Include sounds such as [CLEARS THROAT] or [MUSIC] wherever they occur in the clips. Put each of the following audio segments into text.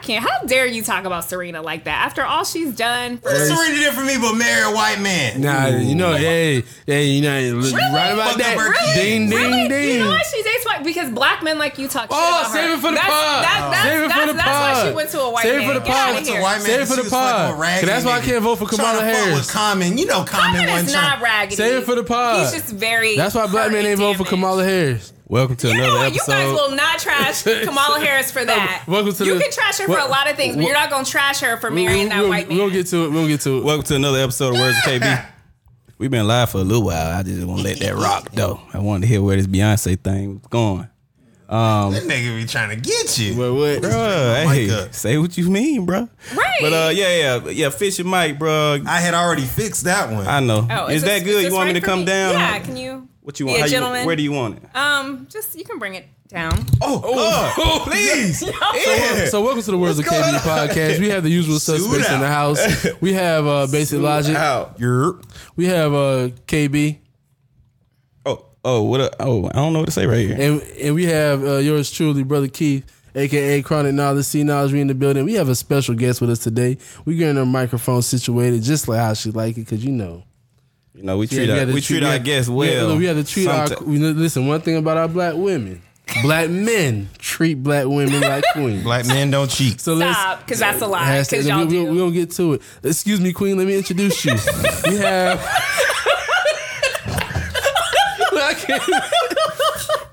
can't. How dare you talk about Serena like that? After all she's done, for, That's Serena did for me, but marry a white man. Nah, you know, hey, hey, you know, right about Fuck the that. birthday. Ding, ding, really, ding. you know why she's ace white? Because black men like you talk. shit Oh, about save her. it for the that's, pod. That, that's, Save it for that's, the that's why pod. she went to a white Save it man. for the Get outta pod. It's a here. white man. Save it for she the was fucking pod. with raggedy 'Cause that's why I niggas. can't vote for Kamala Tryna fuck Harris. With Common, you know Common. Common is wasn't not tryna- raggedy. Save it for the pod. He's just very. That's why black men ain't vote for Kamala Harris. Welcome to You know another what? You episode. guys will not [LAUGHS] trash Kamala Harris for that. Welcome to you the- can trash her for Wel- a lot of things, but wel- you're not gonna trash her for We- marrying that we'll, white man. we'll get to it. We'll get to it. Welcome to another episode of Words of KB. [LAUGHS] We've been live for a little while. I just want to let that rock though. I wanted to hear where this Beyonce thing was going. That nigga be trying to get you. Well, what? [LAUGHS] Bruh, mic hey, up. say what you mean, bruh. Right. But uh, yeah, yeah, yeah. Fish your mic, bruh. I had already fixed that one. I know. Oh, is, this- that good? this you want me right for to come down? Yeah. Can you? What you be want? a How you- gentleman? where do you want it? Um, just you can bring it down. [LAUGHS] oh, oh, please. Yeah. So welcome to the Worlds of What's KB going on? podcast. We have the usual suspects in out. the house. We have uh, Basic Logic. Out. Yerp. We have uh, KB, Oh, oh, what? A, oh, I don't know what to say right here. and and we have uh, yours truly, Brother Keith, aka Chronic Knowledge, C Knowledge. We in the building. We have a special guest with us today. We getting her microphone situated just like how she like it, cause you know. You know, we Yeah, treat we our, had to we treat our had- guests we had- well. look, We had to treat our. Someti- We, listen, one thing about our black women, black men treat black [LAUGHS] women like queens. Black men don't cheat. So let's. Stop, because that's a lie. hashtag- Because y'all we, do. we, we don't get to it. Excuse me, Queen. Let me introduce [LAUGHS] you. we have. [LAUGHS] I can't-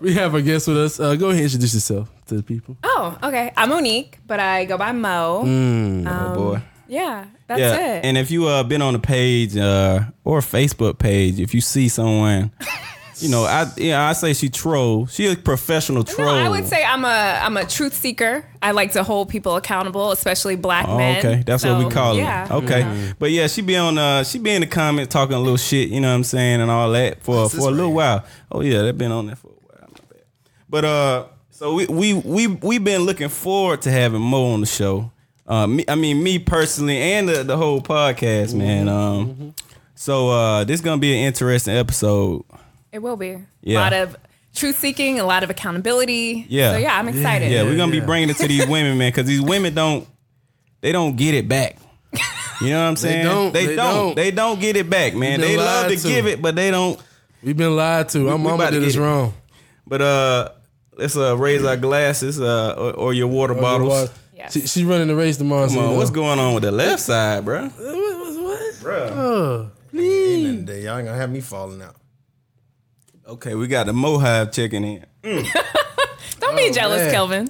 we have our guest with us. Uh, go ahead and introduce yourself to the people. oh, okay. I'm Monique, but I go by Mo. Mm. oh Um, boy. Yeah, that's Yeah, it. and if you uh been on the page uh or Facebook page, if you see someone, [LAUGHS] you know I yeah I say she troll. She a professional troll. no, I would say I'm a I'm a truth seeker. I like to hold people accountable, especially black Oh, men. okay, that's what we So, call yeah. it. Okay, but yeah, she be on uh she be in the comments talking a little shit, you know what I'm saying, and all that for this for a little right while. Oh yeah, they've been on there for a while. My bad. But uh, so we we we we been looking forward to having Mo on the show. Uh, me, I mean me personally and the, the whole podcast, man. Mm-hmm. Um, so uh, this gonna be an interesting episode. It will be a Yeah. lot of truth seeking, a lot of accountability. Yeah. So yeah, I'm excited. Yeah, we're gonna yeah. be bringing it to these women, man, because these women don't they don't get it back. You know what I'm saying? don't, They, they don't, don't. They don't get it back, man. been They love lied to, to. give it, but they don't. We've been lied to. Our we mama about to did get us it. wrong. But uh, let's uh raise our glasses uh or, or your water bottles. Otherwise- Yes. She, she running the race tomorrow. so Come you on, know. what's going on with the left side, bro? End of the day, y'all ain't gonna have me falling out. Okay, we got the Mohave checking in. Don't Oh, be jealous, man. Kelvin.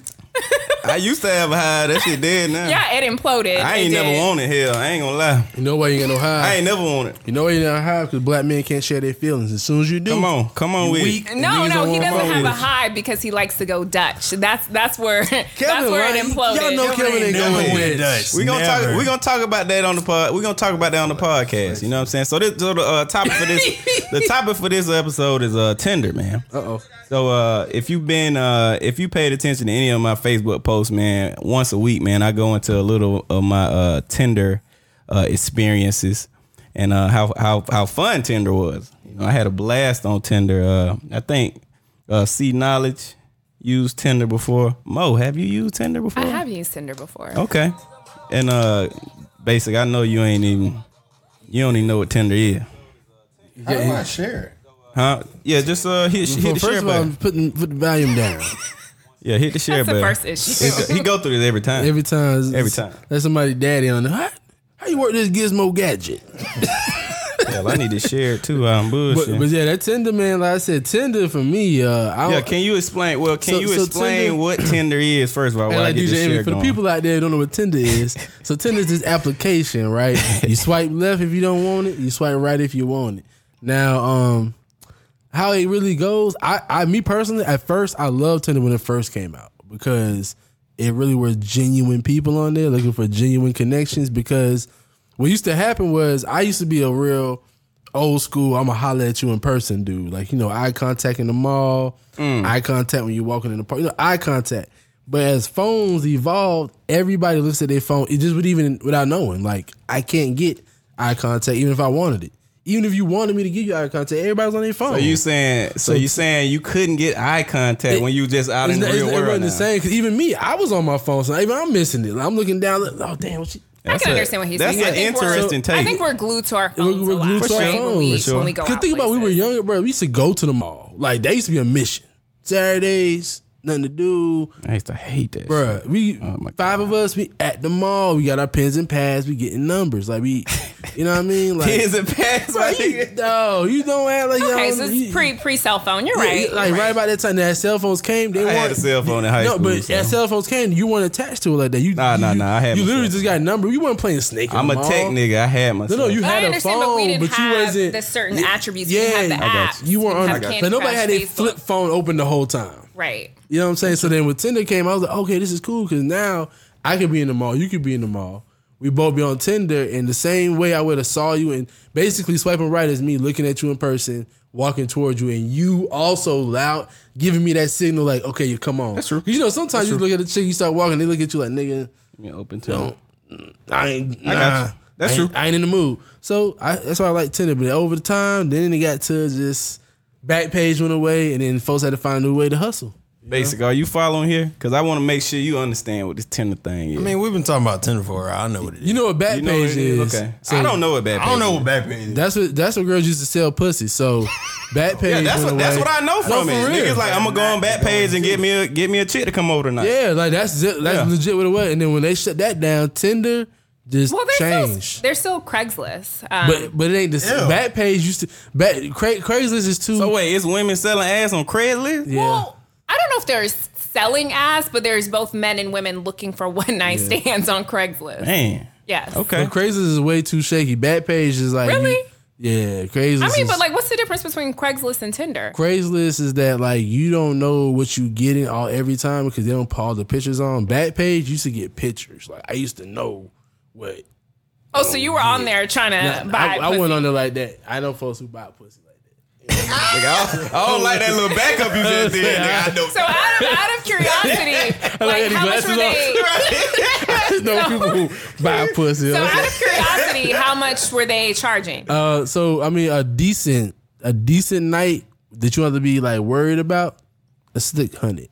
I used to have a hive. That shit dead now. Yeah, it imploded. I It ain't never did. wanted hell. I ain't gonna lie. You know why you ain't got no I high? ain't never wanted. You know why you ain't got no high? Because black men can't share their feelings. As soon as you do, Come on, come on with. it. weak. No, Niggas no, don't he want doesn't my have a bitch. high because he likes to go Dutch. That's that's where [LAUGHS] that's where lying. it imploded. Y'all know Kevin ain't Never win going with Dutch. We gonna Never. talk. We gonna talk about that on the pod. We gonna talk about that on the podcast. You know what I'm saying? So this, so the uh, topic for this, the topic for this episode is uh Tinder, man. Uh oh. So uh, if you've been, uh, if you paid attention to any of my Facebook posts, man, once a week, man, I go into a little of my uh Tinder uh, experiences and uh how how how fun Tinder was. You know, I had a blast on Tinder. Uh, I think uh, C Knowledge used Tinder before. Mo, have you used Tinder before? I have used Tinder before. Okay. And uh basic, I know you ain't even you don't even know what Tinder is. How do I share it? Huh? Yeah, just uh hit, hit Well, the first share of all, button. I'm putting put the volume down Yeah, hit the share That's the button. first issue. It's- he go through this every time. every time. it's- Every time. That's somebody daddy on the how, how you work this gizmo gadget. Hell, I need to share it too. I'm But, bullshit. but yeah, that Tinder man. Like I said, Tinder for me. Uh, I, yeah, can you explain? Well, can So- you so explain Tinder- what Tinder is first of all? And While I like get DJ this Amy, share for the going. people out there who don't know what Tinder [LAUGHS] is, so Tinder is this application, right? You swipe left if you don't want it, you swipe right if you want it. Now, um, how it really goes, I, I, me personally, at first, I loved Tinder when it first came out because it really were genuine people on there looking for genuine connections. Because what used to happen was I used to be a real old school, I'm gonna holler at you in person, dude. Like, you know, eye contact in the mall, Mm. eye contact when you're walking in the park, you know, eye contact. But as phones evolved, everybody looks at their phone. It just would even without knowing. Like, I can't get eye contact even if I wanted it. even if you wanted me to give you eye contact, everybody's on their phone. So you saying so, you saying you couldn't get eye contact when you just out in the not- real not- it world wasn't now. the same. 'cause even me, I was on my phone, so even I'm missing it. Like, I'm looking down. Like, oh damn, what she, I That's can a- understand what he's that's saying. I an think we're- interesting take. I think we're glued to our phones. we're a lot, glued to our right? When phones, we, for sure. when we go Cause out think about when we were places. younger, bro. We used to go to the mall. Like that used to be a mission. Saturdays, nothing to do, I used to hate that. shit. bro. We five my of us. We at the mall. We got our pins and pads. We getting numbers. Like we, you know what I mean? Like, [LAUGHS] Pins and pads, bro, my you, nigga. no, you don't act like Okay, y'all. so you- it's pre pre cell phone. You're yeah, right. yeah, like You're right. right. about that time that cell phones came, they I had weren't. a cell phone in high no, school. but so. as cell phones came, you weren't attached to it like that. You Nah, you, nah, nah, I had you my literally cell just got a number. You weren't playing Snake. in I'm the a mall. tech nigga. I had my. No, no, cell you phone. had I a phone, understand, but we didn't you have wasn't the certain attributes. Yeah, we had the I apps. got You weren't We on. had Like, Candy nobody Crush, had a Facebook. flip phone open the whole time. Right. You know what I'm saying? So then when Tinder came, I was like, okay, this is cool because now I could be in the mall, you could be in the mall. We both be on Tinder in the same way I would have saw you and basically swiping right is me looking at you in person, walking towards you, and you also loud giving me that signal like, okay, you come on. That's true. You know, sometimes you look at a chick, you start walking, they look at you like, nigga, You open to. I ain't. Nah, I got you. That's I ain't- true. I ain't in the mood. So I, that's why I like Tinder. But over the time, then it got to just back page went away, and then folks had to find a new way to hustle. Basic, are you following here? Because I want to make sure you understand what this Tinder thing is. I mean, we've been talking about Tinder for a while. I know what it is. You know what back You know what page it is? is? Okay. So I don't know what bad. I don't page know is. what backpage is. That's what that's what girls used to sell pussy. [LAUGHS] So back page. Yeah, that's went what that's away. what I know No, from for it. real. Niggas like I'm gonna go on back page and get me a get me a chick to come over tonight. yeah, like that's zi- that's Yeah. legit what it was. And then when they shut that down, Tinder just Well, they're still, changed. they're still Craigslist. Um, But but it ain't the Ew. back page used to back Cra- Craigslist is too. So wait, it's women selling ass on Craigslist? yeah. Well, I don't know if there's selling ass, but there's both men and women looking for one night stands on Craigslist. Man. Yes. Okay. But Craigslist is way too shaky. Backpage is like Really? you- yeah, Craigslist. I mean, is, but like, what's the difference between Craigslist and Tinder? Craigslist is that like you don't know what you getting all every time because they don't pause the pictures on. Backpage you used to get pictures. Like I used to know what. oh, so you were on there trying to buy. I, I pussy. went on there like that. I know folks who buy pussy like that. Nigga, I, don't, I don't like that little backup you just did. Nigga. I know. [LAUGHS] so out of, out of [LAUGHS] curiosity, like any how much glasses were they? on? I know people who buy pussy. [LAUGHS] So out of curiosity, how much were they charging? Uh, so I mean, a decent a decent night that you have to be like worried about a slick [LAUGHS] hundred.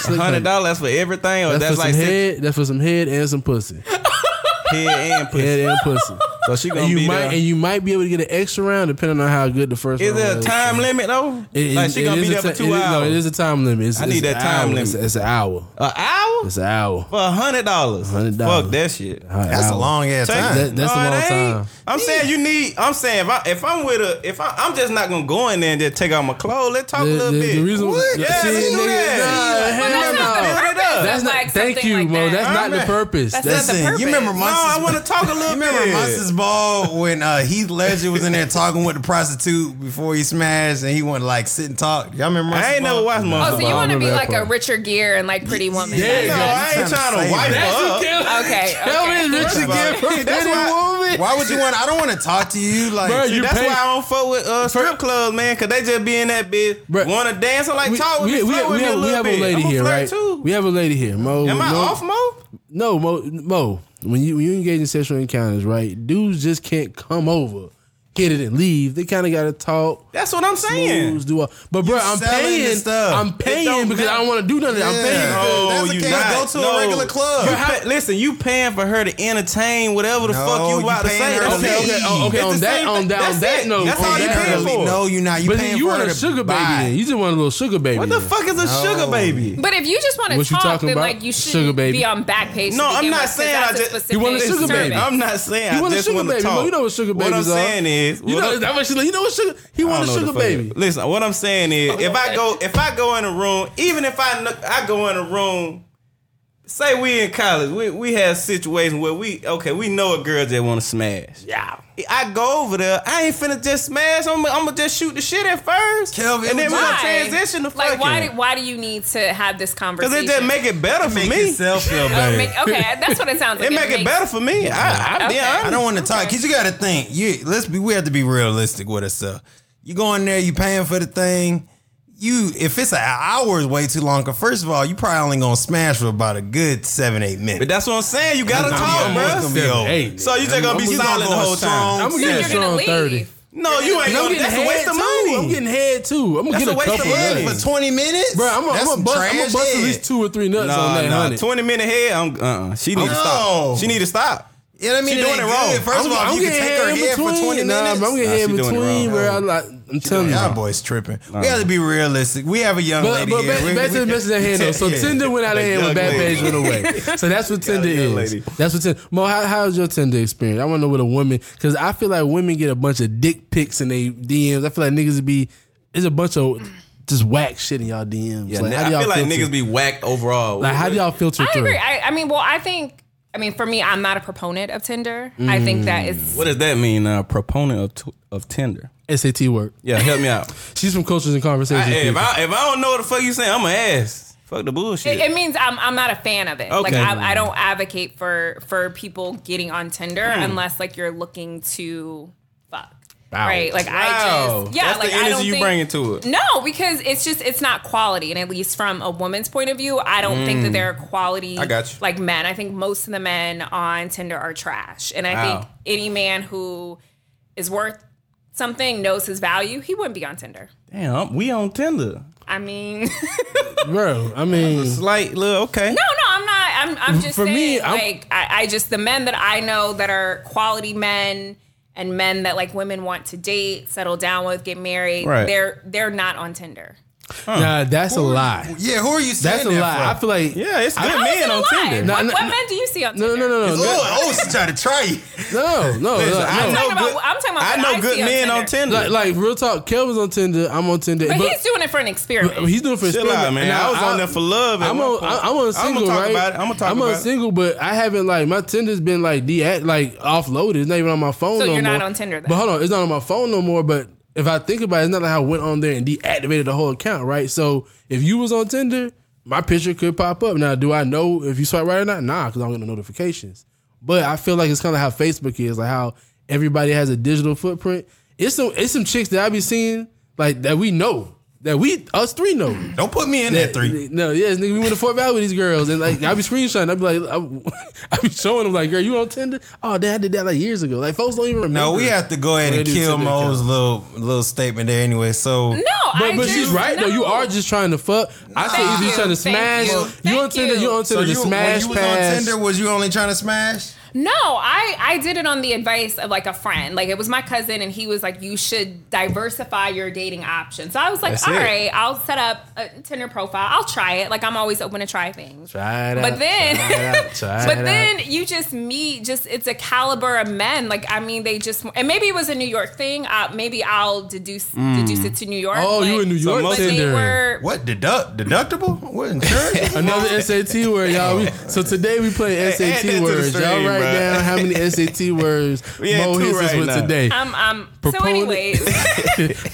Slick Hundred dollars for everything, or That's, that's, for like some head, head. That's for some head and some pussy. head and pussy. Head and pussy. So she [LAUGHS] gonna And be you might there. and you might be able to get an extra round depending on how good the first Is round there a was. time limit though? It- like it- she it gonna be is a there for ti- two it is- hours. no, it is a time limit. It's, I need it's that an time hour. limit. It's, it's an hour. An hour It's an hour. for hundred dollars. $100. Fuck that shit. That's a Hour. long ass Take- time. That- that's a it long time. ain't. I'm saying you need. I'm saying if I if I'm with a if I I'm just not gonna go in there and just take out my clothes. Let's talk The- a little the- bit. the reason- what? the- Yeah, see, let's do nigga, that. nah, hell Let's no. build it up. That's That's not. like thank something you, like Mo. that. That's I'm not the not- purpose. That's That's not the Listen, you remember purpose. No, Monsters? I want [LAUGHS] to talk a little you remember bit. Monsters Ball when uh, Heath Ledger was in there talking with the prostitute before he smashed, and he went like sit and talk. Y'all remember? Monsters I ain't never Ball? watched Oh, Monsters so you Ball. want to be remember like that a part. Richard Gere and like Pretty Woman? Yeah, type No, of- I ain't Tryna trying save to wipe it. her up. Okay. Tell okay. me Richard Richard Gere Gere [LAUGHS] from from Pretty Woman. Why would you want? I don't want to talk to you. Like, Bro, you That's pay- why I don't fuck with uh, strip clubs, man, because they just be in that bitch. Bruh. Want to dance? I'm like, We, talk with we, me, we, flirt we with me a have, we little have a bit. lady I'm here, flirt right? Too. We have a lady here, Mo. Am I no, off, Mo? No, Mo. Mo. When you when you engage in sexual encounters, right? Dudes just can't come over, hit it and leave. They kind of got to talk. That's what I'm saying. Moves, do all. But bro, I'm selling paying. the stuff. I'm don't paying because matter. I don't want to do nothing. I'm Yeah. paying. because- Oh, No, That's you okay. not. Go to a No. regular club. You pa- listen, you paying for her to entertain whatever the No, fuck you you about to paying say. her to Okay, okay, leave. oh, okay. It's the On that, on same that, thing. on That's that it. note, That's on all you that paying note. for. No, you're not. You But paying then you for want her a to sugar buy. baby. Then. You just want a little sugar baby. What the then. fuck is a sugar No. baby? But if you just want to What you talk, talking then about? like you should Sugar baby. be on back page. to No, I'm begin not with, 'cause saying that's I a just. specific You want a sugar service. baby. I'm not saying. You want I a just sugar wanna baby, Talk. bro. You know what sugar babies What I'm are. saying is, You what know, I'm- that was- you know what sugar? He I want a don't know sugar the fuck- baby. Listen, what I'm saying is, if I go, if I go in a room, even if I kn- I go in a room, say we in college, we we had a situation where we okay, we know a girl that want to smash. Yeah. I go over there. I ain't finna just smash. I'm, I'm gonna just shoot the shit at first, Kelvin, and then we why? gonna transition to Like, fucking. why? Do, why do you need to have this Cause conversation? it just make it better for Make me. yourself feel Oh, better. make, okay, that's what it sounds like. it make it makes- better for me. I, I, Okay. yeah, I'm- I don't want to Okay. talk because you got to think. You let's be. We have to be realistic with ourselves. You go in there, you paying for the thing. you if it's an hour is way too long. Cause first of all, you probably only gonna smash for about a good seven eight minutes. But that's what I'm saying. You gotta It's gonna be talk, over. It's bro. gonna be over. Hey, So you just gonna be He's gonna silent go the whole strong. time. I'm Then gonna get a you're gonna strong leave. thirty. No, you ain't. I'm Gonna, getting that's a head waste of too. money. I'm getting head too. I'm gonna That's get a waste couple of money nuts. for twenty minutes, Bro, I'm gonna bust, I'm gonna bust at least two or three nuts on that nah, nah. hundred. Twenty minute head. I'm. Uh. uh She need to No. stop. She need to stop. You know what I mean? She doing ain't it wrong. good. First of all, I'm you can getting take her in head for between. twenty nah, minutes. bro, I'm getting head Nah, she in doing it between, wrong. bro. I like, I'm telling you. Y'all boys tripping. We got to be realistic. We have a young But, lady but here. back, We- back to we- [LAUGHS] the message at hand [LAUGHS] though. So Yeah. Tinder went out of That hand when young Bad lady. Page went [LAUGHS] away. So that's what Tinder young is. lady. That's what Tinder. Mo, how, how's your Tinder experience? I want to know what a woman because I feel like women get a bunch of dick pics in their DMs. I feel like niggas be it's a bunch of just whack shit in y'all DMs. Yeah, like, how I do y'all feel like filter- niggas be whack overall. like how do y'all filter I through? agree. I, I mean, well, I think. I mean, for me, I'm not a proponent of Tinder. I think that it's What does that mean? Uh, proponent of t- of Tinder. SAT work. Yeah, help me out. She's from Cultures and Conversations. hey, if people. I if I don't know what the fuck you saying, I'm gonna ask. Fuck the bullshit. It, it means I'm, I'm not a fan of it. Like Okay. I, I don't advocate for for people getting on Tinder Hmm. unless like you're looking to fuck. Right? Like I Wow. just yeah. That's like the I energy don't you think, bringing to it. No, because it's just it's not quality, and at least from a woman's point of view, I don't think that there are quality. I got you. Like men, I think most of the men on Tinder are trash, and I Wow. think any man who is worth something knows his value. He wouldn't be on Tinder. Damn, we on Tinder. I mean. [LAUGHS] bro. I mean, It's like, look, okay. No, no, I'm not. I'm, I'm just For saying, me, I'm- like, I, I just, the men that I know that are quality men and men that like women want to date, settle down with, get married, Right. they're they're not on Tinder. nah, that's a lie. Yeah, who are you saying That's a that lie. I for? feel like Yeah, it's I- good I men wasn't on a lie. Tinder. No, What, no, what no. men do you see on no, Tinder? no, no, no, Oh, oh, she trying to try [LAUGHS] you. no, no, no. no. I know talking about good- what- I'm talking about I what know I good see on men Tinder. on Tinder. Like, like real talk, Kelvin's on Tinder. I'm on Tinder. But But- he's doing it for an experiment. He's doing it for Chill experiment. out, man. And I was on there for love at I'm one on. point. I'm on I'ma single, talk right? about it. I'ma talk I'm on about it. single, but I haven't like my Tinder's been like de like offloaded. It's not even on my phone. So no you're not more. on Tinder then? But hold on, it's not on my phone no more. But if I think about it, it's not like I went on there and deactivated the whole account, right? So if you was on Tinder, my picture could pop up. Now, do I know if you swipe right or not? Nah, because I don't get no notifications. But I feel like it's kind of how Facebook is, like how everybody has a digital footprint. It's some it's some chicks that I be seeing like that we know that we us three know. Don't put me in that three. No, yes, nigga, we went to Fort Valley with these girls, and like I be screenshotting, I be like, I, [LAUGHS] I be showing them like, girl, you on Tinder? Oh, damn, I did that like years ago. Like folks don't even remember. No, we have to go ahead Well, and they do kill Tinder Mo's account. little little statement there anyway. So no, But, I but just, she's right though. You no. are just trying to fuck. I say Thank either you you, trying to thank smash. you, You on thank Tinder? You you. on So Tinder to you, when smash you was pass? on Tinder, was you only trying to smash? No, I I did it on the advice of like a friend. Like it was my cousin, and he was like, "You should diversify your dating options." So I was like, That's "All it. right, I'll set up a Tinder profile. I'll try it. Like I'm always open to try things." Try it but out, then, try it [LAUGHS] out, try it but out. then you just meet just it's a caliber of men. Like I mean, they just and maybe it was a New York thing. Uh, maybe I'll deduce deduce it to New York. Mm. Oh, you but- in New York But they Tinder? were What deduct deductible? What [LAUGHS] insurance? Another SAT word, y'all. We, so today we play add that to SAT the words. y'all stream, write bruh. down how many SAT words We had Mo two hits us right with now. today. Um, um, so, Proponent- [LAUGHS] anyways,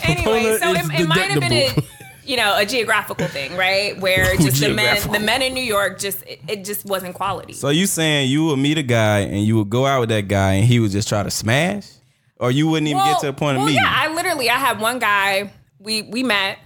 anyway, so is it, it might have been a, deductible. you know, a geographical thing, right? [LAUGHS] Where Oh, just the men, Geographical. the men in New York, just it, it just wasn't quality. So you saying you would meet a guy and you would go out with that guy and he would just try to smash, or you wouldn't even get to a point of well, meeting. yeah, I literally, I had one guy we we met,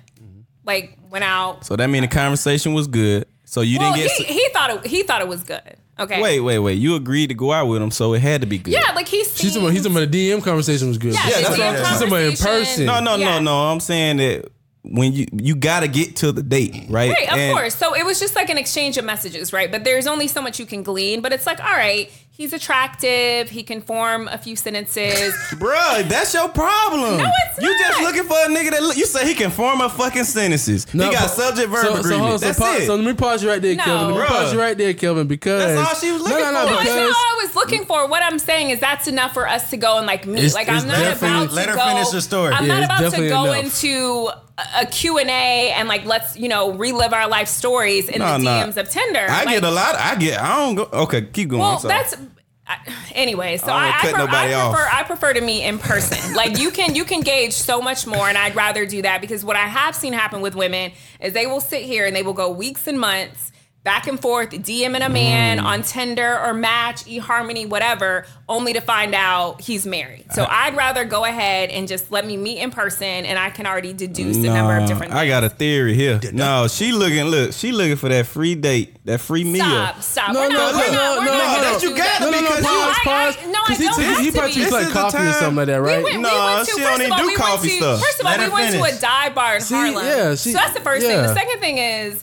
like went out. so that mean the conversation was good. So you well, didn't get. he, s- he thought it, he thought it was good. Okay, wait, wait, wait. You agreed to go out with him, so it had to be good. yeah, like he's She's talking. about- He's talking. about The DM conversation was good. yeah, that's the what DM I'm saying. She's talking about in conversation. person. No, no, Yeah. no, no. I'm saying that when you you got to get to the date, right? Right, of And- course. So it was just like an exchange of messages, right? But there's only so much you can glean. But it's like, all right, he's attractive. He can form a few [LAUGHS] sentences. Bruh, that's your problem. No, it's You just not. looking for a nigga that look, you say he can form a fucking sentences. No, he got but- subject verb so, So, agreement. hold on, so that's pa- it. so let me pause you right there, No. Kelvin. Let me Bruh. pause you right there, Kelvin, because That's all she was no, looking no, no, no, it's not Because what I was looking for. What I'm saying is that's enough for us to go and like meet. It's- like it's I'm not definitely- about to Let her go, finish her story. I'm Yeah, not it's about to definitely go enough. into a- a Q and A and like let's you know relive our life stories in No, the no. DMs of Tinder. I Like, get a lot. I get. I don't go. Okay, keep going. Well, so. that's I, anyway. So I don't I, I, cut pre- I nobody off. prefer I prefer to meet in person. [LAUGHS] like you can you can gauge so much more, and I'd rather do that because what I have seen happen with women is they will sit here and they will go weeks and months back and forth, DMing a man Hmm. on Tinder or Match, eHarmony, whatever, only to find out he's married. So Uh-huh. I'd rather go ahead and just let me meet in person, and I can already deduce a number of Nah, different. I things. got a theory here. No, she looking. Look, she looking for that free date, that free meal. Stop! Stop! No, we're no, not, we're no, not, we're no, not no, gonna no. do You that. gotta No, no, no, Because you- pause, pause. I- I- no, I 'Cause he don't took- have he to probably be. took This like is the coffee or time. something like that, We right? went- we Nah, went to- she first of don't even all, do we went coffee to- stuff. First of all, Let we her went to a finish. dive bar in See, Harlem. yeah, so she- that's the first thing. yeah. The second thing is,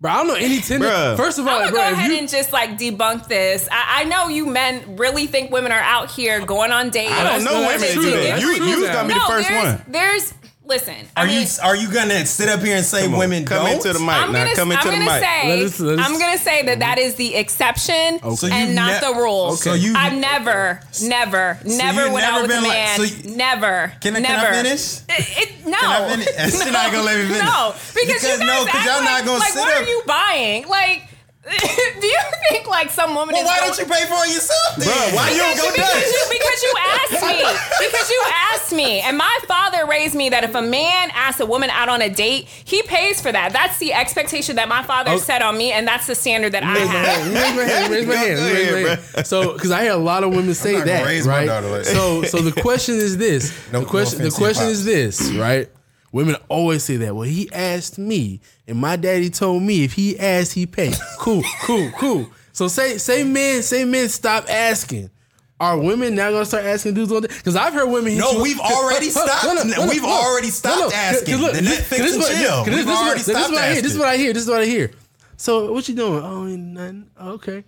Bro, I don't know any Tinder. Bruh. First of all, I'm gonna bro, go if ahead you- and just like debunk this. I, I know you men really think women are out here going on dates. I don't know No, women that's that true. do that. That's You, true you now. gonna be the No, first there's, one. There's listen. I Are mean, you are you gonna sit up here and say Come on, women come don't? into the mic I'm now. gonna, come into I'm the gonna mic. say Let us- let us- I'm gonna say that that is the exception So you've and not ne- the rule. Okay. So you've- I've never, never, never you've when I never was a been like- man, so you- never, Can I- can I never. finish? It, it, no, I finish? [LAUGHS] She not gonna let me finish. No, because, Because you no, guys 'cause act y'all like, not gonna like sit what up. are you buying? Like, [LAUGHS] do you think like some woman? Well, is why going- don't you pay for it yourself then? Bruh, why why you because, don't you, go because, Dutch? you, because you asked me. Because you asked me. And my father raised me that if a man asks a woman out on a date, he pays for that. That's the expectation that my father Oh. set on me, and that's the standard that I Raise my have. hand. [LAUGHS] Raise my hand. Raise my Go hand. Raise my ahead, hand. So, because I hear a lot of women say not gonna that, raise my right? daughter like that. so, so the question is this: [LAUGHS] No- the question, no the offense to question your is pops. this, right? Women always say that. Well, he asked me, and my daddy told me if he asked, he paid. Cool, cool, cool. So say, say men, say men, stop asking. Are women now gonna start asking dudes on that? Because I've heard women. Hit No, you- [LAUGHS] we've already Huh, huh, stopped. no, no, no, We've no, already no, stopped no. 'Cause asking. look, The this- Netflix 'cause this and what- chill. 'cause this- We've this already what- This is stopped what I hear. This is asking. what I hear. This is what I hear. So what you doing? Oh, ain't nothing. Oh, okay.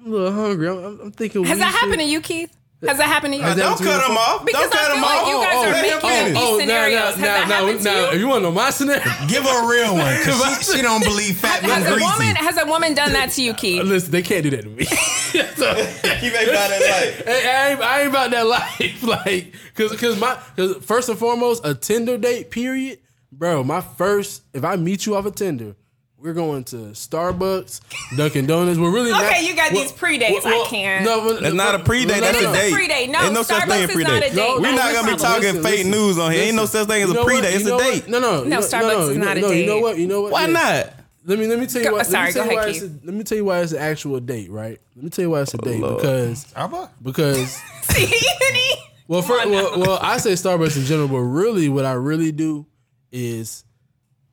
I'm a little hungry. I'm, I'm, I'm thinking. Has that happened to you, Keith? Has that happened to you? Has that- Don't cut Oh, him off. Because Don't I cut feel him like off. Oh, you guys are Let him making finish. Oh, these scenarios. Has that happened to you? If you want to know my scenario, [LAUGHS] Give her a [LAUGHS] real one. 'cause she, she don't believe fat men Has a greasy. woman has a woman done that to you, Keith? listen, they can't do that to me. [LAUGHS] So- Keep everybody like. Hey, I, ain't, I ain't about that [LAUGHS] life, like, cause, cause my, cause first and foremost, a Tinder date, period, bro. My first, if I meet you off a Tinder, we're going to Starbucks, Dunkin' Donuts. We're really not, Okay, you got these pre-dates. I can't. No, but- That's not a pre date. No, That's no, a no. date. pre-date. No, Ain't no such thing as Starbucks is pre not a date. date. No, We're no, not gonna be listen, talking fake news on here. Ain't no such thing as You a know pre what? date. It's You a know what? date. No, no, No, Starbucks is you know- not a no, date. You know what? You know what? Why Yeah. not? Let me let me tell you Go- why. sorry, let me tell go you ahead, why it's a, Keith. let me tell you why it's an actual date, right? Let me tell you why it's a date Lord. because Abba? because [LAUGHS] See, Anthony? well, Come first, on now. well, well, I say Starbucks in general, but really, what I really do is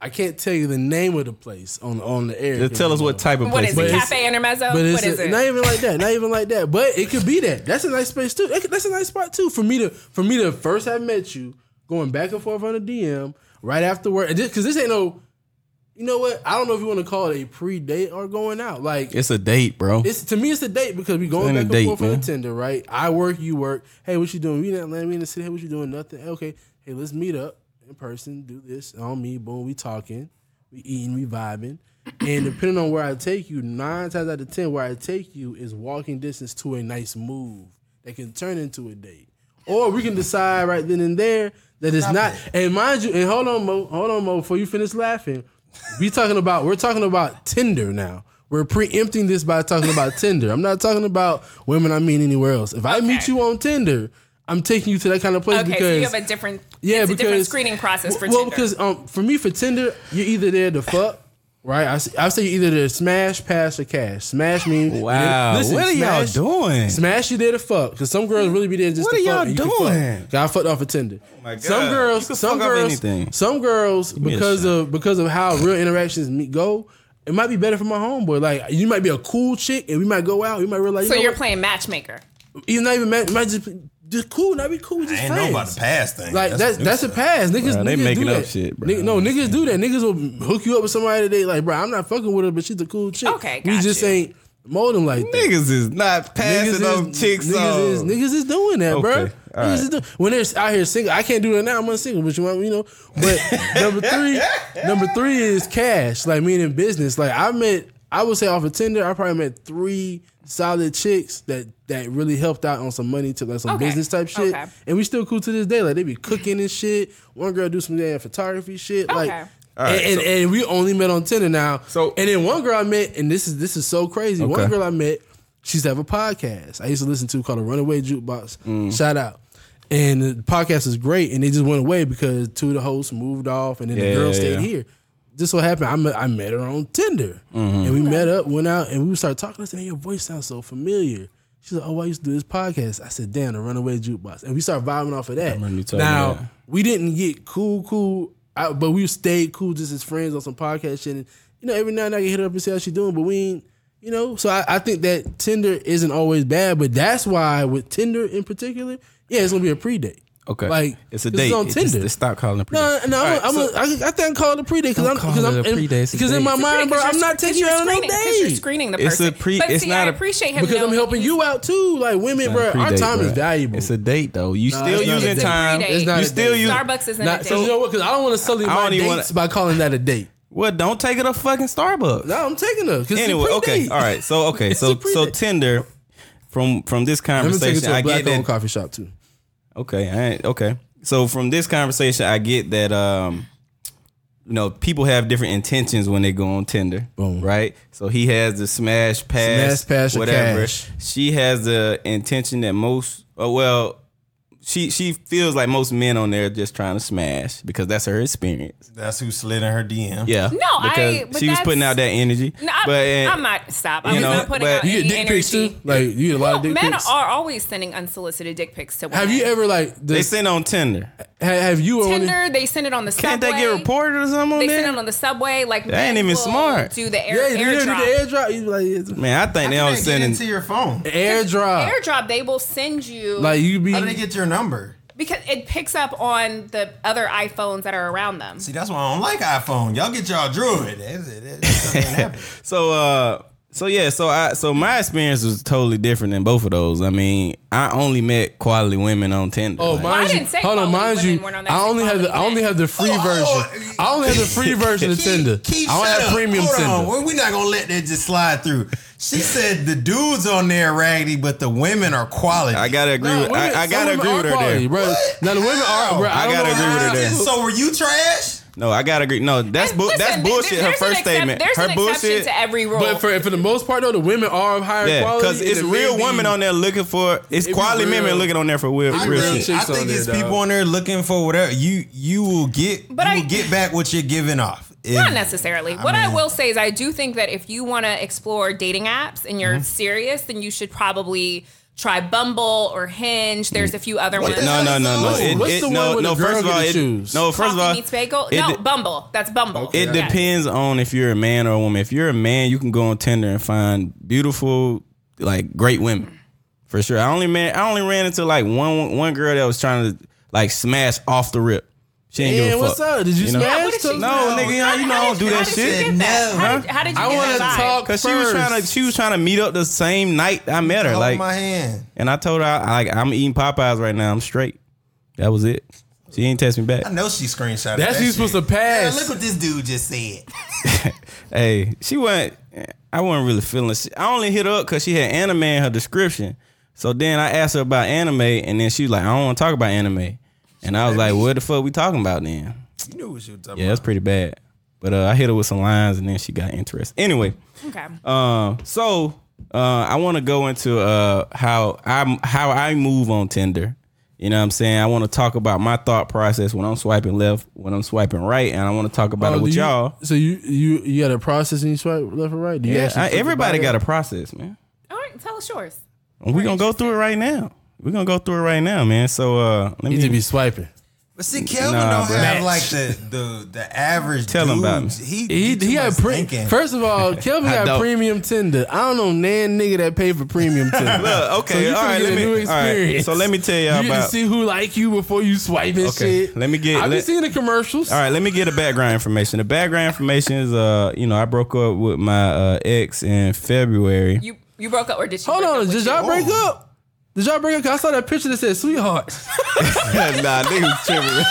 I can't tell you the name of the place on on the air. Just tell us what type of What place. is it? it is. Cafe Intermezzo? But it's What is a- it? not even like that. Not even like that. But it could be that. That's a nice space too. That could- That's a nice spot too for me to for me to first have met you, going back and forth on a DM right afterward. Because this ain't no, you know what? I don't know if you want to call it a pre date or going out. Like It's a date, bro. it's to me, it's a date because we going ain't a back and date, forth on a man. Tinder, right? I work, you work. Hey, what you doing? We in Atlanta, we in the city. Hey, what you doing? Nothing. Okay, hey, let's meet up in person. Do this on me. Boom, we talking, we eating, we vibing, and depending on where I take you, nine times out of ten, where I take you is walking distance to a nice move that can turn into a date, or we can decide right then and there that it's not. And mind you, and hold on, Mo, hold on, Mo, before you finish laughing, we talking about we're talking about Tinder now. We're preempting this by talking about [LAUGHS] Tinder. I'm not talking about women I mean anywhere else. If I meet Okay. you on Tinder, I'm taking you to that kind of place Okay, because so you have a different yeah, it's a because different screening process for well, Tinder. because um, for me for Tinder, you're either there to fuck. Right, I, s- I say you're either there to smash, pass, or cash. Smash me. Wow, what are y'all smash- doing? Smash you there to fuck, because some girls really be there just What to are fuck. y'all and you can fuck. doing? Got fucked off of Tinder. Oh my God. Some girls, You can some fuck off girls, anything. some girls me a because shot. of because of how real interactions me go. It might be better for my homeboy. Like you might be a cool chick, and we might go out. We might realize so you know you're what? playing matchmaker. You're not even mad. Might just just cool. Not be cool. Just I ain't friends. know about the past thing. Like that's new that's, a stuff. pass. Niggas, Bruh, niggas they making do up that. shit, bruh. Nigga- no, niggas do [LAUGHS] that. Niggas will hook you up with somebody that they like, bro. I'm not fucking with her, but she's a cool chick. Okay, we got just you. ain't molding like that. Niggas is not passing up chicks niggas on. is niggas is doing that, bruh. Okay, all Niggas right. is doing, when they're out here single, I can't do that now. I'm unsingle, but you want you know. But [LAUGHS] number three, number three is cash. Like meaning business. Like I met, I would say off of Tinder, I probably met three solid chicks that that really helped out on some money to like some Okay, business type shit. okay. And we still cool to this day. Like they be cooking and shit. One girl do some damn photography shit. Okay. Like. All right, and, and, so- and we only met on Tinder now. So- and then one girl I met, and this is this is so crazy. One Okay. girl I met, she used to have a podcast I used to listen to called a Runaway Jukebox. Mm. Shout out. And the podcast was great, and they just went away because two of the hosts moved off, and then Yeah, the girl yeah, stayed yeah. here. just so happened I met, I met her on Tinder, Mm-hmm. and we met up, went out, and we started talking. I said, "Man, your voice sounds so familiar." She's like, "Oh, I used to do this podcast." I said, "Damn, the Runaway Jukebox," and we started vibing off of that. remember you told me now that. we didn't get cool, cool, I, but we stayed cool just as friends on some podcast shit. And you know, every now and then I can hit her up and see how she doing, but we ain't. You know, so I, I think that Tinder isn't always bad, but that's why with Tinder in particular, yeah, it's gonna be a pre-date. Okay. like it's a 'cause date. on It's Tinder. just- it's stop calling a pre No, no, I'm, Alright, I'm a, so- I, I think I call it a pre-date because I'm call because it I'm a pre-date, it's a because in date. my It's mind, bro, I'm not taking you out on no Because you're date screening the It's person. a pre- But it's see, not I a- appreciate him. because I'm knowing helping he's- you out too. Like women, bro, our pre-date, time is bruh. valuable. It's a date though. You Still it's not a using date. time. It's not you a still date. use. Starbucks isn't Not- a date. so you know what? Because I don't want to sully I my don't even dates wanna- by calling that a date. Well, don't take it a fucking Starbucks. No, I'm taking her. 'cause it's a anyway, okay, pre-date. all [LAUGHS] right. So okay, It's so a so pre-date. Tinder from from this I'm gonna take her conversation, to I a get black-owned that. coffee shop too. Okay, all right, okay. So from this conversation, I get that um, you know, people have different intentions when they go on Tinder, Boom. right? So he has the smash pass, Smash pass or whatever. cash. She has the intention that most, oh well. She she feels like most men on there are just trying to smash because that's her experience. That's who slid in her DM. Yeah, No, I- because but she was that's- putting out that energy. No, I, but eh, I'm not. Stop. I'm you just know, not putting but- out You You any get dick energy. pics too. Like you get a lot Well, of dick men pics. are always sending unsolicited dick pics to women. Have you ever like they this? send on Tinder. Have you on it? Tinder? They send it on the Can't subway. they get reported or something on They there? send it on the subway. Like That ain't men even will smart. Do the Yeah, air, you do the airdrop. airdrop. You like it's- Man, I think they How don't did they get send into in. your phone? airdrop. Airdrop. They will send you Like you be How did they get your number? because it picks up on the other iPhones that are around them. See, that's why I don't like iPhone. Y'all get y'all Droid. That's it. That's nothing happened. So uh so yeah, so I so my experience was totally different than both of those. I mean, I only met quality women on Tinder. Oh, Like, mind I you, didn't say hold on, quality mind you, women weren't on that I same only have the I quality only net. have the free Oh, version. I only have the free version of Tinder. Keith, I don't shut have up. premium Hold Tinder. On. We're, we're not gonna let that just slide through. She said the dudes on there raggedy, but the women are quality. I gotta agree. Nah, with, women- I, I some gotta women agree are with her quality, there. Bro. Now the women are. Bro, I, I don't gotta know agree with how- her there. Ah, So were you trash? No, I gotta agree. No, that's bu- Listen, that's th- bullshit. there's Her an first excep- statement. There's Her an bullshit. exception to every rule. But for for the most part though, the women are of higher Yeah, quality. because it's and the real men be- women on there looking for it's be quality real. women looking on there for real, I real really- shit. think, I chicks on think there, it's dog. people on there looking for whatever you you will get. But you I- will get back what you're giving off. If- Not necessarily. what I will say is, I do think that if you want to explore dating apps and Mm-hmm. you're serious, then you should probably try Bumble or Hinge. There's a few other What ones. the No, no, no, no. What's It, the it, one no, where no. the girl First of all, get to it, choose? no. First of Coffee all, meets bagel. it no, de- Bumble. That's Bumble. It Yeah. depends on if you're a man or a woman. If you're a man, you can go on Tinder and find beautiful, like great women, for sure. I only man, I only ran into like one one girl that was trying to like smash off the rip. She ain't give Yeah, a what's fuck. up? Did you, You know? Yeah, smash? what did she- Tell us No, now. nigga, you know, you know I don't do How that did shit. You get that? No. How did, how did you I want to talk Cause she was first. Oh trying to, she was trying to meet up the same night I met her. Hold Like, my hand. and I told her, I, I, I'm eating Popeyes right now. I'm straight. That was it. She ain't text me back. I know she screenshot. That's that you supposed to shit. Yeah, pass. look what this dude just said. Hey, she went. I wasn't really feeling. She, I only hit her up because she had anime in her description. So then I asked her about anime, and then she's like, "I don't want to talk about anime." And I was like, "What the fuck we talking about then?" You knew what you were talking Yeah, that's pretty bad. But uh, I hit her with some lines, and then she got interested. Anyway, Okay. uh, so uh, I want to go into uh, how I how I move on Tinder. You know what I'm saying? I want to talk about my thought process when I'm swiping left, when I'm swiping right, and I want to talk about Oh, it do with you- y'all. So you you you got a process and you swipe left or right? Do you Yeah, actually I, click the everybody bio? got a process, man. All right. Tell us yours. We're gonna go through it right now. We're gonna go through it right now, man. So uh let You need to me be [LAUGHS] swiping. But see, Kelvin Nah, don't bro. have like the the the average. Tell him dude. about it. He He, too he had much pre- thinking. first [LAUGHS] of all, Kelvin I got don't. premium Tinder. I don't know nan nigga that paid for premium [LAUGHS] Tinder. Look, Uh, okay, you all finna right, get let a me- new all right, experience. so let me tell you y'all get to about- see who like you before you swipe and Okay, shit. let me get- I've been let- seeing the commercials. all right, let me get the background information. The background information is uh, you know, I broke up with my uh ex in February. [LAUGHS] You you broke up or did she? Hold break up on, with did you? y'all break up? Did y'all break up? 'Cause I saw that picture that said [LAUGHS] sweetheart. [LAUGHS] nah, nigga was tripping.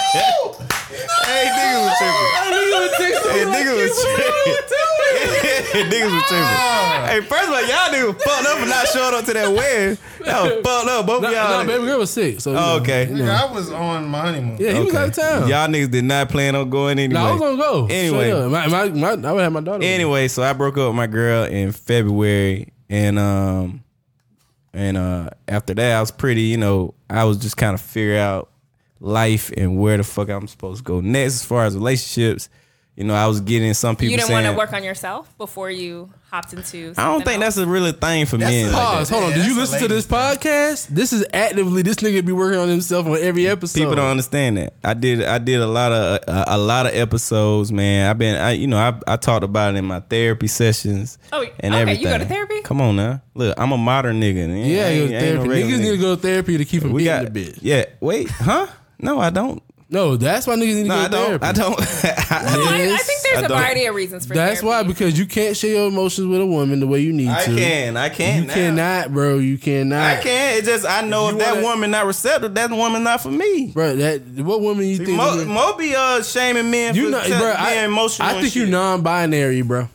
[LAUGHS] hey, nigga was tripping. I knew Hey, nigga was [LAUGHS] tripping. niggas was tripping. Hey, first of all, y'all niggas fucked up for not showing up to that wedding. That was fucked up. Both of Nah, y'all. nah, baby girl was sick. So you Oh, know, okay. you know. Nigga, I was on my honeymoon. Yeah, he was out of town. Y'all niggas did not plan on going anyway. Nah, I was gonna go. Anyway. Straight up. my, my, my, I would have my daughter. with me. Anyway, so I broke up with my girl in February, and um, and uh, after that, I was pretty, you know, I was just kind of figure out life and where the fuck I'm supposed to go next as far as relationships, You know, I was getting some people You didn't saying want to work on yourself before you hopped into. I don't something think else? that's a really thing for That's men. a- like that. Pause. Hold on. Yeah, Did you that's listen to the this podcast? This is actively. This nigga be working on himself on every episode. People don't understand that. I did. I did a lot of a, a lot of episodes, man. I've been, I you know, I, I talked about it in my therapy sessions. Oh, and okay, everything. you go to therapy? Come on now. Look, I'm a modern nigga. man. Yeah, I you ain't- go I to ain't no therapy. regular niggas need to nigga. go to therapy to keep from We beating got the bitch. Yeah. Wait. Huh? No, I don't. No, that's why niggas need to go No, I to don't. therapy. [LAUGHS] I No, don't. I, I, I Yes. think there's I a don't- variety of reasons for That's therapy. why because you can't share your emotions with a woman the way you need to. can. I can. You now. cannot, bro. You cannot. I can't. It's just I know If if, you that wanna- woman not receptive, that woman not for me. bro. That what woman you think? Mo, is- Mo be uh, shaming men you for know, te- bro. being I, emotional. I and think you shit. non-binary, bro.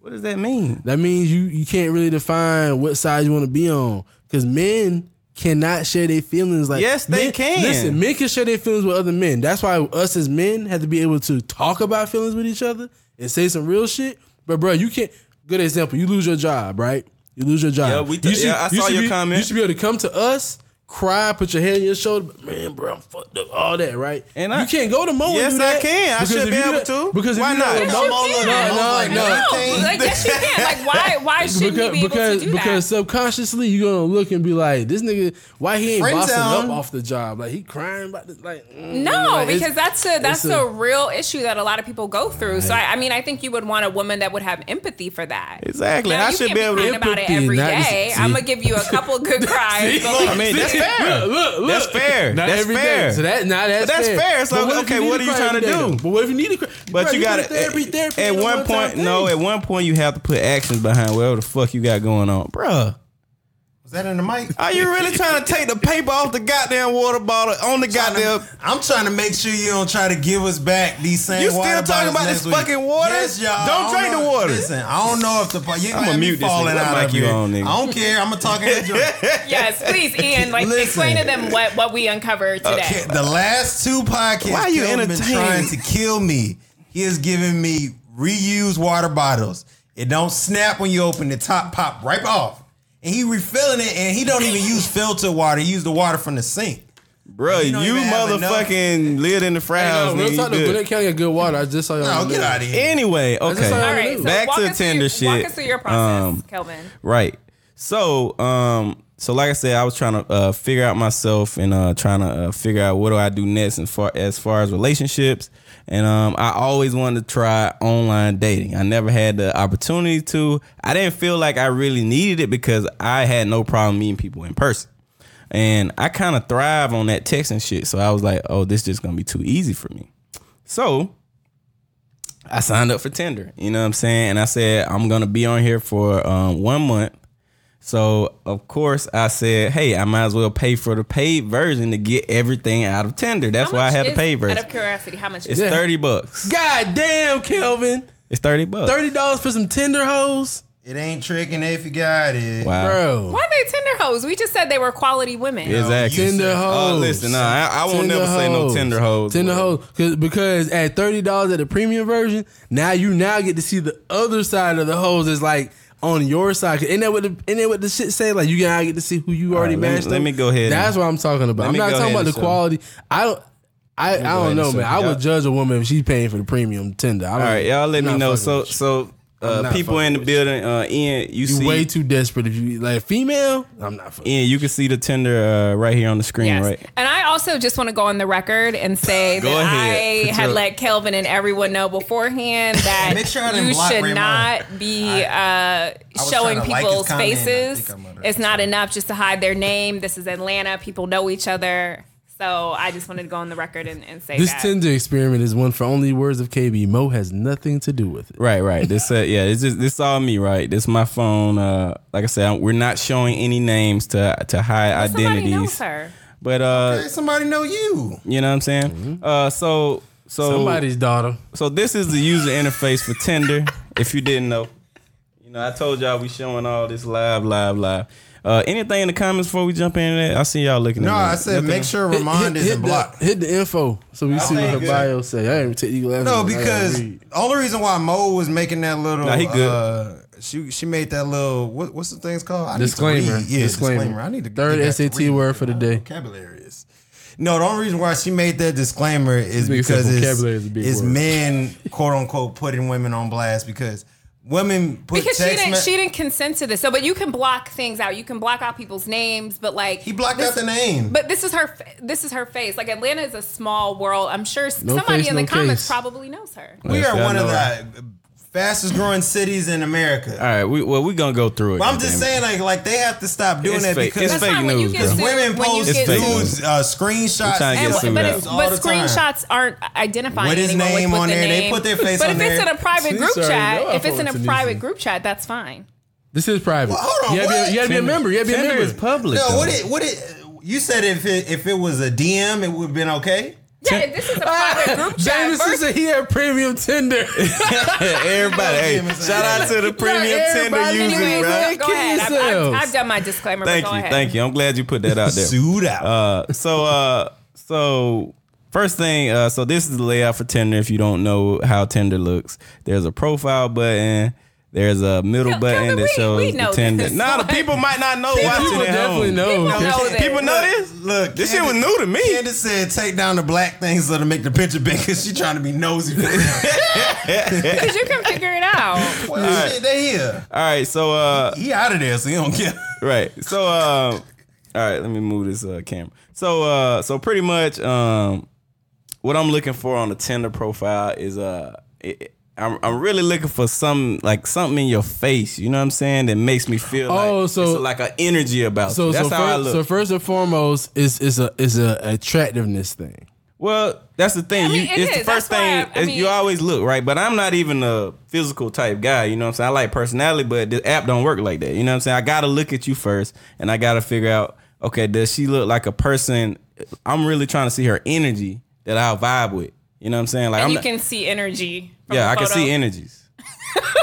What does that mean? That means you you can't really define what side you want to be on because men cannot share their feelings. Like Yes, they men- can. Listen, men can share their feelings with other men. That's why us as men have to be able to talk about feelings with each other and say some real shit. But bro, you can't. Good example. You lose your job, right? You lose your job. Yeah, we t- you yeah, I you saw should your be- comment. You should be able to come to us. Cry, put your hand on your shoulder, man, bro, I'm fucked up, all that, right? And you I- can't go to Mo. and Yes, do I that can. I because should if be you do able that- to. Because if Why you do not? that- Yes, No, you Mo, look, can. Mo's No, like, no, No, like yes, you can. Like why? [LAUGHS] Why shouldn't you because be able because, to do because that? subconsciously you're gonna look and be like, this nigga, why he ain't Friend bossing zone. up off the job? Like he crying about this, like mm, No, like, it's- because that's a that's it's a- a, real issue that a lot of people go through. So I, I mean, I think you would want a woman that would have empathy for that. Exactly. Now, I you should can't be able to- crying about it Empathy, every not- day. see. I'm gonna give you a [LAUGHS] couple good cries. but I like, mean, that's fair. Look, look, look. That's fair. Not That's every day. fair. So that, now that's, But that's fair. So, But if okay, need what are you cry trying to every day, do? though? But what if you need to? Cry? But Bro, you go got to to therapy. Therapy. At ain't a one one-time point, no. thing. At one point, you have to put actions behind whatever the fuck you got going on, bruh. Was that in the mic? Are you really trying to take the paper off the goddamn water bottle on the goddamn? I'm trying to make sure you don't try to give us back these same. You still water talking bottles about next this week. fucking water? Yes, y'all. Don't I drink know- the water. Listen, I don't know if the you I'ma I'm mute mute this falling nigga. What out mic of you here. on, nigga? I don't care. I'm gonna talk in [LAUGHS] the joint. yes, please, Ian. Like Listen. explain to them what what we uncovered today. The last two podcasts, Why you Kelvin been entertaining? trying to kill me. He has given me reused water bottles. It don't snap when you open the top, pop right off. And he refilling it, and he don't even use filtered water. He used the water from the sink. Bro, you, You don't even have motherfucking lived in the fry Hey, no, house. real talk. nigga. You though, good. Gwinnett County got good water. I just saw y'all. No, on the Oh, get news. out of here. Anyway, just okay. saw- All right, so Back walk to us through- Tinder shit. Walk us through your process, Um, Kelvin. Right. So, um, so like I said, I was trying to uh, figure out myself and uh, trying to uh, figure out what do I do next as far as far as relationships. And um, I always wanted to try online dating. I never had the opportunity to. I didn't feel like I really needed it because I had no problem meeting people in person. And I kind of thrive on that text and shit. So I was like, oh, this just gonna be too easy for me. So I signed up for Tinder. You know what I'm saying? And I said I'm gonna be on here for um, one month. So of course I said, hey, I might as well pay for the paid version to get everything out of Tinder. That's How why I much had the is- paid Out version. of curiosity, how much? Is It's it? thirty bucks. God damn, Kelvin. It's thirty bucks. Thirty dollars for some Tinder hoes, It ain't tricking if you got it. Wow. bro. Why are they Tinder hoes? We just said they were quality women. Exactly. You said- Tinder hoes. Oh, listen, nah, I, I won't never say no Tinder hoes. Tinder hoes, 'Cause- because at thirty dollars at the premium version, now you now get to see the other side of the hoes is like on your side. 'Cause Ain't that what the ain't that what the shit say? Like you gotta get to see who you already right, let me- matched. let up. me go ahead That's and- what I'm talking about. Let I'm me not go talking ahead about and the show. quality. I don't. I, I ahead don't and know, show. man. I Y'all- would judge a woman if she's paying for the premium Tinder. I don't, All right, y'all let I'm me not know. fucking So with you. so uh, not people fucking in the with building, uh, Ian, you, you see, way too desperate if you like female. I'm not. Fucking. Ian, you can see the Tinder uh, right here on the screen, Yes. right? And I also just want to go on the record and say Go that ahead. I Put had your- let Kelvin and everyone know beforehand that Make sure I didn't you block should Raymond. not be uh, was showing trying to like his people's comment, I faces. think I muttered It's not enough just to hide their name. This is Atlanta. People know each other. So I just wanted to go on the record and, and say This that. Tinder experiment is one for only words of KB. Mo has nothing to do with it. Right, right. This, uh, yeah, this is this all me, right? This my phone. Uh, like I said, I'm- we're not showing any names to to hide Somebody identities. knows her. But uh, Hey, somebody know you. you know what I'm saying? Mm-hmm. Uh, so so Somebody's daughter. so this is the user interface for Tinder. If you didn't know, you know, I told y'all we showing all this live, live, live. Uh, anything in the comments before we jump in? That I see y'all looking. No, at me. I said Nothing? make sure Ramond [LAUGHS] hit isn't blocked. The, hit the info so we see what think her good. bio say. I didn't take you last No, one. I gotta because read. only reason why Mo was making that little, Nah, he good. Uh, she she made that little what, what's the things called I need to Disclaimer. read. Yeah, disclaimer. Disclaimer. I need to Third get back to SAT reading. word for the My day. Vocabulary is No, the only reason why she made that disclaimer is Nigga said because it's, vocabulary is a big it's word. men, quote unquote, putting women on blast because women put Because she text didn't, me- she didn't consent to this. So, but you can block things out. You can block out people's names, but like He blocked this- out the name. But this is her. fa- This is her face. Like Atlanta is a small world. I'm sure s- No somebody face, in the no comments case. probably knows her. we Yes, are I one of know. the fastest growing cities in America. All right, we, well, we're gonna go through it. But I'm goddammit. just saying, like, like they have to stop doing It's that fake. because It's fake when you news, get bro. sued- women when you post get fake sued- news. nudes, uh, screenshots, trying to get And, Yes, but but, we got it's, it. all but the time. screenshots aren't identifying What his anyone with- name with on the there, they name. put their face But on if it's there. in a private She's group sorry, no, chat, I if it's in fuck a with Tanisha. private group chat, that's fine. This is private. hold on, you gotta, what? be, you gotta be a member. You gotta be a Tinder member. [LAUGHS] is public. No, though. what it, what it, you said if it, if it was a DM, it would have been okay. Yeah, if this is a private group chat. Jameson versus- said he had premium [LAUGHS] Tinder. [LAUGHS] [LAUGHS] everybody, hey, Premium is shout out to the premium Tinder everybody users, anyway, bro. man. Go Kill ahead. I've, I've, yourselves. I've done my disclaimer. Thank but go you, ahead. thank you. I'm glad you put that out there. Sued out. Uh, so uh so first thing uh so this is the layout for tinder if you don't know how tinder looks there's a profile button there's a middle Kel- button Kelvin, that we- shows we know the tinder this. nah the people might not know People watching People at definitely home. know. People know that. people know this Look, this shit was new to me Candace said, "Take down the black things so to make the picture big." Cause [LAUGHS] she trying to be [LAUGHS] nosy. For real. Because you can figure it [LAUGHS] out. well, shit, they here. all right so uh He out of there, so he don't care. right. So um all right, let me move this uh camera. So uh so pretty much um what I'm looking for on a Tinder profile is uh it, it- I'm I'm really looking for some like something in your face, you know what I'm saying, that makes me feel Oh, like so- it's like an energy about So, you. That's so, how I first, look. so first and foremost is is a is a attractiveness thing. Well, that's the thing. I mean, you, it it's the is. first That's why, thing. I is mean- you always look right, but I'm not even a physical type guy. You know what I'm saying? I like personality, but the app don't work like that. You know what I'm saying? I gotta look at you first, and I gotta figure out. Okay, does she look like a person? I'm really trying to see her energy that I'll vibe with. You know what I'm saying? Like And I'm you not- can see energy. from yeah, the I can photo. see energies.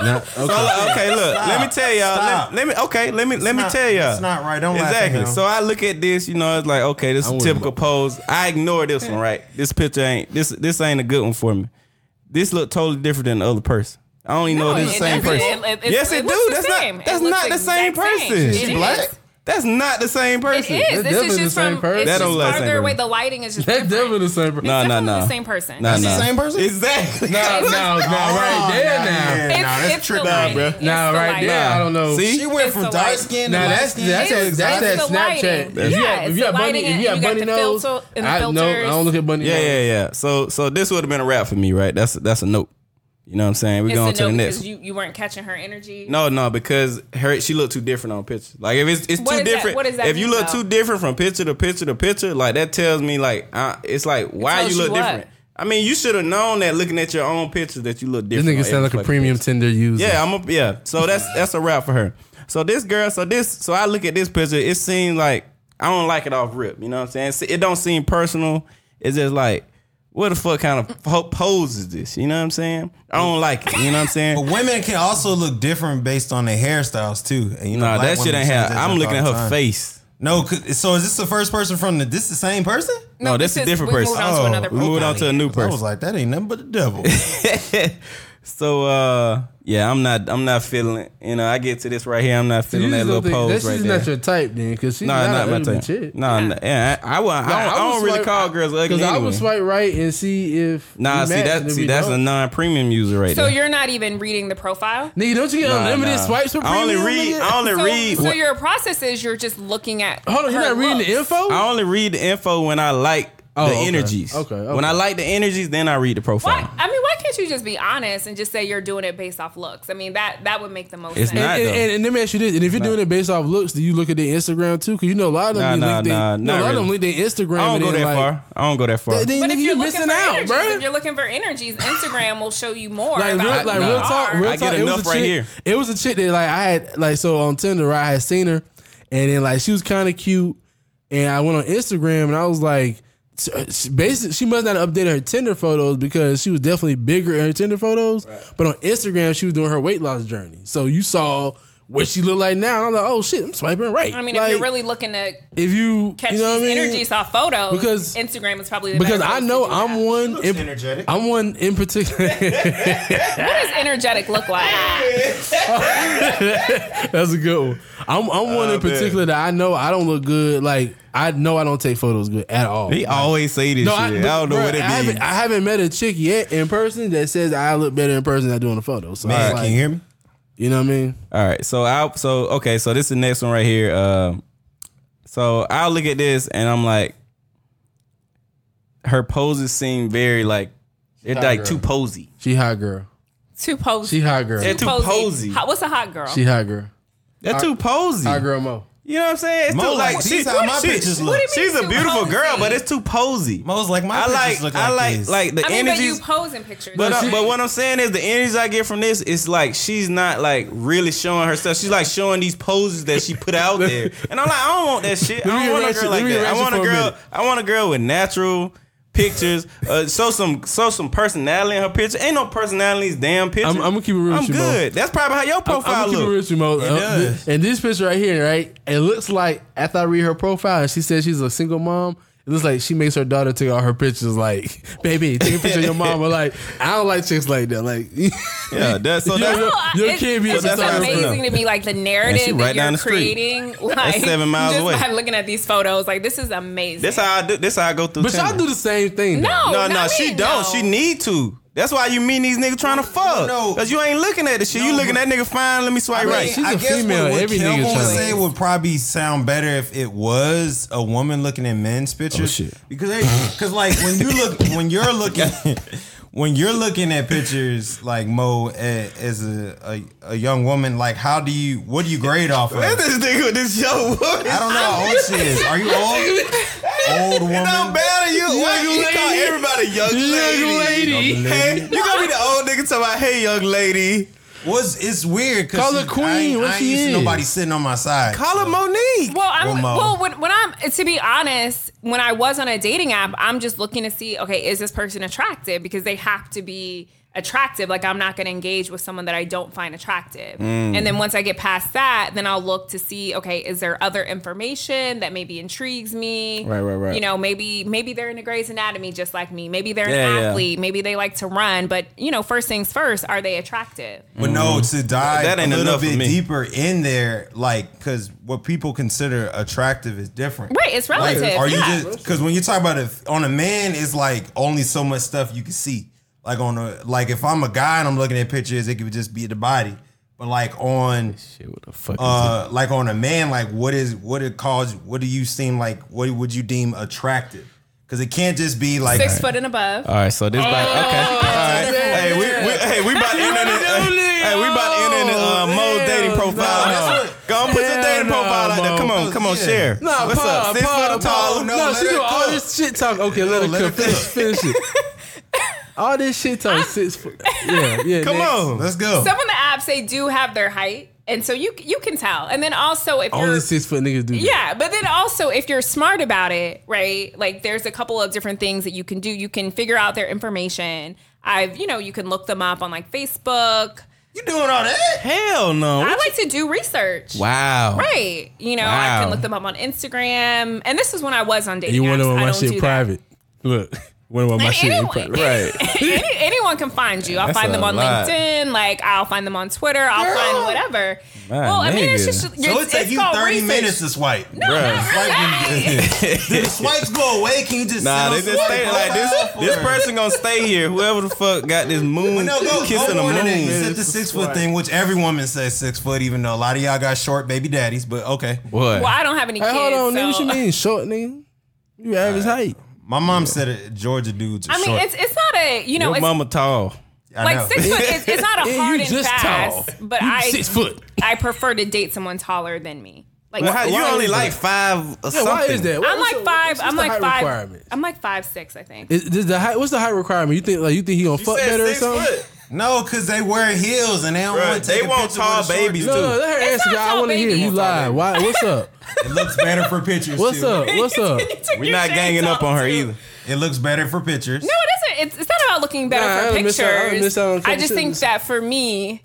Not- okay. [LAUGHS] Oh, okay, look. Let me tell y'all. Stop. Let, let me. Okay, let me. let me not- tell y'all. it's not right. Don't laugh at exactly. him. So I look at this. You know, it's like okay, this is a wouldn't- typical pose. I ignore this one. Right. This picture ain't. This this ain't a good one for me. This look totally different than the other person. I don't even know if No, Oh, it this the same doesn't. person. It- it- yes, it, it looks do. the That's same. not. It That's looks not the the same exact person. same. It is. Black? That's not the same It person. is. This definitely is the just same from. person. It's That just don't look like the farther same away. person. The lighting is just. That different. definitely the same person. It's No, no, definitely no. the same person. No, It's no. just- same person? Exactly. No, no, no, right there It's, now. Oh, Nah, that's it's trippy, the lighting. bruh. It's Nah, the right lighting. there. I don't know. See? She went It's from the dark lighting. skin to Now light that's skin. that's It's- that, that's it's that the Snapchat. lighting. Yeah, it's the lighting and you got the filter- and the I no, I filters. don't look at bunny [LAUGHS] Yeah, nose. yeah, yeah. So so this would have been a wrap for me, right? That's that's a note. You know what I'm saying? We're It's going a to the no next. because you, you weren't catching her energy. No, no, because her she looked too different on picture. Like if it's it's What is too that- different. what does that if you mean, look though? too different from picture to picture to picture, like that tells me like I, it's like why tells you look you what? different. I mean, you should have known that looking at your own pictures that you look This different. nigga on sound every like a fucking premium picture. Tinder user. Yeah, I'm a yeah. So that's that's a wrap for her. So this girl, so this, so I look at this picture. It seems like I don't like it off rip. You know what I'm saying? It don't seem personal. It's just like. What the fuck kind of po- pose is this? You know what I'm saying? I don't like it. You know what I'm saying? But women can also look different based on their hairstyles too. And you know, Nah, black that shit women ain't change how. that I'm junk looking all at the her time. face. No, 'cause- so is this the first person from the? This the same person? No, that's a this is- different we person. moved on to Oh, another we moved on profile. to a new I was person. like, that ain't nothing but the [LAUGHS] devil. So uh, yeah, I'm not. I'm not feeling. it. You know, I get to this right here. I'm not You feeling that just little don't think- pose that right she's there. not your type then, because she's Nah, not, not my ugly type. chick. Nah, nah, yeah, I, I, would- I, don't, I would don't really swipe- call girls ugly. Because I anyway. would swipe right and see if Nah, we see match, that. and if See we that's a don't- non-premium user right So there. you're not even reading the profile. nigga. Don't you get Nah, unlimited nah. swipes for premium? I only read. nigga? I only So, read. so your process is you're just looking at. Hold on, you're her not reading the looks. info. I only read the info when I like Oh, the okay. energies. Okay, okay. When I like the energies, then I read the Why? profile. I mean, why can't you just be honest and just say you're doing it based off looks? I mean, that that would make the most It's sense. not- and, and, and, and let me ask you this: And if you're doing it based off looks, do you look at their Instagram too? Because you know a lot of them, Nah, link nah, their- nah, you know, a not lot of them really. link their Instagram. I don't and go then, that like, far. I don't go that far. Then, then But if nigga, you're you looking missing for out, energies, bro. if you're looking for energies, Instagram will show you more. Like real, about like who you real talk, are. real I talk. get it was a enough chick, right here. It was a chick that like I had like so on Tinder. Right, I had seen her, and then like she was kind of cute, and I went on Instagram and I was like, s- basically she must not have updated her Tinder photos because she was definitely bigger in her Tinder photos. But on Instagram, she was doing her weight loss journey, so you saw. what she look like now. And I'm like, oh shit, I'm swiping right. I mean, Like, if you're really looking to if you catch you know these what I mean? energies off photos, Because- Instagram is probably the because better I place to know do I'm that. one. In, energetic. I'm one in particular. What does energetic look like? [LAUGHS] That's a good one. I'm I'm Ah, one in particular that I know I don't look good. Like I know I don't take photos good at all. He always say this shit. I, but, don't know bruh, what I it means. haven't, I haven't met a chick yet in person that says I look better in person than I do in a photo. So Man, it's like, can you hear me? you know what I mean? All right, so I so okay, so this is the next one right here. Um, so I look at this and I'm like, her poses seem very like they're like too posy. She hot girl. Two poses. She hot girl. They're too posy. Hot- what's a hot girl? She hot girl. They're too posy. Hot girl Mo. You know what I'm saying? It's Mo too like, like these how my bitches look. What do you mean She's a too beautiful posy? girl, but it's too posy. Mo's like, my I bitches like, look I like like this. like the I mean, but you energies. pose in pictures. But, That's uh, it. but what I'm saying is the energies I get from this is like she's not like really showing herself. She's like showing these poses that she put out [LAUGHS] there, and I'm like, I don't want that shit. I Let me don't want a erase girl you- like let me that. I erase you want a for a girl. minute. I want a girl with natural pictures. Uh, show some show some personality in her picture. Ain't no personality in these damn pictures. I'm- I'ma keep it real I'm with you, bro. good. That's probably how your I'm profile gonna keep it real looks. with you, Mo. Uh, does. th- and this picture right here, right? It looks like after I read her profile, she says she's a single mom. It looks like she makes her daughter take all her pictures. Like, [LAUGHS] baby, take a picture of your [LAUGHS] mama. Like, I don't like chicks like that. Like, [LAUGHS] Yeah, that's so You that's, know- No, I- your it's- kid be it's just upset about it. amazing to me, like the narrative that right down you're the street. creating. Like seven miles just away. by looking at these photos, like this is amazing. that's how I do. That's how I go through. but y'all Tinder. do the same thing. though. no, No, not no, she me, don't. no. She need to. That's why you mean these niggas trying to fuck. no. Cause you ain't looking at the shit. you No, looking but- at that nigga fine. Let me swipe mean, right. she's I a guess female. What, what Every Kim nigga would trying to- say would probably sound better if it was a woman [LAUGHS] looking at men's pictures. shit. Because because like when you look when you're looking [LAUGHS] when you're looking at pictures like Mo a- as a, a a young woman, like how do you what do you grade off of? That's I this nigga with this show. It don't know how old she is. Are you old? Old don't woman. matter. You, why you lady. call everybody young lady? Young lady. Hey, you gonna be the old nigga talking about, hey, young lady. Was it's weird because Call her queen, I, ain't- what I ain't she used to is. nobody sitting on my side. Call her Monique. Well, I'm Well, Mo. well when, when I'm to be honest, when I was on a dating app, I'm just looking to see, okay, is this person attractive? Because they have to be attractive. Like I'm not gonna engage with someone that I don't find attractive. Mm. And then once I get past that, then I'll look to see, okay, is there other information that maybe intrigues me? Right, right, right. You know, maybe maybe they're into Grey's Anatomy just like me. Maybe they're Yeah, an yeah. athlete, maybe they like to run, but you know, first things first, are they attractive? But no, to dive Mm-hmm. That ain't a little enough for bit me. deeper in there, like, because what people consider attractive is different. Right, it's Like, relative, are you yeah. just because when you talk about it on a man, it's like only so much stuff you can see. Like on a like, if I'm a guy and I'm looking at pictures, it could just be the body. But like on Shit, what the fuck uh like on a man, like what is what it calls? What do you seem like? What would you deem attractive? Because it can't just be like Six foot and above. All right, so this about okay. All right, hey, we, we hey we about to end in this, hey, hey, we about Oh, to end in this, uh, Mo's dating profile. Go on, put your Hell dating no, profile out there. Mo. Come on, come on, Yeah. share. Nah, What's pa, up? Six pa, foot pa, tall. No, No, let she her do all cook. this shit talk. Okay, let her let her cook. Finish, finish it. [LAUGHS] All this shit talk. Six foot. Yeah, yeah. Come next. on. Let's go. some of the apps they do have their height, and so you you can tell. And then also if Only you're six foot niggas do. that. yeah, but then also if you're smart about it, right? Like there's a couple of different things that you can do. You can figure out their information. I've you know you can look them up on like Facebook. you doing all that? Hell no. I like to do research. Wow. Right. You know, I Wow. can look them up on Instagram. And this is when I was on dating You want apps. to know I my don't do shit that. private? Look, [LAUGHS] want to know my And shit in anyone, private? [LAUGHS] Right. Any, anyone can find you. I'll That's find a them on lot. LinkedIn. Like I'll find them on Twitter. I'll find whatever. My well, I mean, it's nigga. just So it's, it take it's you called thirty research. minutes to swipe. No, [LAUGHS] Bruh. not Like, really. do the swipes go away? Can you just Nah, they sit on just somebody's stay like this. profile This for- person gonna stay here. Whoever the fuck got this moon But no, go, kissing the go on to that. You moon. said the six foot thing, which every woman says six foot, even though a lot of y'all got short baby daddies. But okay, What? Well, I don't have any Hey, kids. hold on, nigga. What so- you mean short, nigga? You average height. my mom said it, Georgia dudes are I mean, short. it's it's not a you know Your it's mama tall. I know. like six [LAUGHS] foot. It's, it's not a Yeah, hard [LAUGHS] you and just fast. tall. But You I six foot. I prefer to date someone taller than me. Like Well, how- you why only is like that? five or Yeah, something. why is that? I'm What's like the- five. what's I'm the like height five. requirement? I'm like five six. I think. Is, does the height? What's the height requirement? You think like you think he gonna fuck Said better or six something? foot. no, because they wear heels and they don't Bruh, want to take they a want picture tall with a short babies. dude. No, no, let her It's answer. not y'all. I tall want to hear babies. you lie. Why? What's [LAUGHS] up? It looks better for pictures. What's too. up? [LAUGHS] What's up? We're not ganging up on her either. It looks better for pictures. No, it isn't. It's, it's not about looking better Nah, I for done missed out- I done pictures. missed out on I couple just think shits. that for me,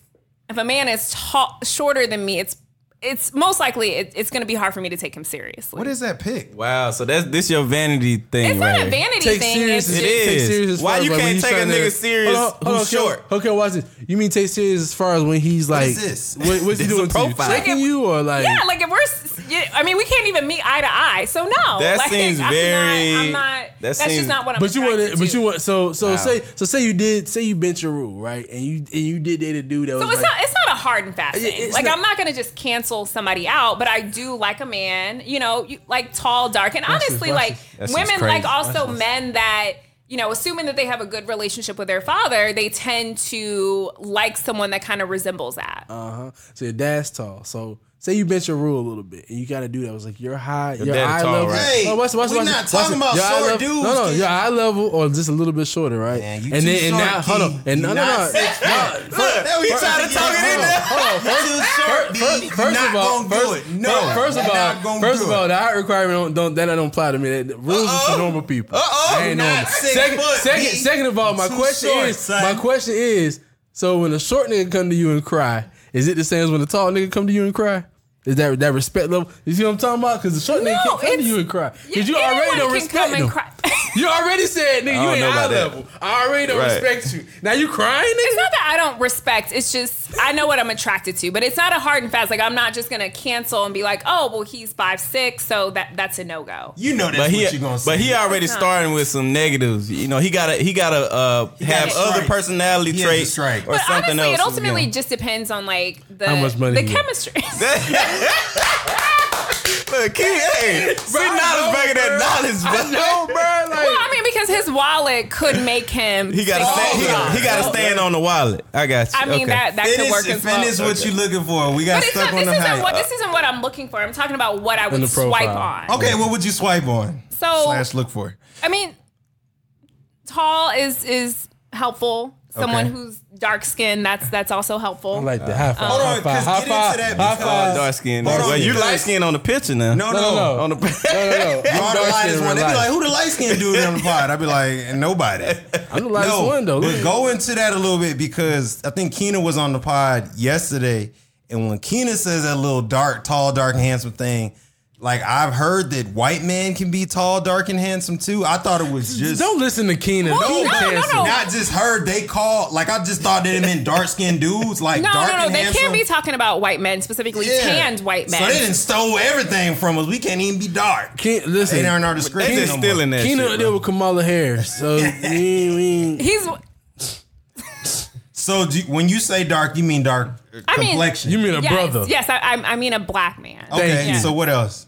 if a man is tall, shorter than me, it's it's most likely it, it's going to be hard for me to take him seriously. What is that pick? Wow, so that's this your vanity thing, it's right? not a here. vanity Take thing. serious, it's as- It just- is. take serious as Why far as, you like, when can't he's take a trying to- nigga serious who's okay, short? Okay, watch this. You mean take serious as far as when he's like, is this? What, what's he This is a doing? profile. To you? Checking you or like? yeah, like if we're, s- yeah, I mean, we can't even meet eye to eye. So no, That like, seems I'm very- Not, I'm not. that that's seems- just not what I'm. But you want attracted to, but to. you want so so say so say you did say you bent your rule right and you and you did date a dude that was So it's like, not it's not a hard and fast Yeah, thing. it's Like not- I'm not gonna just cancel somebody out, but I do like a man, you know, you, like tall, dark, and honestly, what's like this- that's what's women crazy. like also men that you know, assuming that they have a good relationship with their father, they tend to like someone that kind of resembles that. Uh-huh. So your dad's tall. So say you bent your rule a little bit and you got to do that. It was like your high, your, dad eye tall, level. right? Hey, watch- watch- we watch- not watch- talking about your eye short level- dudes, No, no, kid. your eye level or just a little bit shorter, right? Man, you and too then and short, now hold on. kid. And You no, no, not no. six no, foot. Look, now we trying to talk it in there. Hold on, hold on. You short, First, dude. You first not of all, gonna do first, it. No, fir- first of you're all, not gonna first do of it. all, the height requirement don't, don't that don't apply to me. That, the rules are for normal people. Uh-oh. I ain't Not normal. six Second, foot, second, B. second of all, my Too question short, is, son. my question is, so when a short nigga come to you and cry, is it the same as when a tall nigga come to you and cry? Is that that respect level? You see what I'm talking about? Because the short No, nigga can't come to it's- you and cry because you Yeah, already anyone don't can respect come and him. cry. [LAUGHS] You already said, nigga, you don't ain't know eye about that. level. I already don't Right. respect you. Now you crying, nigga? it's not that I don't respect. It's just I know what I'm attracted to, but it's not a hard and fast. Like I'm not just gonna cancel and be like, oh, well, he's five six, so that that's a no go. You know that's But he, what you're gonna say. but he already It's not. starting with some negatives. You know, he gotta he gotta uh, have got a other strike. personality He has a traits or strike. something But honestly, It else. ultimately just depends on like the How much money the you get. chemistry. [LAUGHS] [LAUGHS] Look, he, hey, Bro, sitting I know, knowledge back in bro. that knowledge, I bro. know, bro. Like, well, I mean, because his wallet could make him. [LAUGHS] He got to six stand. He, figures. he got to stand on the wallet. I got you. I mean okay. that that could finish, work as well. finish what you looking for. We got but it's stuck not, on this the isn't what hype. this isn't what I'm looking for. I'm talking about what I In would the profile. swipe on. Uh, Okay, what would you swipe on? So- slash look for. I mean, tall is is helpful. Someone Okay. who's dark skinned, that's that's also helpful. I like the high five. Hold on, high five, 'cause high get five, into that high because- five. Oh, dark skin. Hold on. Well, you Dark- light skin on the picture now. No, No, no, [LAUGHS] no, on no, the. [LAUGHS] no, no, no. You are I'm the dark lightest skinned one. in They real be like, life. who the light skinned dude on the pod? I'd be like, [LAUGHS] nobody. I'm the lightest no, one though. But Look. go into that a little bit because I think Keena was on the pod yesterday, and when Keena says that little dark, tall, dark, and handsome thing, like I've heard that white man can be tall, dark, and handsome too. I thought it was just Don't listen to Keenan. Well, Don't no, no, cancel. no. not just heard they call like I just thought that it meant dark skinned dudes like no, dark no, no. and They handsome. can't be talking about white men, specifically Yeah. tanned white men. So they didn't stole everything from us. We can't even be dark. Keen, listen, They aren't our They description. just no stealing more. that Keenan shit. bro. deal with Kamala [LAUGHS] Harris, so we, we, He's So do you- when you say dark, you mean dark uh, I mean- complexion. you mean a yes, brother? Yes, I, I, I mean a black man. okay? Thank you. So what else?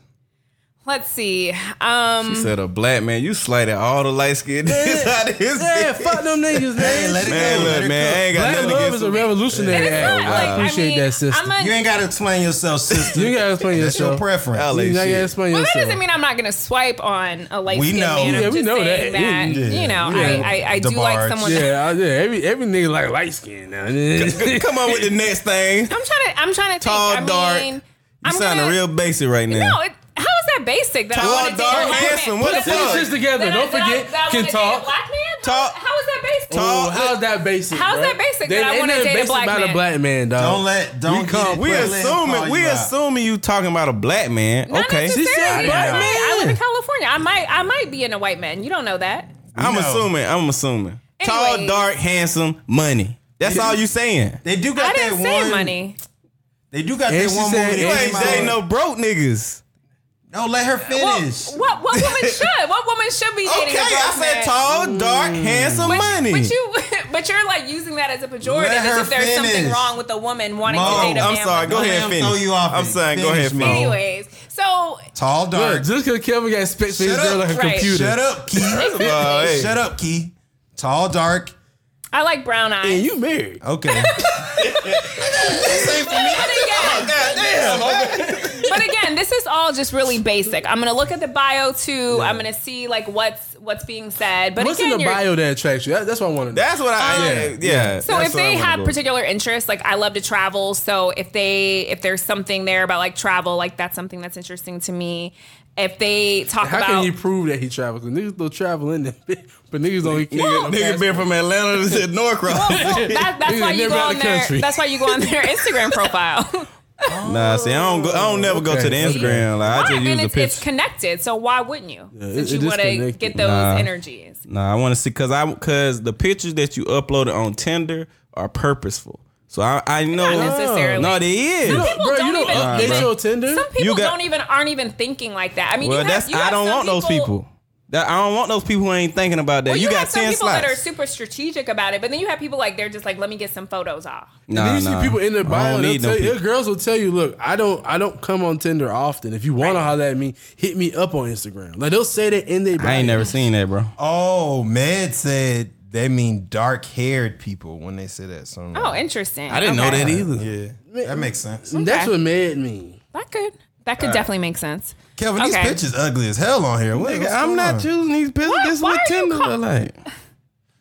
Let's see. Um, She said a black man. You slighted all the light skin. Yeah, fuck them niggas, man. let it Man, go, let look, it man, go. I ain't got Black nothing love against is a them. revolutionary it's not, act. like, I appreciate I mean, that I'm system. a, You ain't gotta explain [LAUGHS] yourself, sister. You gotta explain That's your yourself. preference. Alex. You gotta shit. explain Well, that yourself. doesn't mean I'm not going to swipe on a light skinned know. man. I'm Yeah, just we know saying that. that. Yeah, you know, we know. I, I, I do like DeBarge. someone. [LAUGHS] yeah, I- yeah. Every every nigga like light skin now. [LAUGHS] [LAUGHS] Come on with [LAUGHS] the next thing. I'm trying to. I'm trying to Tall, think. dark. I mean, You I'm sounding gonna, real basic right now. No, it, how is that basic? That I Tall, wanna date a dark, black man? handsome. What That the I- fuck? Pieces together. that I- Don't that I- forget, that I can wanna date a talk. Black man. Talk. How is that basic? Talk. Oh, how's that basic? How's bro? that basic There that I ain't wanna nothing date a basic black about a man? black man, dog. Don't let don't We come- get We don't let him call assuming we you out. assuming you talking about a black man. Not okay. necessarily. said I black live- I live man. in California. I might. I might be in a white man. You don't know that. I'm No. assuming. I'm assuming. Tall, Anyways. dark, handsome, money. That's all you saying. They do I got didn't that say one. money. They do got And that she one said- movie. You that and ain't came out. dating no broke niggas. No, let her Well, finish. what what woman should? What woman should be Okay, dating a I black said man? tall, dark, Mm. handsome, But, money. but you, [LAUGHS] but you're like using that as a pejorative, Let her as if there's something finish. wrong with a woman wanting Mo, to date a man. I'm sorry. with- Go Don't ahead, let him finish. throw you off I'm it. saying, go ahead, Finish, Mo. finish. Anyways, so Tall, dark. Look, just because Kevin got spit for his Shut girl up. like a Right. computer. Shut up, Key. [LAUGHS] Uh, hey. Shut up, Key. Tall, dark. I like brown eyes. And you married. Okay. [LAUGHS] but again, God damn. but again, this is all just really basic. I'm gonna look at the bio too. I'm gonna see like what's what's being said. But What's again, in the you're- bio that attracts you? That- that's what I want to know. That's what I yeah. yeah. So That's if what I they wanna have go. particular interests, like I love to travel, so if they if there's something there about like travel, like that's something that's interesting to me. If they talk How about [LAUGHS] [LAUGHS] can you prove that he travels? 'Cause niggas don't travel in there, but niggas don't. Nigga, nigga, nigga been from Atlanta to Well, Norcross. well, that, that's Nigga why you never go out on of their country. that's why you go on [LAUGHS] their Instagram profile. [LAUGHS] nah, see, I don't go. I don't never go Okay. to the Instagram. Like I Right, just and use the it's, it's picture. connected, so why wouldn't you? it- Since it you is want to connected. get those Nah. energies. Nah, I want to see because I because the pictures that you uploaded on Tinder are purposeful. So I, I know necessarily. No, they is. people bro, don't you don't even- update Nah, your Tinder. Some people got- don't even aren't even thinking like that. I mean, well, you have, that's you have I don't some want those people. That I don't want those people who ain't thinking about that. Well, you, got have some ten people slots. that are super strategic about it, but then you have people like they're just like, let me get some photos off. nah, then you nah. see people in their I bio. don't they'll need no tell you- people. girls will tell you, "Look, I don't, I don't come on Tinder often. If you want to holler at me, hit me up on Instagram." Like they'll say that in their. I ain't bio. never seen that, bro. Oh, Med said they mean dark haired people when they say that. So Oh, interesting. I didn't know Okay. that either. yeah, that makes sense. That's Okay. what mad me. That could that could definitely make sense. Kelvin, these Okay. pictures ugly as hell on here. What, what's I'm going not on? choosing these pictures. Why- This is why what are you Tinder call- look like.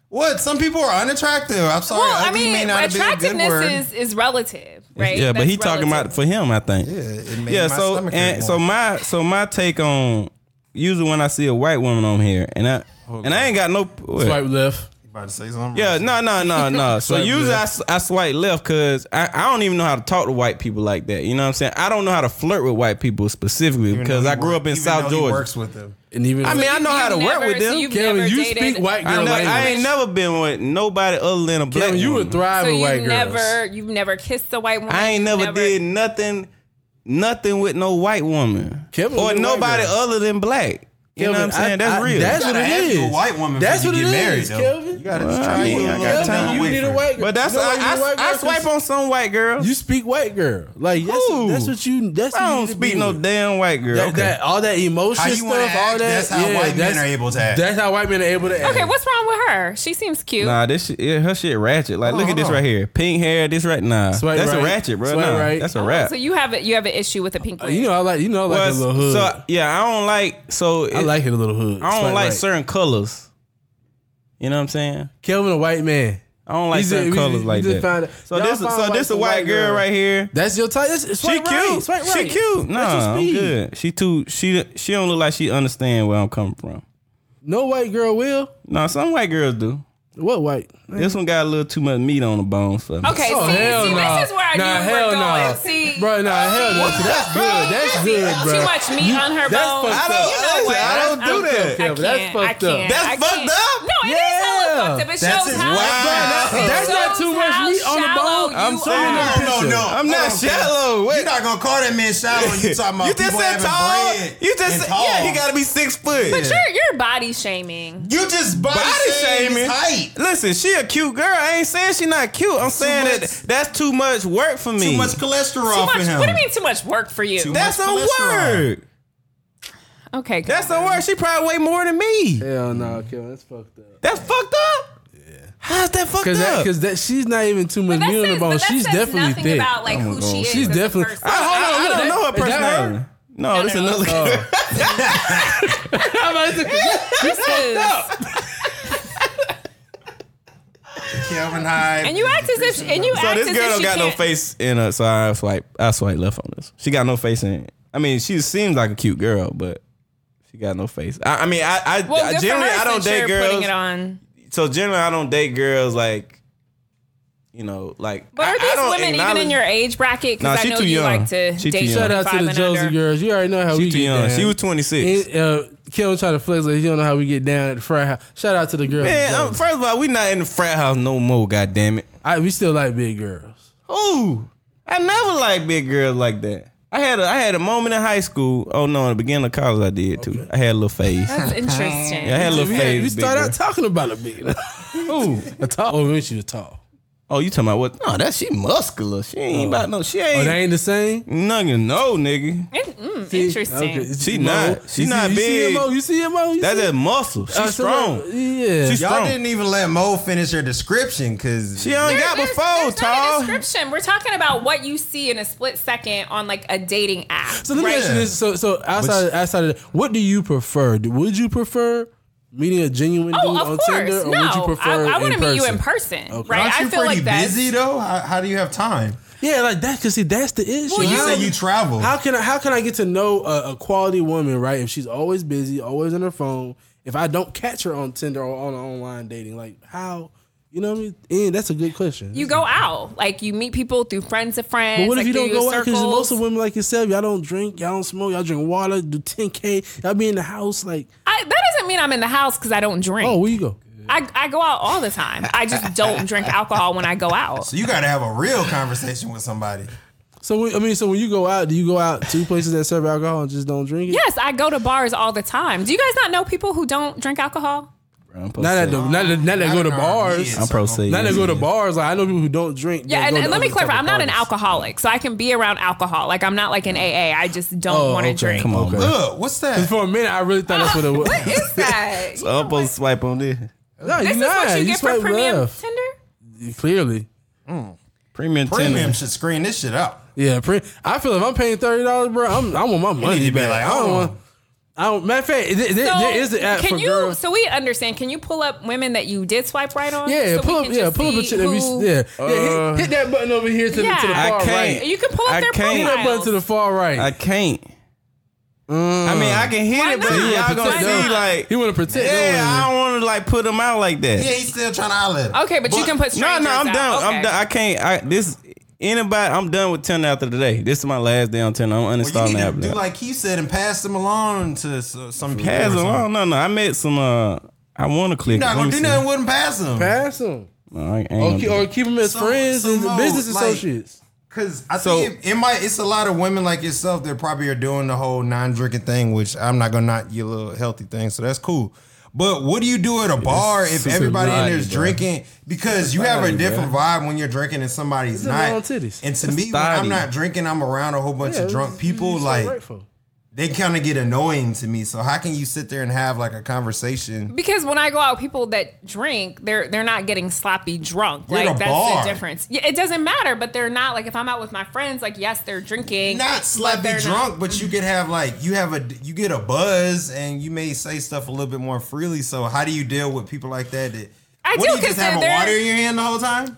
What? Some people are unattractive. I'm sorry. Well, I ugly may mean, not have been a good word. attractiveness is, is relative, right? Yeah, but That's he talking relative. about for him, I think. Yeah, it made yeah my so stomach and hurt so more. my so my take on usually when I see a white woman on here and I and I ain't got no Swipe left. about to say something. yeah no no [LAUGHS] no no so Swipe usually I, s- I swipe left because I, I don't even know how to talk to white people like that you know what I'm saying I don't know how to flirt with white people specifically Even because though I he grew work- up in even South though he Georgia works with them. And even I mean I know how to You've work never- with so them you've Kevin, never you dated- speak white I, girl know, language. I ain't never been with nobody other than a black Kevin, you woman. would thrive So with you white girls. never you've never kissed a white woman. I ain't you've never, did nothing, nothing with no white woman Kevin was or a white nobody girl. other than black. You know what Kevin, I'm saying? I- that's I- real. that's You what gotta it ask you is. a white woman That's before what you it get married, is, though. Kelvin. You gotta Well, just try I it. mean, You I gotta got tell time. them Kevin, you wait need a for it. white girl. but that's You know why I, you need a I, white I girl? 'Cause swipe on some white girls. You speak white girl. Like that's, Ooh. that's what you. That's I who you don't need to speak be no with. damn white girl. That, okay. that all that emotion How you stuff, wanna act, all that. that's how yeah, white men that's- are able to act. That's how white men are able to act. Okay, what's wrong with her? She seems cute. Nah, this shit, yeah, her shit ratchet. Like, Hold look on, at this hold on. right here, pink hair. This right, nah, Swipe that's a right. ratchet, bro. Swipe Nah, right. that's a rap. Oh, So you have a, you have an issue with a pink lady. Uh, You know, I like you know, I like Well, a little hood. so yeah, I don't like. So it, I like it a little hood. I don't Swipe like right. certain colors. You know what I'm saying? Kelvin a white man. I don't like He's a- certain we- colors we like just that. found it. So Y'all this, found so white- this a some white white girl girl. right here. That's your type. That's, She swipe Right. cute. Swipe She right. cute. No, That's your I'm speed. good. She too. She she don't look like she understand where I'm coming from. No white girl will. No, some white girls do. What white? Oh, This one got a little too much meat on the bones for me. okay, see, see this is where I nah, knew hell you were going. nah. See, bro, nah, hell no. That's good. That's good, bro. too much meat on her that's bones. fucked up. You know what? I don't do that. I Yeah, but that's can't. I fucked up. can't. That's I fucked can't. up? No, it is hella Yeah. fucked up. It That's shows his how. wife. it That's not shows too much how meat on the shallow bone. you I'm saying are. that. No, no, I'm not Hold on, shallow. Wait. You're not gonna call that man shallow. Oh, You talking about [LAUGHS] you just people said having tall. bread? You just and said, tall. yeah. He got to be six foot. But you're you're body shaming. You just body, body shaming shaming. his height. Listen, she a cute girl. I ain't saying she not cute. I'm saying much- that that's too much work for me. Too much cholesterol Too for much. him. What do you mean too much work for you? Too much- That's a cholesterol. word. okay. good. That's a word. She probably weigh more than me. Hell no, Kelvin. That's fucked up. That's fucked up. Yeah. How's that fucked Cause that, up? cause that, she's not even too much But that meat on the says, but bone. that She's says definitely nothing thick. about like who she is. She's as a definitely- person. I, hold on, I, I- don't know her is that her? personality. No, this no, another. This is- Kelvin Hyde. And you act as if and you so act this as girl if don't she got no can't. face in her, so I swipe. I swipe left on this. She got no face in. It. I mean, she seems like a cute girl, but she got no face. I, I mean, I, I, Well, I good for generally her I don't since date you're Putting girls. it on. So generally, I don't date girls like, you know, like. But I- are I these don't women even in acknowledge- your age bracket? Nah, Because she I know too you young. like to She too date. young. Shout out to the five and Josie under. girls. You already know how we She too get young. down. She was twenty six. And, uh, Kelvin trying to flex like you don't know how we get down at the frat house. Shout out to the girls. Man, I'm, first of all, we not in the frat house no more. God damn it. I, we still like big girls. Ooh, I never liked big girls like that. I had a I had a moment in high school. Oh no, in the beginning of college, I did too. I had a little phase. That's interesting. I had a little We, had, phase. we big started girl. out talking about a big [LAUGHS] girl. Ooh. A tall. Oh, when she was tall. Oh, you talking about what? No, that she muscular. She ain't about no. She Oh, they ain't ain't the same? nothing. No, nigga. It- See? interesting. She Mo, not. you She see- not you See big. Mo, you see Mo. You That's see that muscle. She's Uh, strong. somebody- Yeah. She's- Y'all Strong. didn't even let Mo finish her description because She only There- got there's- before, there's not a tall. description. We're talking about what you see in a split second on like a dating app. so let me right? ask you this. So, so outside, Which- outside of that, what do you prefer? Do- Would you prefer meeting a genuine dude Oh, on of course. Tinder, or no, would you prefer? I, I want to in meet you in person? person, right? aren't I you feel pretty like that's busy though? How, how do you have time? Yeah, like that. Cause see, that's the issue. Well, You Yeah. say you travel. How can I how can I get to know a, a quality woman, right? If she's always busy, always on her phone. If I don't catch her on Tinder or on online dating, like how you know what I mean? And that's a good question. you go out, like you meet people through friends of friends. but what like, if you through don't go your out? Because most circles. of women like yourself, y'all don't drink, y'all don't smoke, y'all drink water, do 10k, y'all be in the house. Like, I, that doesn't mean I'm in the house because I don't drink. oh, where you go? I, I go out all the time. I just don't drink alcohol when I go [LAUGHS] out. So you got to have a real conversation with somebody. So when- I mean, so when you go out, do you go out to places that serve alcohol and just don't drink it? Yes, I go to bars all the time. Do you guys not know people who don't drink alcohol? I'm pro Not that safe. not that, not that go to in our bars. heads. I'm pro safe. Not that go to bars. Like I know people who don't drink. Yeah, that and, go to and let me other type clarify. of I'm not an parties. alcoholic, so I can be around alcohol. Like I'm not like an AA. I just don't Oh, want to okay. drink. Come on, bro. Look, what's that? [LAUGHS] For a minute, I really thought that's what it was. [LAUGHS] What is that? [LAUGHS] You I'm know supposed to swipe on this. This No, you is what not. you You, get for swipe premium left. Tinder. Clearly, Premium, Premium Premium. should screen this shit up. yeah. Pre- I feel if I'm paying thirty dollars, bro, I'm I want my need money to be back. like, I don't oh. want. I don't. Matter of fact, there, there- So, there is an app can for you? girls. So we understand. Can you pull up women that you did swipe right on? so Yeah, we pull up. can Yeah, just pull up a see chick. that we- who- Yeah, yeah hit, hit that button over here to, the, to the Yeah. I far can't. right. You can pull up I their can't- Hit that button to profiles. the far right. I can't. I mean, I can hit Why it, but not? y'all gonna Why see not? like, he want to protect. yeah, I Yeah, don't want to like put them out like that. Yeah, he's still trying to holler. Okay, but, you can put No, strangers no, I'm out. done. Okay. I'm done. I can't. I this anybody. I'm done with Tinder after today. This is my last day on Tinder. I'm Well, uninstalling you the need app. to do now. like he said and pass them along to so- some people. Pass or them something. on. No, no. I met some. uh I want to click. You're not Let gonna me do see. nothing with them. Pass them. pass him No, I ain't or, gonna ke- do or that. keep them as So- friends so and Mo, business like- associates. Cause I So- think it, it might. It's a lot of women like yourself that probably are doing the whole non-drinking thing, which I'm not gonna knock your little healthy thing. So that's cool. But what do you do at a bar if it's everybody in naughty, there is bro. drinking? Because you have a naughty, different vibe when you're drinking and somebody's nothing not. wrong with titties. And to It's me, when I'm naughty. not drinking, I'm around a whole bunch Yeah, of drunk you- people. you so Like rightful. they kind of get annoying to me. So how can you sit there and have like a conversation? Because when I go out, with people that drink, they're they're not getting sloppy drunk. You're at like a that's bar. the difference. Yeah, it doesn't matter, but they're not like if I'm out with my friends, like yes, they're drinking. not they're slappy not- drunk, but you could have like you have a you get a buzz and you may say stuff a little bit more freely. So how do you deal with people like that? That I what, do, you just 'cause have a they're- water in your hand the whole time.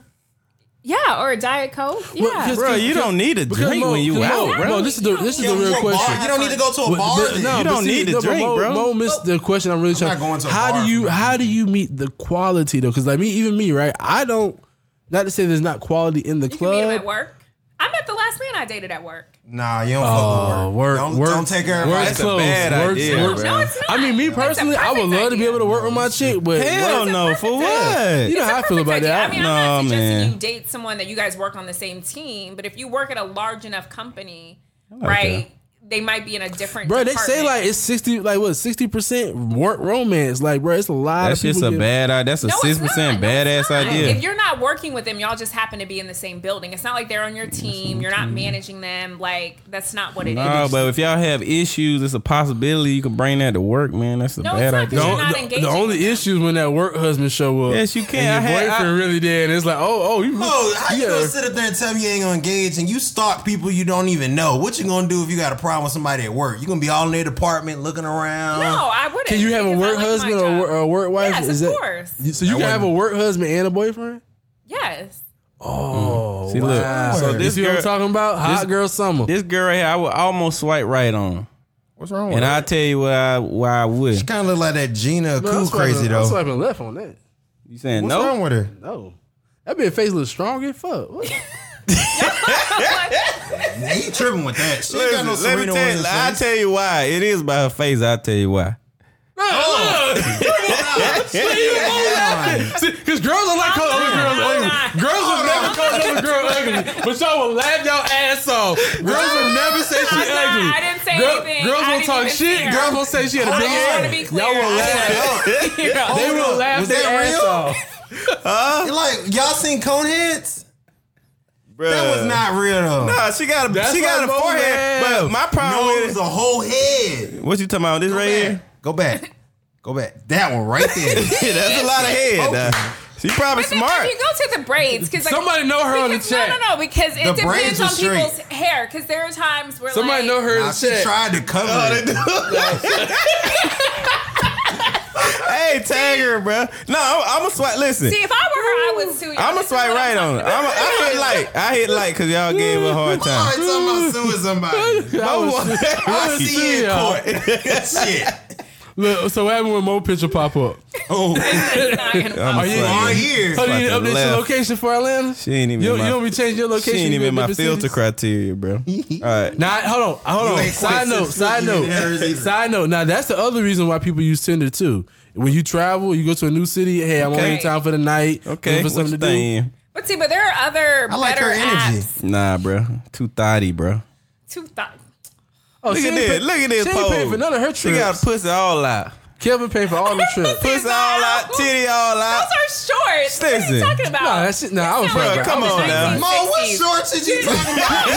Yeah, or a diet coke. Yeah. Well, just- Bro, you don't need a Because drink Mo- when you because out, Mo, bro. Mo, this is the this is the You don't go real to a question. bar. You don't need to go to a But- bar. but then. no, You but don't see, need to no, but drink, Mo, bro. Mo missed the question. I'm really trying. not going to a how bar do you for how do you meet the quality though? Because like me, even me, right? I don't. Not to say there's not quality in the you can meet him club. at work. I met the last man I dated at work. nah, you don't fuck Oh, with work, Don't, work, don't take her. work advice. That's a bad works, idea, works. bro. No, it's not. I mean, me That's a personally, I would perfect love to be idea. able to work with my chick, but Hell work- no. For what? you know how I feel Perfect about idea. that. I mean, I'm No, not suggesting man. you date someone that you guys work on the same team, but if you work at a large enough company, right, they might be in a different. Bro, they say department. like it's sixty, like what sixty percent work romance. Like, bro, it's a lot. That's of people just a get- bad idea. That's a No, it's six not. percent No, it's badass not. If idea. you're not working with them, y'all just happen to be in the same building. It's not like they're on your team. You're not managing them. Like that's not what it is. No, but if y'all have issues, it's a possibility you can bring that to work, man. That's a No, it's bad not idea. You're The, not the- engaging the with only them. issue is when that work husband show up. Yes, you can. And your I had- boyfriend I- really did. And it's like, oh, oh, you. Oh, how you yeah. gonna sit up there and tell me you ain't gonna engage and you stalk people you don't even know? What you gonna do if you got a problem with somebody at work? You gonna be all in their department looking uh, around? no, I wouldn't. Can you have a because I work like my husband or job. wor- or a work wife? Yes, Is of that- course. you- So you can have a work husband and a boyfriend. Yes. Oh, Mm-hmm. See, look, so you this see what I'm girl- talking about? Hot girl summer. This girl here, I would almost swipe right on, What's wrong and I'll tell you why. I, why I She would. kind of look like that Gina Man, I'm Cool swiping- crazy I'm though. swiping left on that. You saying What's no? wrong with her? No, that bitch face looks strong as fuck. What? [LAUGHS] Nah, you tripping with that? She ain't got Listen, no let me Serena tell you, Williams I face. tell you why. It is by her face. I tell you why. [LAUGHS] Because girls are like calling other girls I'm ugly. not. Girls will never call another girl ugly, but y'all will laugh y'all ass off. Girls will never say she I'm not. ugly. I didn't say Girl- anything. Girls I will didn't talk even shit. care. Girls will say she had a I big just wanna ass. be clear. Y'all will I laugh. They will up. laugh Was their that ass real? off. Like y'all seen Coneheads? Bruh. That was not real though. Nah, she got a That's she got a her mole, forehead. man. But my problem no, it with was it, a whole head. what you talking about? This right here. Go back. Go back. That one right there. [LAUGHS] Yeah, that's a lot of head. Focus. nah. She probably But then smart. If you go to the braids, because like, Somebody know her on the because- chat. No, no, no, because it The braids depends are on straight. people's hair. Because there are times where like, Somebody know her in Nah, the she chat. tried to cover Oh, it. hey, tag her, bro. No, I'm, I'm a swipe. Listen, See, if I were her, I would sue you. I'm a This is what swipe right talking on her. about. I'm a, I hit like. I hit like because y'all gave her [LAUGHS] a hard All right, time. talking about suing [LAUGHS] somebody. I [LAUGHS] was- I was see you in y'all. court. Shit. Look, so what happened when more picture pop up? [LAUGHS] Oh, It's not gonna I'm a pop. you- swipe. On here. So you need to update Fucking your left. location for Atlanta? She ain't even You, in you my- don't be changing your she location. ain't you even in be my different filter cities? criteria, bro. [LAUGHS] All right. Nah, hold on, hold You on. ain't Side quite note, six side feet in note, Harris either. side note. Now that's the other reason why people use Tinder too. When you travel, you go to a new city. Hey, I'm Okay. only in town for the night. Okay. looking for What something you to do. think? But see, but there are other I like better her energy. apps. Nah, bro. Too thotty, bro. Too thought. Oh, Look she at ain't this. pay- Look at this She ain't paying pose. for none of her trips. She got pussy all out. Kevin paid for all the trips. Pussy Pussy all out. Titty all Those out. are shorts. What are Listen. you talking about? Nah, that's it. Nah, I was Sound Bruh, right. like bro. come you're on from the now. 1960s. Mo, what shorts did you talking about?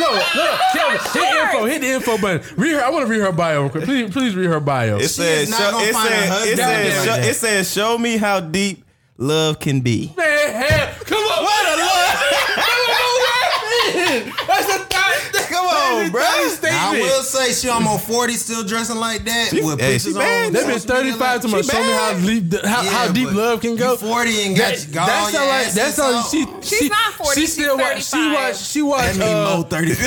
No, no, no, Kevin, hit the info, hit the info button. Read her. I want to read her bio. real quick. Please, please read her bio. It She is says, not show, gonna it, find a says, it, husband says, like show, that. it says, show me how deep love can be. man, hell, come on, What a love! That's a thought. Come on, bro. I will say she almost 40 still dressing like that with hey, she pictures bad. on. That social bitch thirty media, like- five to my She show me how bad. deep how, Yeah, how deep but love can you go. 40 and got you gone. That's not like that's not she. She's she- not 40, She she's still watch. She 35. watch. She watch. That uh, mean Mo [LAUGHS] 34.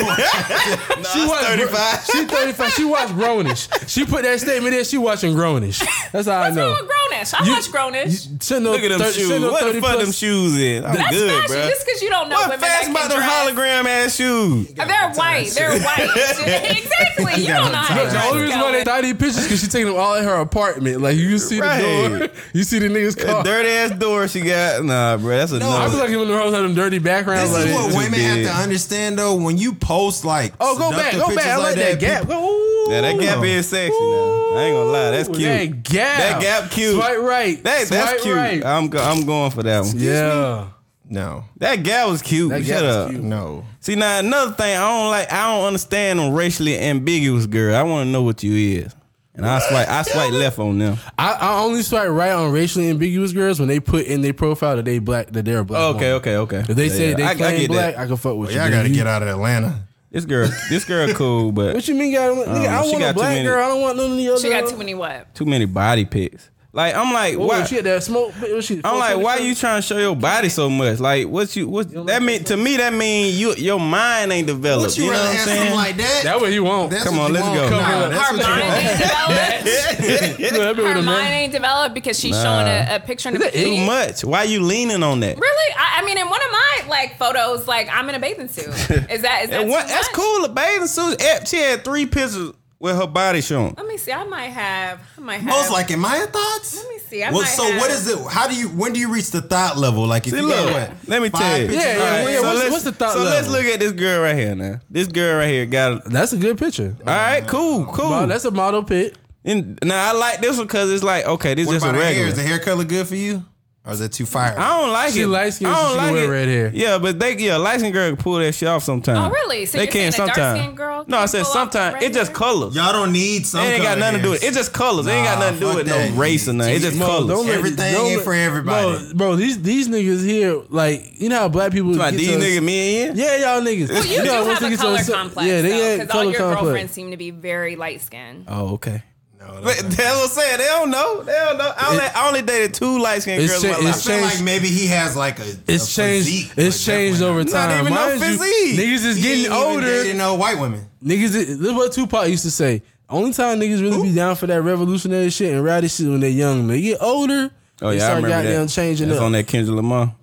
she watch. 35. She thirty five. She watch Grownish. She put that statement in. She watching Grownish. That's how I What's wrong know. with grownish? I You- watch grownish. Send [LAUGHS] Look at them shoes. What the fuck them shoes in? I'm That's good, fashion. bro. Just because you don't know What women that fast can about them dress. hologram ass shoes? They're white. They're white. [LAUGHS] exactly. You don't got one know time. how to Look, The dress. only reason why they Kelvin. thought these pictures because she taking them all in her apartment. Like you see the door, Right. you see the niggas That car. dirty ass door she got. Nah, bro. That's a no. I feel like when the hoes have them dirty backgrounds. This like, is what too women have big. to understand though. When you post like, oh, go back, seductive go pictures back. I like that gap. people- Ooh. yeah, that gap is sexy now. I ain't gonna lie. That's Ooh, cute. That gap. That gap cute. Swipe right. That, Swipe that's cute. Uh, right. I'm go, I'm going for that one. yeah. No, That gal was cute. That Shut gal was up. cute. no. See now another thing I don't like. I don't understand them racially ambiguous girl. I want to know what you is, and I swipe. I swipe left on them. I, I only swipe right on racially ambiguous girls when they put in their profile that they black that they're a black. woman. okay, okay. If they say yeah. they I- I claim get that. black, I can fuck with you. Y'all nigga. got to You- get out of Atlanta. This girl, [LAUGHS] this girl cool, but What you mean, got? Nigga, I Uh, she want got a too black many- girl. I don't want none of the other. She got too many [LAUGHS] what? too many body pics. Like I'm like, Oh, why? she had that smoke. What she, I'm like, why you trying to show your body so much? Like, what you what that mean to me? That mean you your mind ain't developed. Would you, you know rather what I'm have something saying? like that? That what you want. That's Come what on, you let's want. go. Nah, Come on. that's Her what you mind want. ain't [LAUGHS] developed. That been with Her a man. mind ain't developed because she's showing a, a picture in the Is that it? too bikini. much. Why you leaning on that? Really? I, I mean, in one of my like photos, like I'm in a bathing suit. Is [LAUGHS] that is that And what? too That's much? cool. The bathing suit. eh, She had three pictures with her body shown. Let me see. I might have. I might have. Most like in my thoughts. Let me see. I well, might so have- what is it? How do you? When do you reach the thought level? Like if See, you look, got what? let me five tell you. pictures Yeah, of yeah, her? yeah. so what's- let's, what's the thought So let's level? look at this girl right here now. This girl right here got. That's a good picture. All right, cool, Wow, cool. Uh, that's a model pic. And now I like this one because it's like okay, this What just a about her hair? Is the regular. hair color good for you, or is it too fire? I don't like She it. light skin, I so don't she can like wear it. red hair. Yeah, but they yeah, light skin girl can pull that shit off sometimes. Oh, really? So they you're can saying a sometimes. dark-skinned girl No, I can said pull off sometimes. red It just hair? colors. Y'all don't need some. It ain't got color nothing to do with it. hairs. It's just colors. it ain't got Nah, nothing to do fuck with no that. race or nothing. It's just Mo, colors. Don't let- Everything don't ain't let- for everybody. Bro, bro, these these niggas here, like you know how black people. Like get these to us- nigga men in? Yeah, y'all niggas. Well, you know, do have once they a get to color us- complex, Yeah, because they got all color your girlfriends complex. seem to be very light skinned. Oh, okay. No, But that's that's what I'm saying. They don't know. They don't know. I only, I only dated two light skinned It's girls in my cha- life. it's I feel changed- like maybe he has like a. It's a changed. Physique, it's but changed definitely not. over time. even no Mind you, physique. niggas is He getting ain't even older. dating no white women. Niggas, is- this is what Tupac used to say. Only time niggas really be down for that revolutionary shit and rowdy shit when they young. They get older. Oh they yeah, I start remember goddamn that. changing That's up. on that Kendrick Lamar.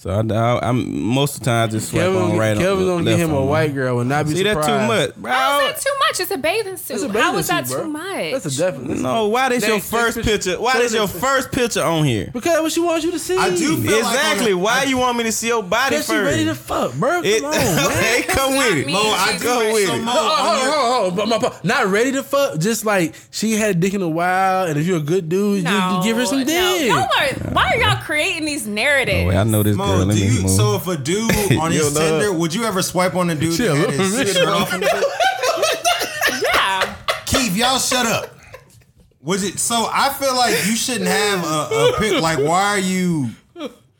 So I, I, am most of the time I just swipe Kevin, on right on. Kevin gonna get left him a on. white girl. Would not be See that surprised. too much, How bro. is that too much? It's a bathing suit. That's a How bathing is that suit, too bro. much? That's a definite. No, why this Next, your next first picture. picture? Why this your first picture on here? Because what she wants you to see. I do feel like Exactly. on a- Why you want me to see your body Because first? she ready to fuck, bro. Come It- [LAUGHS] on, man. okay, come That's with not it. me. Mo, I She's go rich. with So, it. Mo, on Oh, hold on, your- hold on, hold on. But my, not ready to fuck. Just like she had dick in a while, and if you're a good dude, you, you give her No, some dick. y'all are- why are y'all creating these narratives? Oh, Wait, I know this Mo, Yeah, on. let do me you, move. so if a dude [LAUGHS] on Yo, his dog. Tinder, would you ever swipe on a dude Chill. that had his shirt off? [LAUGHS] in the- [LAUGHS] Yeah. Keith, y'all shut up. Was it so? I feel like you shouldn't have a, a pic. Like, why are you?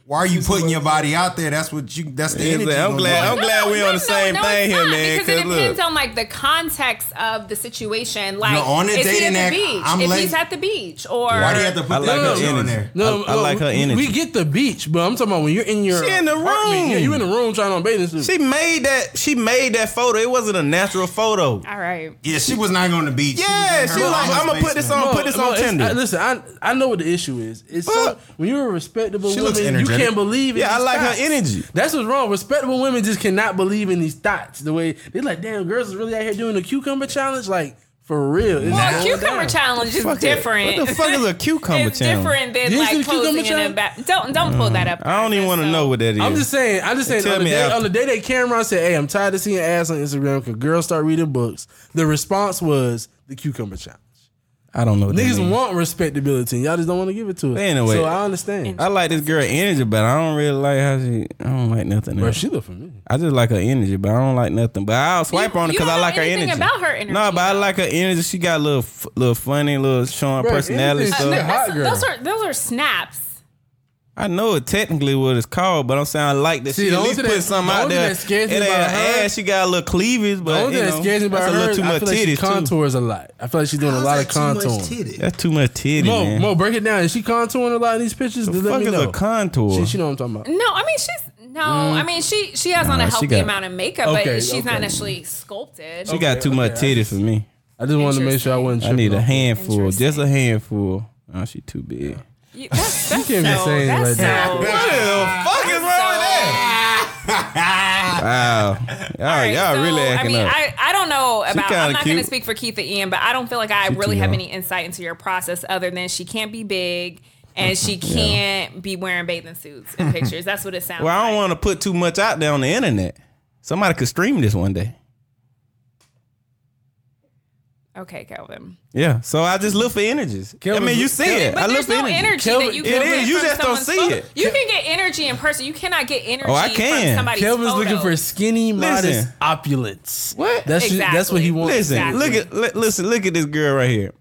Why are you putting your body out there? That's what you. That's the energy. I'm gonna glad. go I'm glad we on the No, same no, thing it's here, not, man. Because it look, depends on like the context of the situation. Like, on a is he dating at the app, beach? I'm if letting- he's at the beach, or Why do you have to I put like that her girl on energy. there? No, I, I like her we- energy. We get the beach, but I'm talking about when you're in your She in the apartment. room. Yeah, you in the room trying on bathing suit. she made that. She made that photo. It wasn't a natural photo. All right. Yeah, she was not on the beach. Yeah, was in she her like, mama's I'ma put this basement. on- put this on it's- Tinder. I- listen, I I know what the issue is. It's so, Fuck. when you're a respectable She looks woman, you energetic. can't believe. In Yeah, I these like her thoughts. energy. That's what's wrong. Respectable women just cannot believe in these thoughts. The way they're like, damn, girls is really out here doing the cucumber challenge. Like for real. It's Well, going a cucumber down. challenge is Fuck it. different. What the [LAUGHS] fuck is a cucumber it's challenge? different than You see like the cucumber posing in a challenge? back. Don't don't pull that up. Mm. I don't even want to know what that is. I'm just saying. I'm just saying. Tell On the, me day, after. on the day that Cameron said, "Hey, I'm tired of seeing ass on Instagram," because girls start reading books. The response was the cucumber challenge. I don't know. What that Niggas means. want respectability, and y'all just don't want to give it to us. Anyway. so I understand. I like this girl energy, but I don't really like how she. I don't like nothing. Bro, else. she look familiar. I just like her energy, but I don't like nothing. But I'll swipe You- on you her because don't I know like her anything energy. about her energy, No, but I though. like her energy. She got a little, f- little funny, little showing Bro, personality energy's stuff. not- Uh, That's, Hot girl. those are those are snaps. I know it technically what it's called, but I'm saying I like that See, she the at only least thing that- put something the out only there. thing that scares it me ain't about her- ass. She got a little cleavage, The but only you thing that know, scares me about that's her, a little too I much feel like she titties too. contours a lot. I feel like she's doing a How's lot of that too much contouring. titty? That's too much titty, Mo, man. Mo, break it down. Is she contouring a lot in these pictures? Then let fuck me is know. a contour? She, she know what I'm talking about. No, I mean she's no. I mean she she has on Mm. Nah, a she healthy got- amount of makeup, but Okay, she's okay. not necessarily sculpted. She got too much titty for me. I just wanted to make sure I wasn't. I need a handful, Interesting. just a handful. Oh, she too big. You- that's, that's can't be so, saying it that's like that. so- What the fuck is wrong with that? [LAUGHS] All Wow, y'all, right, y'all so, really acting I mean, up. I, I don't know about. kinda I'm not going to cute. speak for Keith or Ian, but I don't feel like I too really have young. any insight into your process other than she can't be big and [LAUGHS] she can't be wearing bathing suits in pictures. That's what it sounds. well, I like. don't want to put too much out there on the internet. Somebody could stream this one day. Okay, Kelvin. Yeah, so I just look for energies. I Kelvin, mean, you look- see But it. I look there's for no energy, energy. that you can Kelvin- It get is. You from just don't someone's see photo. it. You can get energy in person. You cannot get energy. Oh, I can. From somebody's Kelvin's photo. looking for skinny, modest Listen. opulence. What? That's just, that's Exactly. what he wants. Listen, Exactly. look at li- listen, look at this girl right here.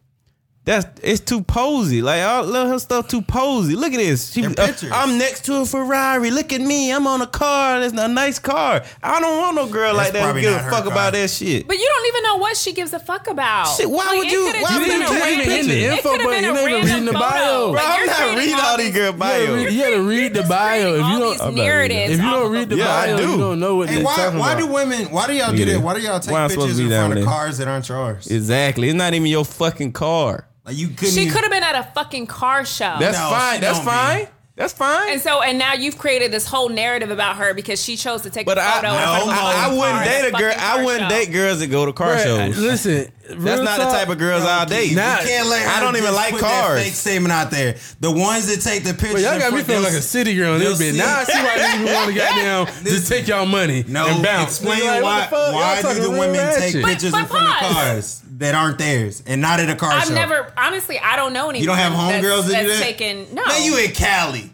That's it's too posy. Like I love her stuff too posy. Look at this. She, They're uh, pictures. I'm next to a Ferrari. Look at me. I'm on a car. That's a nice car. I don't want no girl like that. Who probably give a not her fuck car. about that shit. But you don't even know what she gives a fuck about. Shit, why would it you- could've why just would been you a take random- pictures? it You didn't could've even been a reading random the photo. bio. Like, Bro, I'm you're not creating reading all these girl read- you bios. gotta creating- read you're the just bio. creating If you all don't- these I'm not reading narratives it. If you off don't of read the a- Yeah, I bio, do. you don't know what And they're why? talking Why about. do women? Why do y'all do Yeah. that? Why do y'all take Why I'm supposed pictures to be in down front of there? cars that aren't yours? Exactly. It's not even your fucking car. Like you couldn't. She even- could have been at a fucking car show. That's No, she fine. That's don't be. fine. That's fine. and so, and now you've created this whole narrative about her because she chose to take but a I, photo. in front of no, a whole I, I car wouldn't at date a girl. fucking car I wouldn't show. date girls that go to car Bruh, shows. Listen, That's not the type of girls I'll date. Nah. You can't let her I don't just even like put that cars. Fake statement out there. The ones that take the pictures. But y'all and got me put feeling those- like a city girl in this they'll bit. see- Now I see why niggas be [LAUGHS] wanting to goddamn just take y'all money and No, bounce. explain Like, what why. the fuck? Y'all Why do talking the real women ratchet. take pictures but in front pause. of cars that aren't theirs and not at a car I've show? never, honestly, I don't know any. You don't have homegirls that's, that do that's that? Taken, no, Now you in Cali.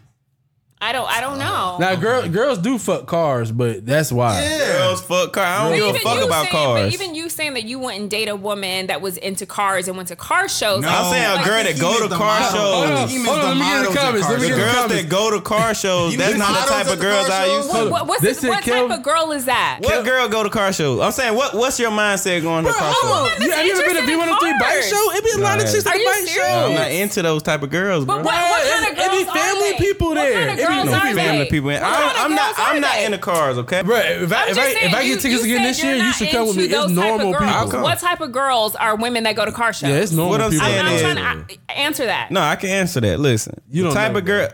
I don't. I don't know. Now, girl, girls do fuck cars, but that's why. Yeah. Girls fuck car. I don't But give a even fuck you about saying, cars. But even you saying that you wouldn't date a woman that was into cars and went to car shows. No, I'm saying a I girl think that he go meant to the car models. shows. I Hold think on, he meant the hold on, let me get in the models at comments, car let me shows. get in girls that go to [LAUGHS] car shows, You that's mean not the models type at of the girls car I shows? used What, to. what, what's This the- is what Kel- type of girl is that? What girl go to car shows? I'm saying what what's your mindset going Bro, to car hold on. shows? You, have you ever been to interested in B103 bike cars. show? It'd be a lot of Nah, chicks Are at the you bike serious? No, show. I'm not into those type of girls, bro. But what, what Bruh, kind of it- it girls be are family they? people What there. kind of It be girls no are family they? Family people. What And kind I, of I'm not. girls are I'm not they? into cars. Okay, Bro, if I I'm if just I, if saying, I you- get tickets you again said this year, you're you not should come with me. into It's those type of normal people. girls. I'll come. What type of girls are women that go to car shows? Yeah, it's normal What I'm people. I'm saying not is- trying to I- answer that. No, I can answer that. Listen, You the don't type know, of girl.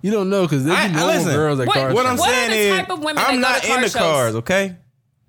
you don't know because I- there's I normal listen. girls at What- car What I'm shows. What are saying the is, type of women that I'm go to not car into shows? cars. Okay,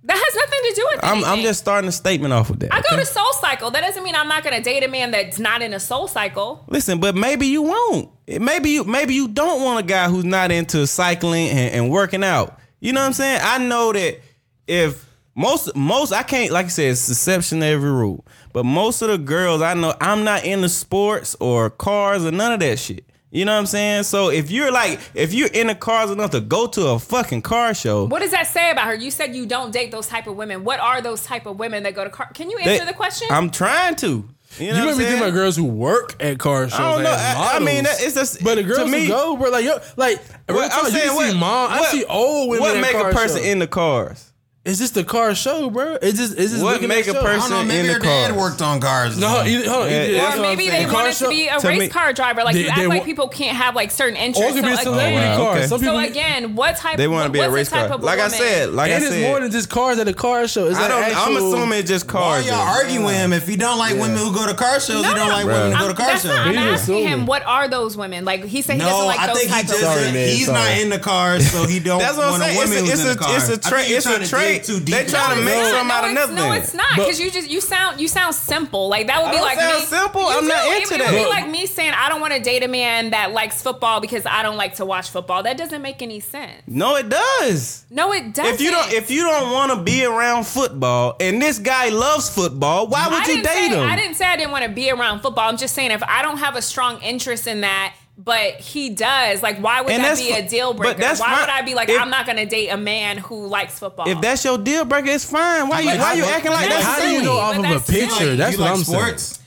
That has nothing to do with I'm I'm anything. just starting a statement off with that. I go okay? to Soul Cycle. That doesn't mean I'm not going to date a man that's not in a Soul Cycle. Listen, but maybe you won't. It- Maybe you maybe you don't want a guy who's not into cycling and, and working out. You know what I'm saying? I know that if most most I can't like I said, it's exception to every rule. But most of the girls I know, I'm not into sports or cars or none of that shit. You know what I'm saying? So if you're like, if you're in the cars enough to go to a fucking car show, What does that say about her? You said you don't date those type of women. What are those type of women that go to car? Can you answer they- the question? I'm trying to. You know You made what I'm me think saying? about girls who work at car shows. I don't know. as I, I mean, models. that, it's just but the girls to me, who go, bro, like yo, like real What talk, you can see mom, I see old women. What at make car a person shows. in the cars? It's just the car show, bro. It's just it's just What looking make at a shows. I person- don't know. Maybe in the her dad cars. worked on cars. or No, something. either, hold on, Yeah, either, that's that's or what I'm maybe saying. they Car wanted to show- be a to race me- car driver. Like They- you they act wa- like people can't have like certain or interests. it could be a so celebrity again, wow, car. okay. Some people so again, what type? They want to be what's a the race car. type of Like I woman? said, like I it is more said, than just cars at a car show. It's I an don't. I'm actual- assuming it's just Why cars. y'all arguing with him if he don't like women who go to car shows? he No, don't like no, women who go I'm- to car that's not- I'm shows. He just asking assuming. him what are those women like. He said he doesn't No, like I those think he type just of Sorry, women. man, he's sorry. not in the cars, so he don't That's what I'm want a saying. woman It's who's a, in the it's a, cars. it's a trait. It's a trait. They trying to It's make not. something out of No, it's- nothing. No, it's not But- because you just you sound you sound simple. Like that would I be don't like sound me. simple. You I'm not do. It- into it, that. would be But- like me saying I don't want to date a man that likes football because I don't like to watch football. That doesn't make any sense. No, it does. No, it doesn't. If you don't, if you don't want to be around football, and this guy loves football, why would I you didn't date say, him? I didn't say I didn't want to be around football. I'm just saying if I don't have a strong interest in that. But he does. Like, why would And that that's be fi- a deal but breaker? Why that's fine. would I be like, If- I'm not gonna date a man who likes football? If that's your deal breaker, it's fine. Why you Like, why I- you acting like No, that's How do silly, you know off but of that's a picture? silly. That's you what like I'm sports?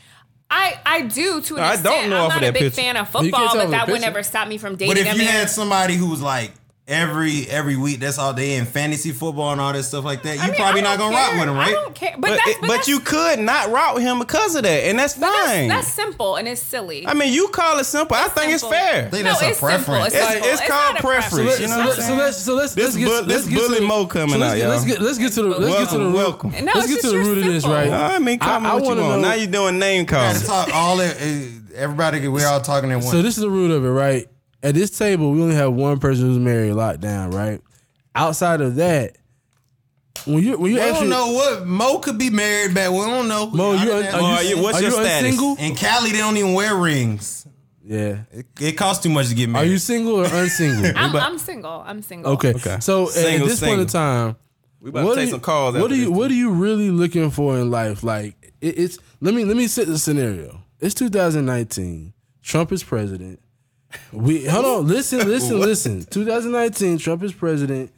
I I do to an I extent. don't know I'm off of not a that big picture. fan of You can't football, tell but from the that would picture. never stop me from But dating if a you man. had somebody who was like every every week, that's all they in fantasy football and all that stuff like that, you I mean, probably I not don't gonna rock care. with him, I right? don't care. But, But, that's, it- but, but that's, you could not route him because of that, and that's fine. that's, that's simple and it's silly. I mean, you call it simple. I think simple. it's fair. think no, that's a it's simple. preference. It's, It's- simple. it's called not a preference, So preference. let's, You know so, what I'm let's, so saying? let's so let's This let's get bu- let's this get to bully the- Mo coming so let's out, get- Let's y'all. get let's get to the let's get to the Welcome, root- welcome. No, it's Let's get to just the your root of this, simple. right? I mean, come I- I on, what you wanna want. know- Now you're doing name Gotta calls. talk all in- everybody. We're all talking at once. So this is the root of it, right? At this table, we only have one person who's married locked down, right? Outside of that, when you when you we don't actually know what Mo could be married back. We don't know. Mo, I you didn't un- ask- are, Mo, you, are you- what's are your you status? unsingle? in Cali, they don't even wear rings. Yeah. It, it costs too much to get Are married. you single or unsingle? [LAUGHS] [LAUGHS] I'm, I'm single. I'm single. Okay. Okay. So at- Single, at this point in single. time, We about to take some calls. What after are you this. What are you really looking for in life? Like it, it's let me let me set the scenario. It's 2019. Trump is president. We hold on. Listen, [LAUGHS] listen, listen. 2019. Trump is president.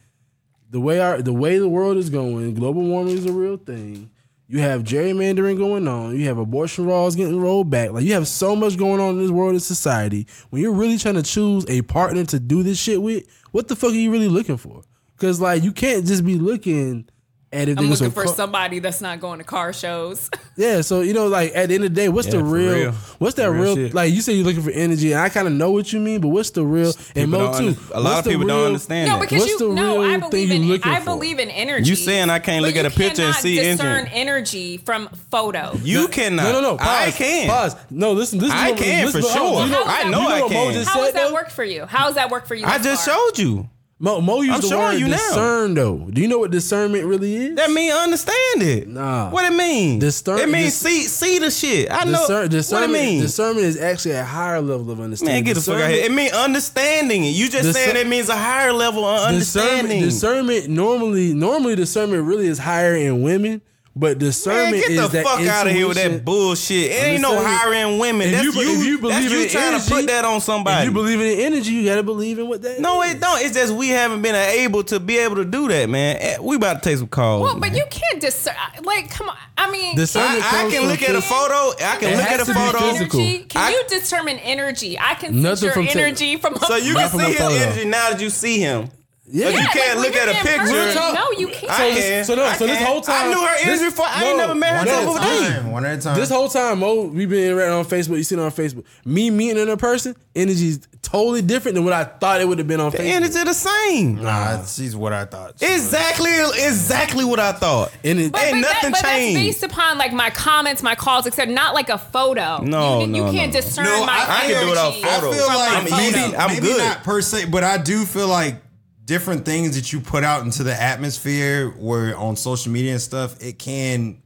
The way our the way the world is going, global warming is a real thing. You have gerrymandering going on. You have abortion laws getting rolled back. Like you have so much going on in this world and society. When you're really trying to choose a partner to do this shit with, what the fuck are you really looking for? Because like you can't just be looking at if I'm niggas looking are for fu- somebody that's not going to car shows. [LAUGHS] yeah, so you know, like at the end of the day, what's the for real, real. What's that For real real? shit. like you say, you're looking for energy, and I kind of know what you mean, but what's the real? And People Mo don't too. under- A lot what's of the people don't real- understand No, that. because What's you the no, I real believe thing you in looking I for? believe in energy. You saying I can't but look at you a picture and cannot see discern energy. energy from photos. You cannot. No, no, no. Pause, I can. Pause. No, listen. This is I what- can listen, for hold sure. on. You know, I know you I what Mo can. just How said has that though? work for you? How has that work for you? I thus just far? showed you. Mo, Mo used I'm the showing word you now. discern though. Do you know what discernment really is? That mean understand it. Nah. What it mean? Discern- It means dis- see see the shit. I know. Discern, discernment, what it mean? discernment is actually a higher level of understanding. Man, get the fuck out of here. It mean understanding it. You just Discern- saying it means a higher level of discernment, understanding. discernment normally normally discernment really is higher in women, but Man, discernment get is the that fuck out of here with that intuition. bullshit. It ain't no Understand? hiring women. If That's you you, be- if you that's believe you in trying energy, to put that on If somebody. you believe in energy, you gotta believe in what that no, is. it don't. It's just we haven't been able to be able to do that, man. Eh, We about to take some calls. Well, but man. you can't discern. Like, come on. I mean, Discernment I, I comes can from look at a physical- photo. I Can can look has at a to be photo. physical. Energy? Can I- you determine energy? I can sense Nothing your from tech- energy from. So you Not can from see a his photo. energy now that you see him. Yeah. you can't when look at you're a in picture. Person, Real no, you I can't. can. So no, so I this can. whole time I knew her energy this- before. I ain't no, never one married her at till a today. time. One at a time. This whole time, Mo, we've been right on Facebook. You seen it on Facebook. Me meeting in a person, energy's totally different than what I thought it would have been on Facebook. Energy the same. nah, she's what I thought. she was. Exactly, exactly what I thought. And it- But, Ain't but nothing that, but changed. That's based upon like my comments, my calls, except not like a photo. No, you, you no, can't no. discern No, my I- I energy. can do it off I photos. feel From like my I'm photo. easy. maybe, I'm maybe good. not per se, but I do feel like different things that you put out into the atmosphere where on social media and stuff, it can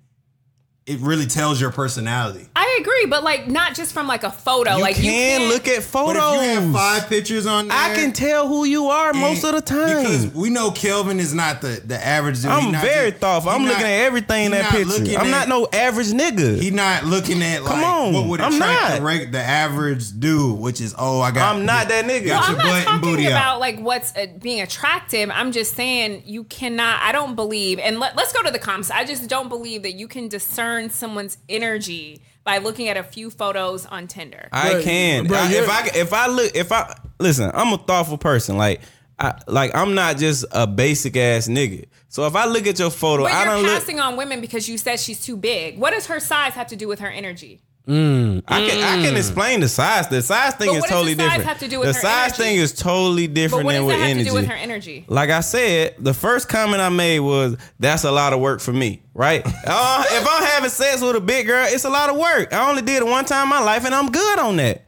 it really tells your personality. I agree, but like not just from like a photo. You like you can can't look at But if photos. you have five pictures on there, I can tell who you are and- most of the time. Because we know Kelvin is not the, the average dude. He I'm not very just- thoughtful. he I'm not- looking at everything in he that not picture. looking I'm at- not no average nigga. He not looking at like on, what would I'm attract not. the, reg- the average dude, which is oh I got I'm not that nigga. got Well, I'm your not butt and talking booty out. about like what's uh, being attractive. I'm just saying you cannot. I don't believe, and let, let's go to the comps. I just don't believe that you can discern someone's energy by looking at a few photos on Tinder. I Bruh, can. bruh, I- if you're- I if I look if I listen, I'm a thoughtful person. Like I like I'm not just a basic ass nigga. So if I look at your photo, but I you're don't look. passing on women because you said she's too big. What does her size have to do with her energy? I can I can explain the size. The size thing Mm. But is what does totally the size different. have to do with the her size energy? thing is totally But different what than does with that have energy. to do with her energy? like I said, the first comment I made was, "That's a lot of work for me, [LAUGHS] right? uh, if I'm having sex with a big girl, it's a lot of work. I only did it one time in my life, and I'm good on that.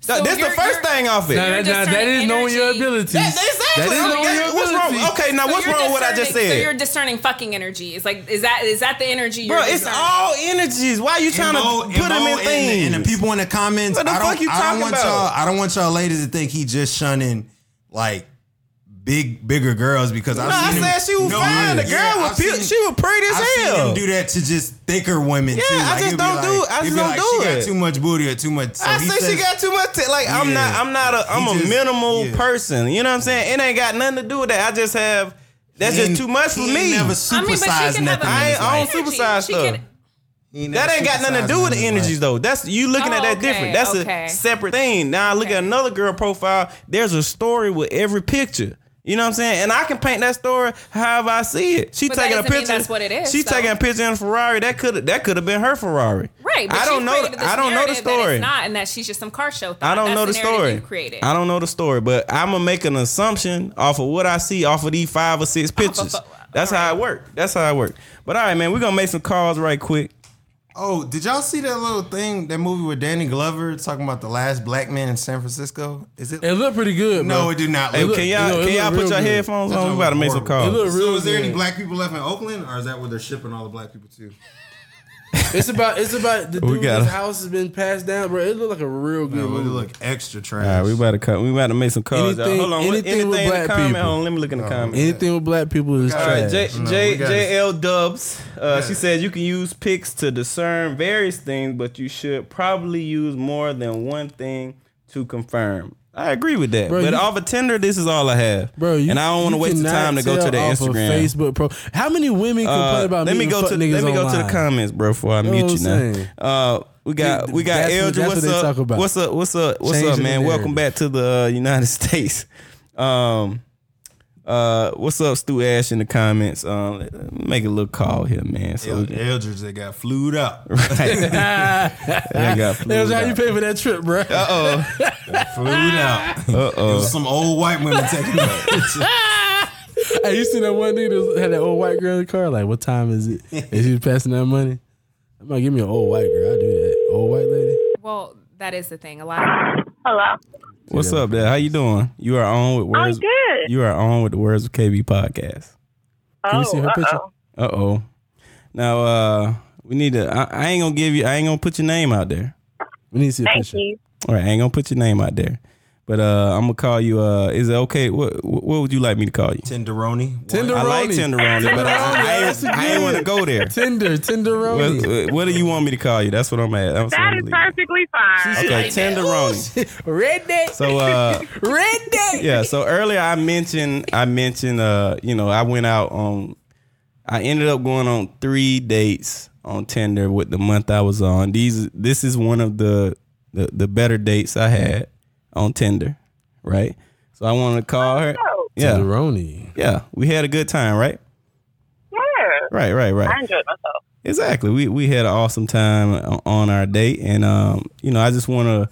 So That's the you're- 1st you're- thing off it. Now, You're that- now, that discerning is knowing your energy. abilities. That- exactly. That is I'm like, knowing your what's abilities. wrong? Okay, now So what's you're wrong with what I just discerning- said? So you're discerning fucking energy. It's like is that is that the energy? You're Bro, it's discerning? all energies. Why you trying MO to put them and in the- things? And, the people in the comments, What the I don't, fuck you I don't talking want about? y'all. I don't want y'all ladies to think he just shunning like big, bigger girls because no, I I've seen said him, she was No, fine. The girl yeah, I've was beautiful. seen- She was pretty as I've seen hell. him do that to just thicker women. Yeah, too. I just it'd be don't do it. I it'd just be don't like, do she it. Got too much booty or too much. So I he said she says- got too much. ta- like I'm Yeah. not. I'm not a. I'm He a just- minimal yeah. person. You know what I'm saying? It ain't got nothing to do with that. I just have. That's He just ain't- too much for he ain't me. Never I mean, but she supersized can have nothing. a I in his ain't- I life. don't supersize She stuff. can- He ain't That never ain't got nothing to supersized do with the in his energies life. though. That's you looking Oh, at that okay, different. That's okay. a separate thing. Now I look Okay. at another girl profile. There's a story with every picture. You know what I'm saying? And I can paint that story however I see it. She But that taking a doesn't mean picture. that's what it is, She though. taking a picture in a Ferrari. That could that could have been her Ferrari. Right, but I don't she know. created the- this I don't know the narrative that it's story. Not and that she's just some car show. Thought. I That's don't know the narrative story. You created. I don't know the story, but I'm gonna make an assumption off of what I see off of these five or six pictures. fo- That's how it work. That's how it work. But all right, man, we're gonna make some calls right quick. Oh, did y'all see that little thing? That movie with Danny Glover talking about the last black man in San Francisco. Is it? It looked pretty good. no, bro. it did not. Hey, look can y'all it look can y'all real put your good. headphones on? We about to make some Horrible. It look calls. real so is there any good. black people left in Oakland, or is that where they're shipping all the black people to? It's about it's about the [LAUGHS] We dude gotta- whose house has been passed down, bro. It looked like a real good No, they movie. look extra trash. All right, we about to cut. We about to make some calls. y'all. Anything- Hold on. what- anything Anything, with in the black comment? people. Hold on, let me look in the comments. Anything with black people is All right, trash. J, No, J, we gotta- JL Dubs. Uh, She said you can use pics to discern various things, but you should probably use more than one thing to confirm. I agree with that. Bro, but you- off of Tinder, this is all I have. Bro, you, and I don't want to you waste the cannot time to go to tell the off of Instagram. Facebook pro. How many women complain Uh, about let me meeting go fuck to let niggas me go to the online? comments, bro. Before I mute what you I'm saying? now. Uh, we got we That's got what- Eldra. that's What's what they up? talk about. What's up? What's up? What's Changing up, the man? Welcome narrative. back to the uh, United [LAUGHS] States. Um, uh, what's up, Stu Ash in the comments? Um, let- let me make a little call here, man. So we El- [LAUGHS] can- Eldridge, they got flued [LAUGHS] up. they got That's how you flued pay for [LAUGHS] that trip, bro. flued out. Uh oh. Some old white women taking [LAUGHS] up. hey, you seen that one nigga that had that old white girl in the car? Like, what time is it? And she was passing that money. I'm like, give me an old white girl. I do that. Old white lady. Well, that is the thing. A lot. Of, Hello. What's up, there? How you doing? You are on with I'm words. good. You are on with the words of KB podcast. oh, you see her picture? uh-oh. Uh oh. Now uh, we need to. I, I ain't gonna give you. I ain't gonna put your name out there. We need to see a Thank picture. you. All right, I ain't gonna put your name out there, but uh, I'm gonna call you. Uh, is it okay? What What would you like me to call you? [LAUGHS] Tenderoni. Tinder- I like tenderoni, but I, I, ain't- I ain't want to go there. Tinder, Tinderoni. What, what do you want me to call you? That's what I'm at. I'm That is perfectly fine. Okay, tenderoni. [LAUGHS] Redneck. So uh, Redneck. yeah. So earlier I mentioned I mentioned uh, you know, I went out on. I ended up going on three dates on Tinder with the month I was on. These this is one of the the, the better dates I had on Tinder, right? So I wanted to call her. Oh, Yeah, Tinderoni. Yeah, we had a good time, right? yeah. Right, right, I right. enjoyed myself. Exactly. We we had an awesome time o- on our date, and um, you know, I just want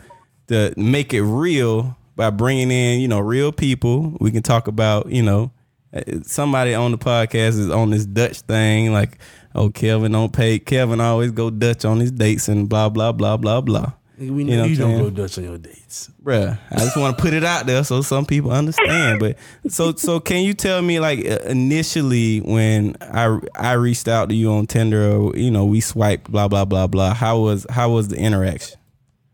to to make it real by bringing in you know real people. We can talk about you know uh, somebody on the podcast is on this Dutch thing, like oh Kevin don't pay. Kevin always go Dutch on his dates and blah blah blah blah blah. Nigga, we You know, know you what I'm don't go saying? Dutch on your dates. bruh. I just want to put it out there so some people understand. But so so can you tell me like uh, initially when I I reached out to you on Tinder, or, you know, we swiped blah blah blah blah. How was how was the interaction?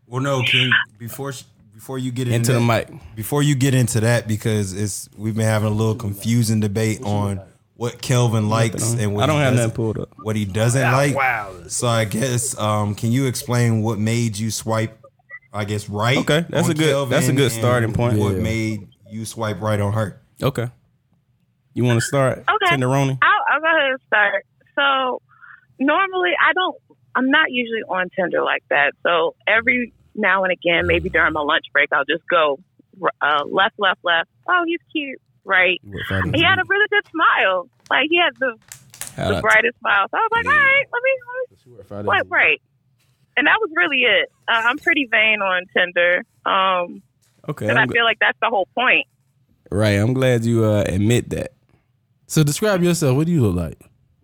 Well, no, King. Before sh- before you get Into into the that- mic. before you get into that, because it's we've been having a little confusing debate on what Kelvin likes and what uh, I don't he have doesn't- nothing pulled up. What he doesn't like. Wow. So I guess um, can you explain what made you swipe? I guess right. Okay, that's on a good- that's a good and starting point. What Yeah. made you swipe right on her? Okay. You want to start? Okay. Tenderoni. I'll, I'll go ahead and start. So, normally I don't. I'm not usually on Tinder like that. So every now and again, maybe during my lunch break, I'll just go uh, left, left, left. Oh, he's cute, right? He had a really good smile. Like he had the, How Uh, the about- brightest smile. So I was like, all right, let me, let me Right, right. And that was really it. Uh, I'm pretty vain on Tinder. Um, Okay. and I'm I gl- feel like that's the whole point. right. I'm glad you uh, admit that. So describe yourself. What do you look like?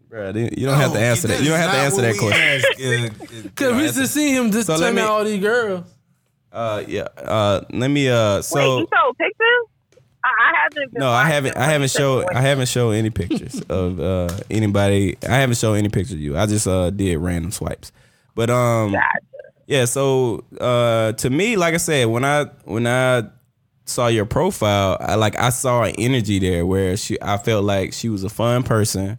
Bruh, then you don't Oh, have to answer that. Oh, You don't have to answer that question. uh, question. Cause we just seen him just So let turn me- out all these girls. Uh, yeah. Uh, let me. Uh, so Wait, you showed pictures? I, I haven't. Been no, I watching haven't. I what haven't you shown. said. I haven't shown any pictures of uh anybody. I haven't shown any pictures of you. I just uh did random swipes. But um, yeah. So uh, to me, like I said, when I when I saw your profile, I like I saw an energy there where she. I felt like she was a fun person.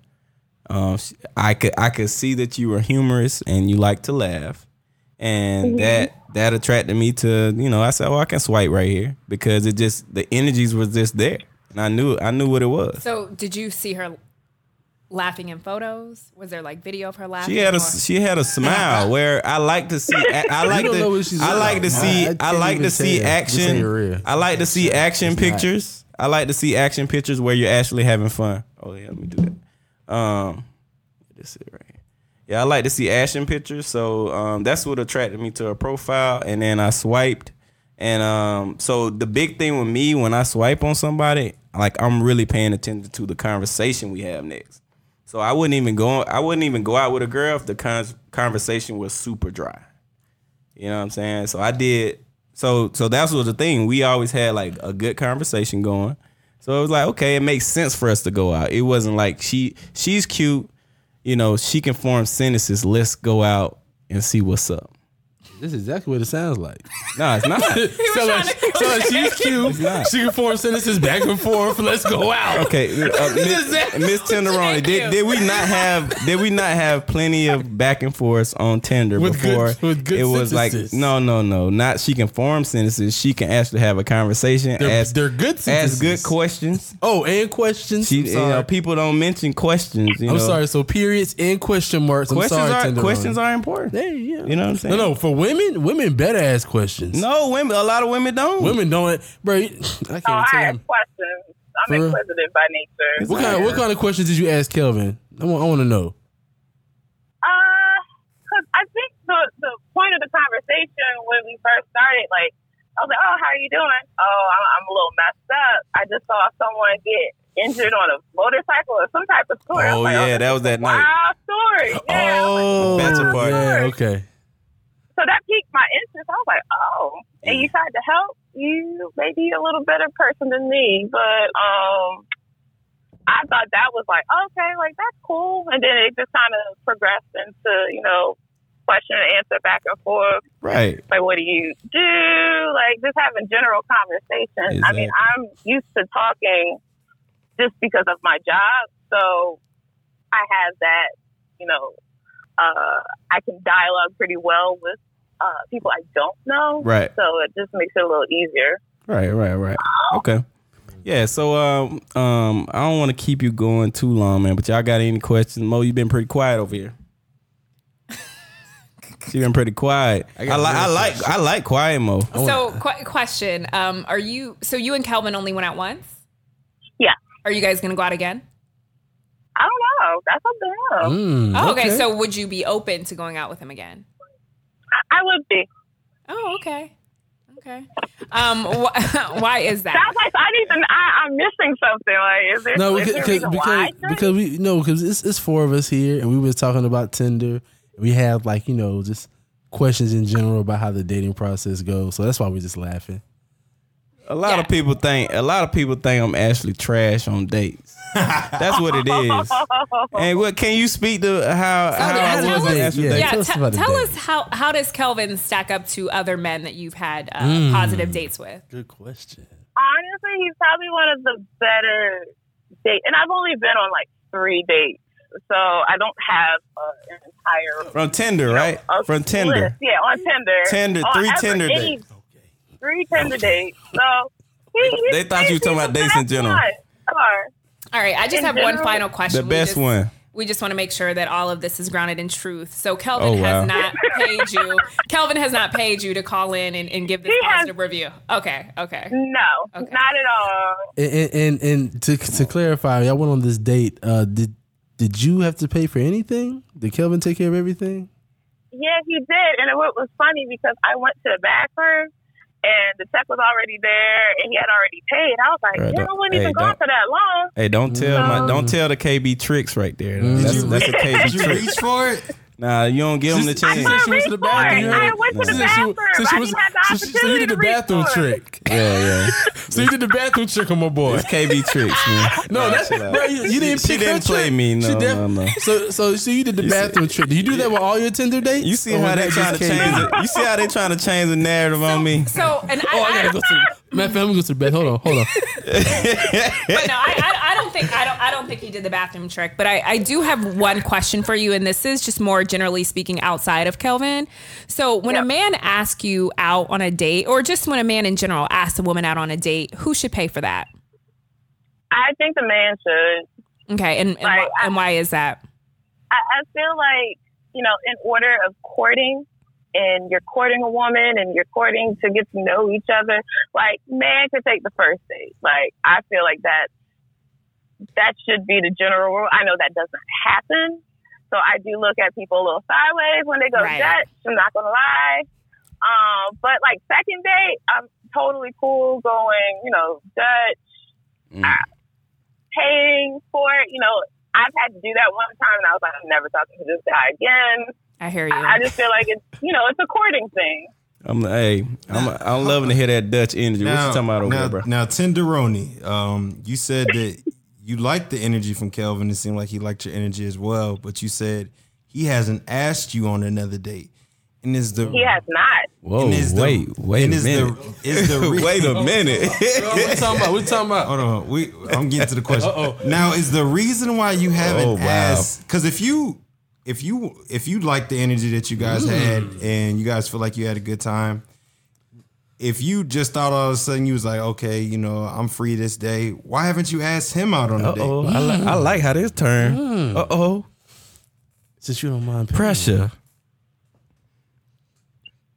Um, she- I could I could see that you were humorous and you like to laugh, and that that attracted me to you know I said well I can swipe right here because it just the energies was just there and I knew I knew what it was. So did you see her laughing in photos? Was there like video of her laughing? She had a or- she had a smile where I like to see I, I like don't know what to she's I like to about. see I- I I can't like even to see tell. This ain't real. action I like to see action pictures I like to see action pictures where you're actually having fun. Oh yeah, let me do that. Um, this is right here. Yeah, I like to see action pictures, so um, that's what attracted me to her profile, and then I swiped, and um, so the big thing with me when I swipe on somebody, like I'm really paying attention to the conversation we have next. So I wouldn't even go. I wouldn't even go out with a girl if the cons- conversation was super dry. You know what I'm saying? So I did. So so that's what the thing. We always had like a good conversation going. So it was like okay, it makes sense for us to go out. It wasn't like she she's cute. You know she can form sentences. Let's go out and see what's up. This is exactly what it sounds like. No, [LAUGHS] it's not. so, trying like, to- so [LAUGHS] like she's cute. She can form sentences back and forth. Let's go out. Okay, uh, Miss, exactly Miss Tenderoni, Thank did, you. did we not have did we not have plenty of back and forth on Tinder With before? good- with good it was sentences. like no, no, no. Not she can form sentences. She can actually have a conversation. They're, ask they're good. ask sentences. good questions. Oh, and questions. She, I'm you sorry. know, uh, people don't mention questions. You I'm know. sorry. So periods and question marks. I'm Questions sorry, are Tenderoni. questions are important. Hey, yeah. You know what I'm saying? No, no. For women, women better ask questions. no. Women, a lot of women don't. Women don't, bro. you- I can't Oh, I tell. have you. questions. I'm For real? inquisitive by nature. What What kind, what kind of questions did you ask Kelvin? I want, I want to know. Uh, 'cause I think the the point of the conversation when we first started, like, I was like, "Oh, how are you doing? Oh, I'm, I'm a little messed up. I just saw someone get injured on a motorcycle or some type of story." I Oh, like, yeah, this that is was a that night. Wild story. Yeah. I was like, oh, bachelor party. yeah, okay. so that piqued my interest. I was like, "Oh," and you tried to help. You may be a little better person than me, but um. I thought that was like okay, like that's cool, and then it just kind of progressed into you know question and answer back and forth. Right. like what do you do like just having general conversation i mean Exactly. i'm used to talking just because of my job so i have that you know uh, i can dialogue pretty well with uh, people i don't know Right. so it just makes it a little easier Right, right, right. Okay. Yeah, so um um I don't want to keep you going too long, man, but y'all got any questions? Mo, you've been pretty quiet [LAUGHS] over here. she been pretty quiet. I, got li- real I like I like quiet Mo. [LAUGHS] So qu- question: um, Are you so you and Kelvin only went out once? Yeah. Are you guys gonna go out again? i don't know that's up to him Mm, Oh, okay. So would you be open to going out with him again? i would be Oh, okay. Okay. Um, wh- [LAUGHS] why is that? sounds like i need to I, i'm missing something like is there, no, is because there a because reason why I because, shouldn't? because we no because it's it's four of us here and we was talking about Tinder. We have like you know just questions in general about how the dating process goes. So that's why we're just laughing. A lot of Yeah. people think a lot of people think I'm actually trash on dates. That's what it is. And what can you speak to how how I tell was us- on actual yeah. Yeah, dates? tell tell, us about the tell date. us how how does Kelvin stack up to other men that you've had uh, Mm. positive dates with? Good question. honestly, he's probably one of the better date. And I've only been on like three dates, so I don't have uh, an entire From Tinder, right? a From list. Tinder. Yeah, on Tinder. Tinder, On three ever- Tinder any- dates. Three Tinder dates. So he, he- They thought you were talking about he's dates in the best general. one. Or, All right, I just In have one general- final question. The We best just- one. We just want to make sure that all of this is grounded in truth. So Kelvin Oh, wow. has not paid you. Kelvin has not paid you to call in and, and give this He has- positive review. Okay, okay. No, Okay. not at all. And and, and, and to, to clarify, y'all went on this date. Uh, did did you have to pay for anything? Did Kelvin take care of everything? Yeah, he did. And it was funny because I went to the bathroom and the check was already there and he had already paid. I was like, Right, yeah, I don't- wasn't even hey, gone don't- for that long. Hey, don't tell my No. don't tell the KB tricks right there. Mm. That's, Did you that's a Did KB you trick. reach for it? Nah, you don't give them the Just- I chance. said I she went to the reached for it. bathroom, I right? went to the Since bathroom. I didn't have the so she- so you opportunity did to the reach bathroom for it. trick. Yeah, yeah. [LAUGHS] So you did the bathroom trick on my boy. It's KB tricks, man. No, that's chill out. bro, you, you didn't. She- she pick her didn't play trick. me. No, She def- no, no. So, so, so you did the bathroom trick. Do you do that with all your Tinder dates? You see Or how Oh, that they just trying to came- change it. You see how they trying to change the narrative on me. So and I, Oh, I gotta go to. The, Matt, I'm gonna go to the bed. Hold on, hold [LAUGHS] on. But no, I, I, I don't think I don't I don't think he did the bathroom trick. But I, I do have one question for you, and this is just more generally speaking outside of Kelvin. So when a Yep. man asks you out on a date, or just when a man in general asks a woman out on a date, who should pay for that? I think the man should. Okay, and and, why- Right, I- and why is that? I, I feel like, you know, in order of courting, and you're courting a woman and you're courting to get to know each other, like, man could take the first date. Like, I feel like that that should be the general rule. I know that doesn't happen. So I do look at people a little sideways when they go Right. to Dutch. I'm not going to lie. Um, but like second date, I'm totally cool going, you know, Dutch, Mm. I- paying for it. You know, I've had to do that one time and I was like, I'm never talking to this guy again. I hear you. I, I just feel like it's, you know, it's a courting thing. I'm hey, I'm I'm loving to hear that Dutch energy. what you talking about over now, there, bro? Now, Tenderoni, um, you said that you liked the energy from Kelvin. It seemed like he liked your energy as well, but you said he hasn't asked you on another date. And is the He has not. Whoa, and is the- Oh, wait, wait a and is minute. The, is [LAUGHS] the re- wait a minute. What talking about? What talking about? Hold on, we I'm getting to the question. Uh-oh. Now is the reason why you haven't Oh, wow. asked because if you if you if you like the energy that you guys had and you guys feel like you had a good time, if you just thought all of a sudden you was like, okay, you know, I'm free this day, why haven't you asked him out on a Uh oh, date? [LAUGHS] I, li- I like how this turned. Uh oh, Since you don't mind, pressure.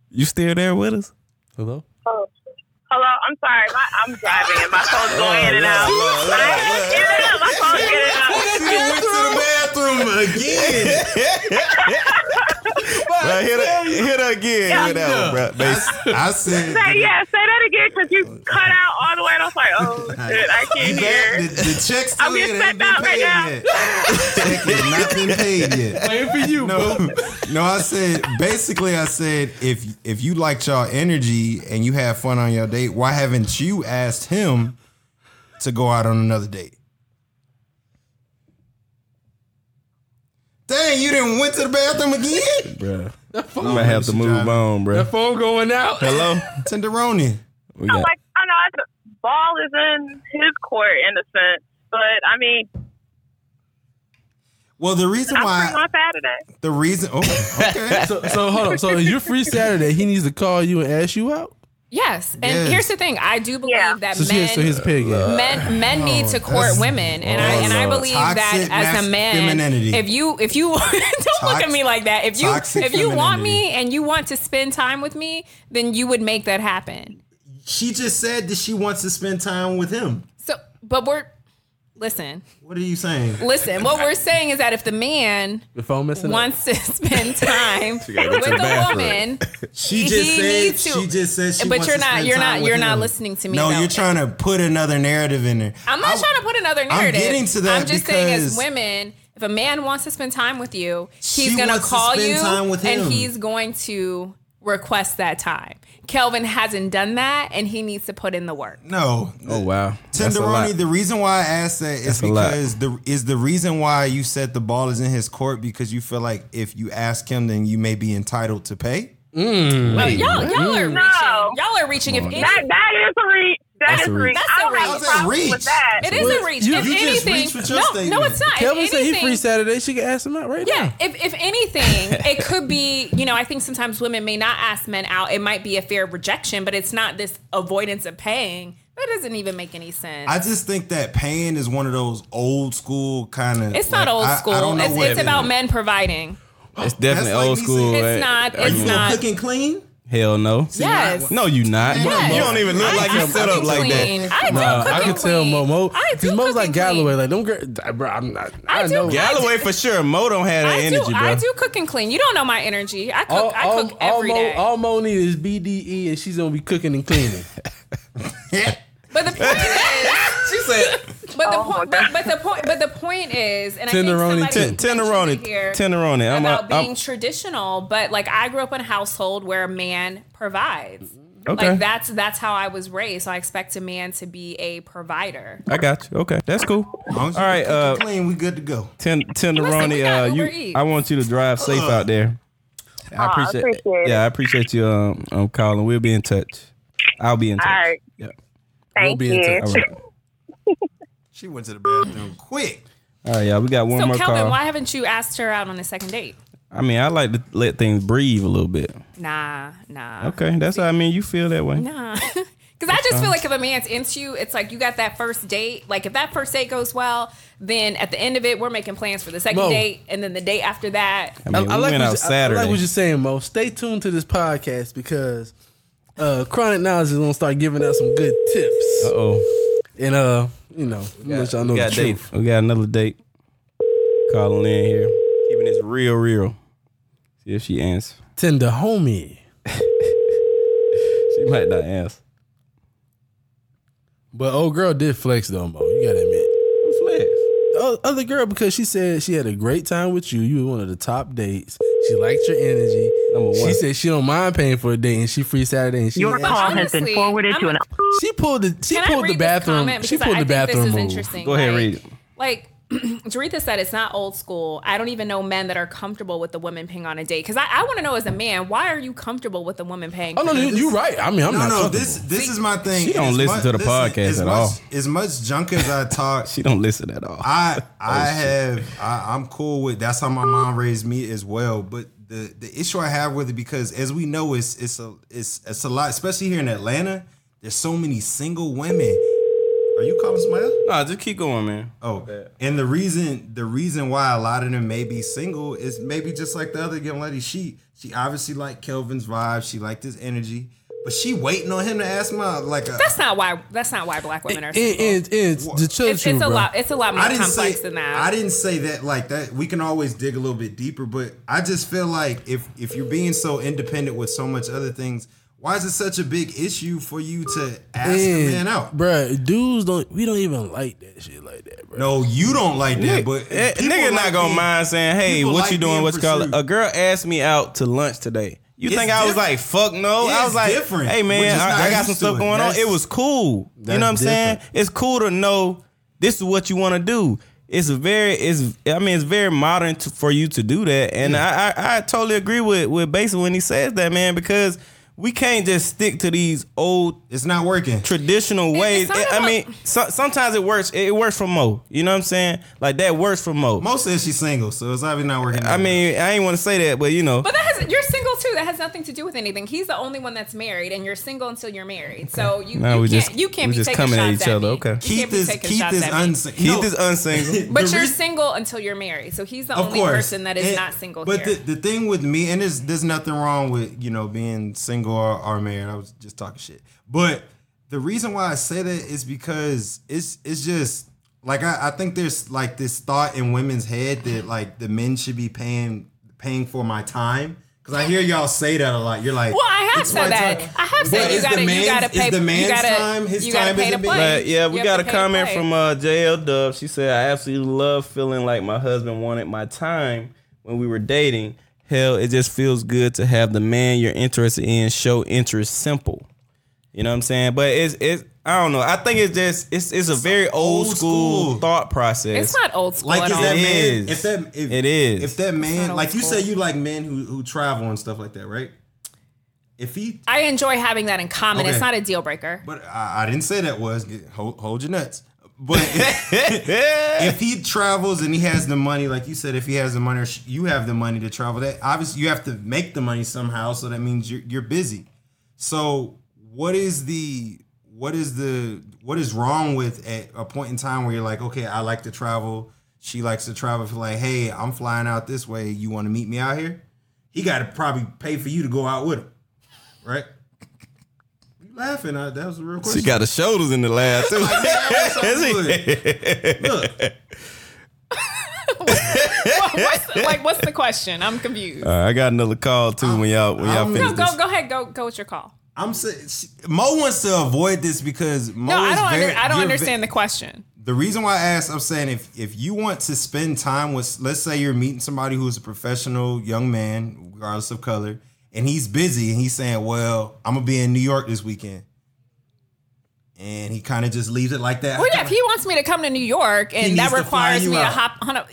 You still there with us? Hello. Oh. Hello, I'm sorry. My, I'm driving and my phone's going in and out. But I am in and out. My phone's in She done and out. went to the bathroom again. Right, hit her, hit her again with that one, bro. I, s- I said Say, yeah, say that again because you cut out all the way and I was like, oh shit, I You can't back? hear. The, the check still I'm getting ain't ain't sent been out right paid now. yet. Check has not been paid yet. Waiting for [LAUGHS] [LAUGHS] you, No, no. I said basically, I said if if you liked y'all energy and you had fun on your date, why haven't you asked him to go out on another date? Dang, you didn't went to the bathroom again, bro. I'm I might have to move on, bro. That phone going out. Hello, Tenderoni. we I'm got like, I know the ball is in his court in a sense, but I mean, Well, the reason I'm why free on Saturday. the reason [LAUGHS] oh okay So, so hold on. So you're free Saturday. He needs to call you and ask you out. yes, and Yes. here's the thing. I do believe Yeah. that So men. she, so his pig. game. men men need to court Oh, that's- women, and I oh, and I no. believe Toxic that as a mas- man, femininity. if you if you [LAUGHS] don't look at Tox- me like that, if you toxic if you want femininity. me and you want to spend time with me, then you would make that happen. she just said that she wants to spend time with him. So, but we're listen, What are you saying? listen. What we're saying is that if the man The phone messing up. wants to [LAUGHS] spend [LAUGHS] time with gotta go to the a bathroom. woman, She He just said needs to- she just said she but wants you're to not spend you're time not with you're not him. listening to me. No, though. you're trying to put another narrative in there. I'm not I- trying to put another narrative. getting to that I'm just saying, as because- women, If a man wants to spend time with you, he's She going to wants to call spend you time with him. and he's going to request that time. Kelvin hasn't done that and he needs to put in the work. No. Oh wow, That's a lot. Tenderoni, the reason why I asked that is That's a lot. because the is the reason why you said the ball is in his court because you feel like if you ask him, then you may be entitled to pay. Well, y'all, y'all are reaching. No. Y'all are reaching. If any, That that is a reach. That's That's a a reach. reach. That's I a don't have reach. a problem That's a with that. it is a reach. you- if you just anything, reached with your no, no, statement. it's not. If Kelvin said he anything- free Saturday. She can ask him out right Yeah, now. if, if anything, [LAUGHS] it could be, you know, I think sometimes women may not ask men out. It might be a fear of rejection, but it's not this avoidance of paying. That doesn't even make any sense. I just think that paying is one of those old school kind of. it's not old school. I, don't know it's what it's it about is. men providing. it's definitely That's like old me school. It's right? not. Are It's you- not. Cook and clean. Hell no. Yes. No, you not. Yes. You don't even look like I you set up cook like clean. that. I do Nah, cook I and can tell clean. Momo. I do Because Mo's cook like and clean. Galloway. Like, don't girl, bro. I'm not. I, I do know. cook- Yeah. Galloway for sure. Mo don't have that I energy, do. bro. I do cook and clean. You don't know my energy. I cook. All, I cook all, all, every day. Mo, all Mo needs is BDE, and she's gonna be cooking and [LAUGHS] cleaning. but the [LAUGHS] point is, She said but the Oh my point, but, God. but the point, but the point is, and I think Tenderoni, somebody ten- mentioned tenderoni, it here tenderoni. I'm, about I'm, being traditional. But like, I grew up in a household where a man provides. Okay. Like that's that's how I was raised. So I expect a man to be a provider. I got you. Okay, that's cool. As long as you All right, cook and uh, clean. We good to go. Ten, Listen, we tenderoni, got uh, Uber you. Eats. I want you to drive safe out there. I Aw, appreciate. appreciate it. yeah, I appreciate you. Um, um, calling. We'll be in touch. I'll be in touch. All right. Yeah. Thank be in you. touch. All right. She went to the bathroom quick. All right, y'all. We got Oh one so more Kelvin, call. why haven't you asked her out on a second date? I mean, I like to let things breathe a little bit. Nah, nah. Okay, that's how I mean. You feel that way? Nah. [LAUGHS] Because I just feel like if a man's into you, it's like you got that first date. Like if that first date goes well, then at the end of it, we're making plans for the second Mo. date and then the date after that. I mean, we went what out you- I- I Saturday. like what you're saying, Mo. Stay tuned to this podcast because uh, Chronic Knowledge is gonna start giving out some good tips. oh, And uh, you know, let y'all know we the got date. truth. We got another date. Calling in here, keeping this real, real. See if she answers. Tender homie. She might not answer. But old girl did flex though, Mo. You gotta admit. What's left? The o- other girl, because she said she had a great time with you. You were one of the top dates. She liked your energy. Number She one. said she don't mind paying for a date, and she free Saturday, and she Your But call has been honestly, forwarded I'm to an. she pulled the she Can I pulled read the bathroom. This comment? She Because pulled I the think bathroom this is move. interesting. Go ahead, like, read it. Like [CLEARS THROAT] Doretha said, it's not old school. I don't even know men that are comfortable with the woman paying on a date. Because I, I want to know as a man, why are you comfortable with the woman paying? Oh no, for you, the- you right. I mean, I'm No, not. no, comfortable. this this is my thing. She don't As listen much- to the podcast as at much, all. As much junk as I talk, She don't listen at all. I I have I, I'm cool with that's how my mom raised me as well. But the the issue I have with it because as we know it's it's a it's it's a lot, especially here in Atlanta. There's so many single women. Are you calling somebody? Else? nah, just keep going, man. Oh, and the reason the reason why a lot of them may be single is maybe just like the other young lady. She she obviously liked Kelvin's vibe. She liked his energy, but she waiting on him to ask my like a. That's not why. That's not why black women are. and, single. and, and the children, it's, it's a bro. lot. It's a lot more I didn't say complex than that. I didn't say that like that. We can always dig a little bit deeper, but I just feel like if if you're being so independent with so much other things, why is it such a big issue for you to ask a man out? bro. Dudes don't. We don't even like that shit like that, bro. No, you don't like that, but Eh, people nigga like not gonna being- mind saying, "Hey, people what like you doing? being What's called?" pursued. A girl asked me out to lunch today. You It's think I was different. like, "Fuck no"? I It's was like, different. "Hey We're man, just not I, I got used some to stuff it. going on." That's- It was cool. You know what I'm that's saying? different. It's cool to know this is what you want to do. It's a very, it's I mean, it's very modern to, for you to do that, and I, I I totally agree with with Basil when he says that, man, because we can't just stick to these old It's not working. traditional ways. not I- I about- mean, so, sometimes it works. It, it works for Mo. You know what I'm saying? Like that works for Mo. Most says she's single, so it's obviously not working. I mean, I ain't want to say that, but you know, But that has you're single too. That has nothing to do with anything. He's the only one that's married, and you're single until you're married. So you, Now you we can't just- you can't we be just taking coming at shots each other, me. okay. You Keith can't be is taking Keith shots is at me. unsingle. Keith is [LAUGHS] unsingle. But you're single until you're married. So he's the only person that is And- not single But here. The, the thing with me, and there's there's nothing wrong with you know being single or, or married. I was just talking shit. But the reason why I say that is because it's it's just like I, I think there's like this thought in women's head that like the men should be paying paying for my time. Because I hear y'all say that a lot. You're like, Well, I have it's said my that. time. I have said But you is gotta, the you man's- gotta is pay. the man's you gotta, time? His you gotta time pay to isn't big. play. But yeah, we You got have a to pay to comment play. from uh, JL Dub. She said, "I absolutely love feeling like my husband wanted my time when we were dating. Hell, it just feels good to have the man you're interested in show interest. Simple, you know what I'm saying? But it's it's I don't know. I think it's just it's it's a very old, old school, school. thought process. It's not old school Like at is all. that It man? is. If that if, It is. If that man, not like old you school. say, you like men who who travel and stuff like that, right? If he, I enjoy having that in common. Okay. It's not a deal [LAUGHS] breaker. [LAUGHS] but I, I didn't say that was Get- hold, hold your nuts. But if he travels and he has the money, like you said, if he has the money, or sh- you have the money to travel. That obviously you have to make the money somehow. So that means you're you're busy. So what is the what is the what is wrong with at a point in time where you're like, okay, I like to travel. She likes to travel. If you're like, hey, I'm flying out this way. You want to meet me out here? He got to probably pay for you to go out with him, right? [LAUGHS] You laughing? I, that was a real question. she got the shoulders in the lab [LAUGHS] too. I wish I would. Look, What's the- like, what's the question? I'm confused. All right, I got another call too when y'all when y'all I'm- finish no, go Uh, this. go ahead. Go go with your call. I'm saying she- Mo wants to avoid this because Mo No, I is don't. Oh, very- under, I don't you're ve- understand the question. the reason why I asked, I'm saying if if you want to spend time with, let's say you're meeting somebody who's a professional young man, regardless of color, and he's busy and he's saying, "Well, I'm gonna be in New York this weekend," and he kind of just leaves it like that. Well, yeah, if he wants me to come to New York He and that needs to fly requires you me to out. hop on a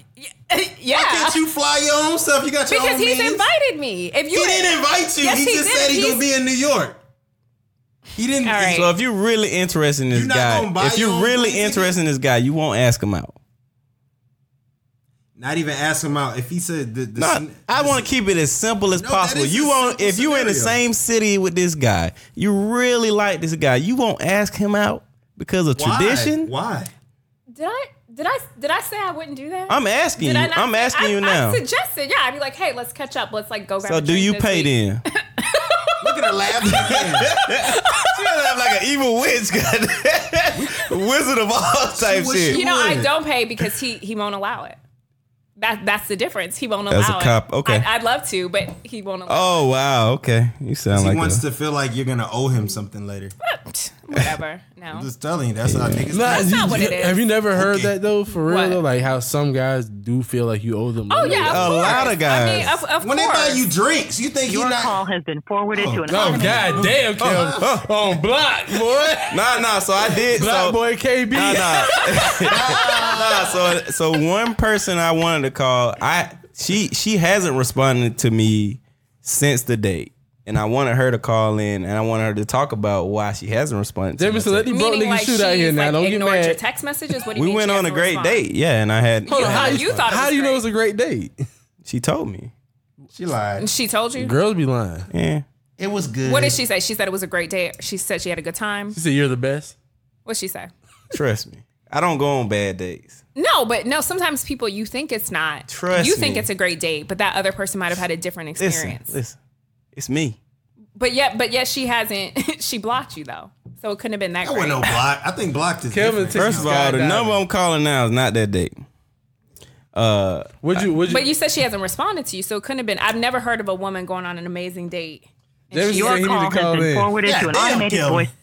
[LAUGHS] yeah, Why can't you fly your own stuff? You got your because own he's means. invited me. If you He didn't invite you. Yes, he, he just did. said he's He's- gonna be in New York. He didn't. All right. So if you're really interested in this You're not guy, gonna buy if your you're own really plane interested in this guy, you won't ask him out. Not even ask him out. If he said, the, the Nah, sn- I the want to keep it as simple as No, that possible. is You a won't simple if you're in the scenario. same city with this guy. You really like this guy. You won't ask him out because of Why? tradition. Why? did I did I did I say I wouldn't do that? I'm asking Did you. I not I'm say- asking I- you I now. suggested, yeah. I'd be like, hey, let's catch up. Let's like go grab. So a do drink you this pay week. then? Look at her laughing. [LAUGHS] again. she have like an evil witch, [LAUGHS] wizard of all type was- shit. You know, I Would. don't pay because he he won't allow it. That that's the difference. He won't allow As a it. cop, okay. I, would love to, but he won't allow. Oh wow, okay. You sound He like wants a, to feel like you're gonna owe him something later. it. Whatever. No. [LAUGHS] I'm just telling you, that's how niggas. Nah, think. you- not what you- it is. Have you never heard Okay. that though? For real, What? though? like how some guys do feel like you owe them. Oh money. yeah, of A course. lot of I mean, guys. of, of when they course. buy you drinks, you think you're Your not. call has been forwarded to an Oh automated god damn, Kim on block boy, Oh, nah nah. So I did. black so, boy KB. nah, nah. nah. [LAUGHS] So so one person I wanted to call, I she she hasn't responded to me since the date. And I wanted her to call in and I wanted her to talk about why she hasn't responded to Damn, me. so let these broke Meaning, niggas like, shoot out she's, here now. like, Don't get ignored your mad. text messages. What do you We mean went she on a hasn't great responded? date, yeah, and I had Hold on, Yeah, how you, you thought it how was you know great. it's a great date? she told me. She lied. She told you. Girls be lying. Yeah. It was good. What did Mm-hmm. she say? She said it was a great day. She said she had a good time. She said you're the best. What'd she say? Trust me. I don't go on bad dates. No, but no, sometimes people you think it's not. Trust you think me. it's a great date, but that other person might have had a different Listen, experience. listen. It's me. But yet but yet she hasn't [LAUGHS] she blocked you though. So it couldn't have been that That great. wasn't no block. I think blocked is. Kevin different. took- First of all, the Skydiving. number I'm calling now is not that date. Uh Would you? Would you? But you said she hasn't responded to you, so it couldn't have been I've never heard of a woman going on an amazing date. [SIGHS] James your said he call need call to has call been in. forwarded Yeah, to an damn, automated Kelvin. voice.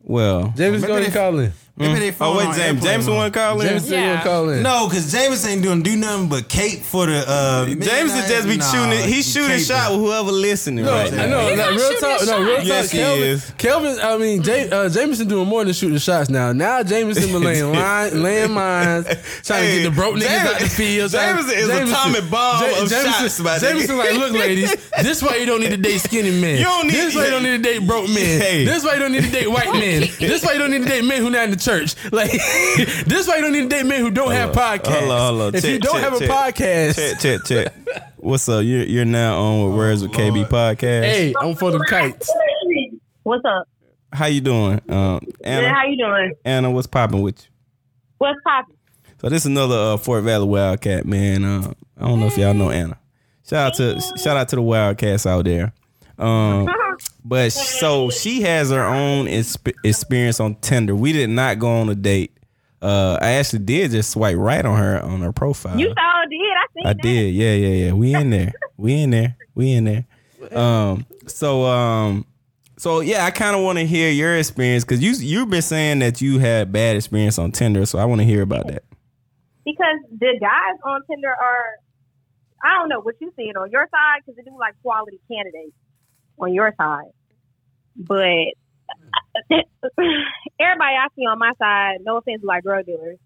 well. James, go Maybe ahead and they- call in. Maybe they Oh phone wait, on James. airplane James the mode. one calling. James said Yeah. he'll call in. No, because James ain't doing do nothing but cape for the. uh James would just be Nah, shooting. it- he He's shooting caping. shot with whoever listening No, right no, now. no, He's not real shooting talk. his No, real shot. talk. Yes, he Kelvin, is. Kelvin, I mean, J, uh, Jameson doing more than shooting shots now. Now Jameson been laying [LAUGHS] line, laying mines, trying to Hey, get the broke niggas James- out the field. trying- Jameson is atomic bomb of shots, my nigga. Jameson like, look, ladies, this why you don't need to date skinny men. You don't need- this why you don't need to date broke men. Hey. This why you don't need to date white men. This why you don't need to date men who not in the church. Like, [LAUGHS] this why you don't need to date men who don't have podcasts. Hold on, hold on. If you Check, don't check, have a check. podcast, Check, check, check. [LAUGHS] What's up? You're you're now on with Words with KB Lord. podcast. hey, I'm for the kites. What's up? how you doing, um, Anna? you doing? Anna, what's popping with you? What's poppin'? So this is another uh, Fort Valley Wildcat man. Uh, I don't know if y'all know Anna. Shout out to shout out to the Wildcats out there. Um, but so she has her own exp- experience on Tinder. We did not go on a date. Uh, I actually did just swipe right on her on her profile. You saw it, did I seen Uh, I that. did. Yeah, yeah, yeah. We in there. We in there. We in there. Um. So um. So yeah, I kind of want to hear your experience because you you've been saying that you had bad experience on Tinder, so I want to hear about that. because the guys on Tinder are, I don't know what you seeing on your side because they do like quality candidates on your side, but [LAUGHS] everybody I see on my side, no offense, like drug dealers.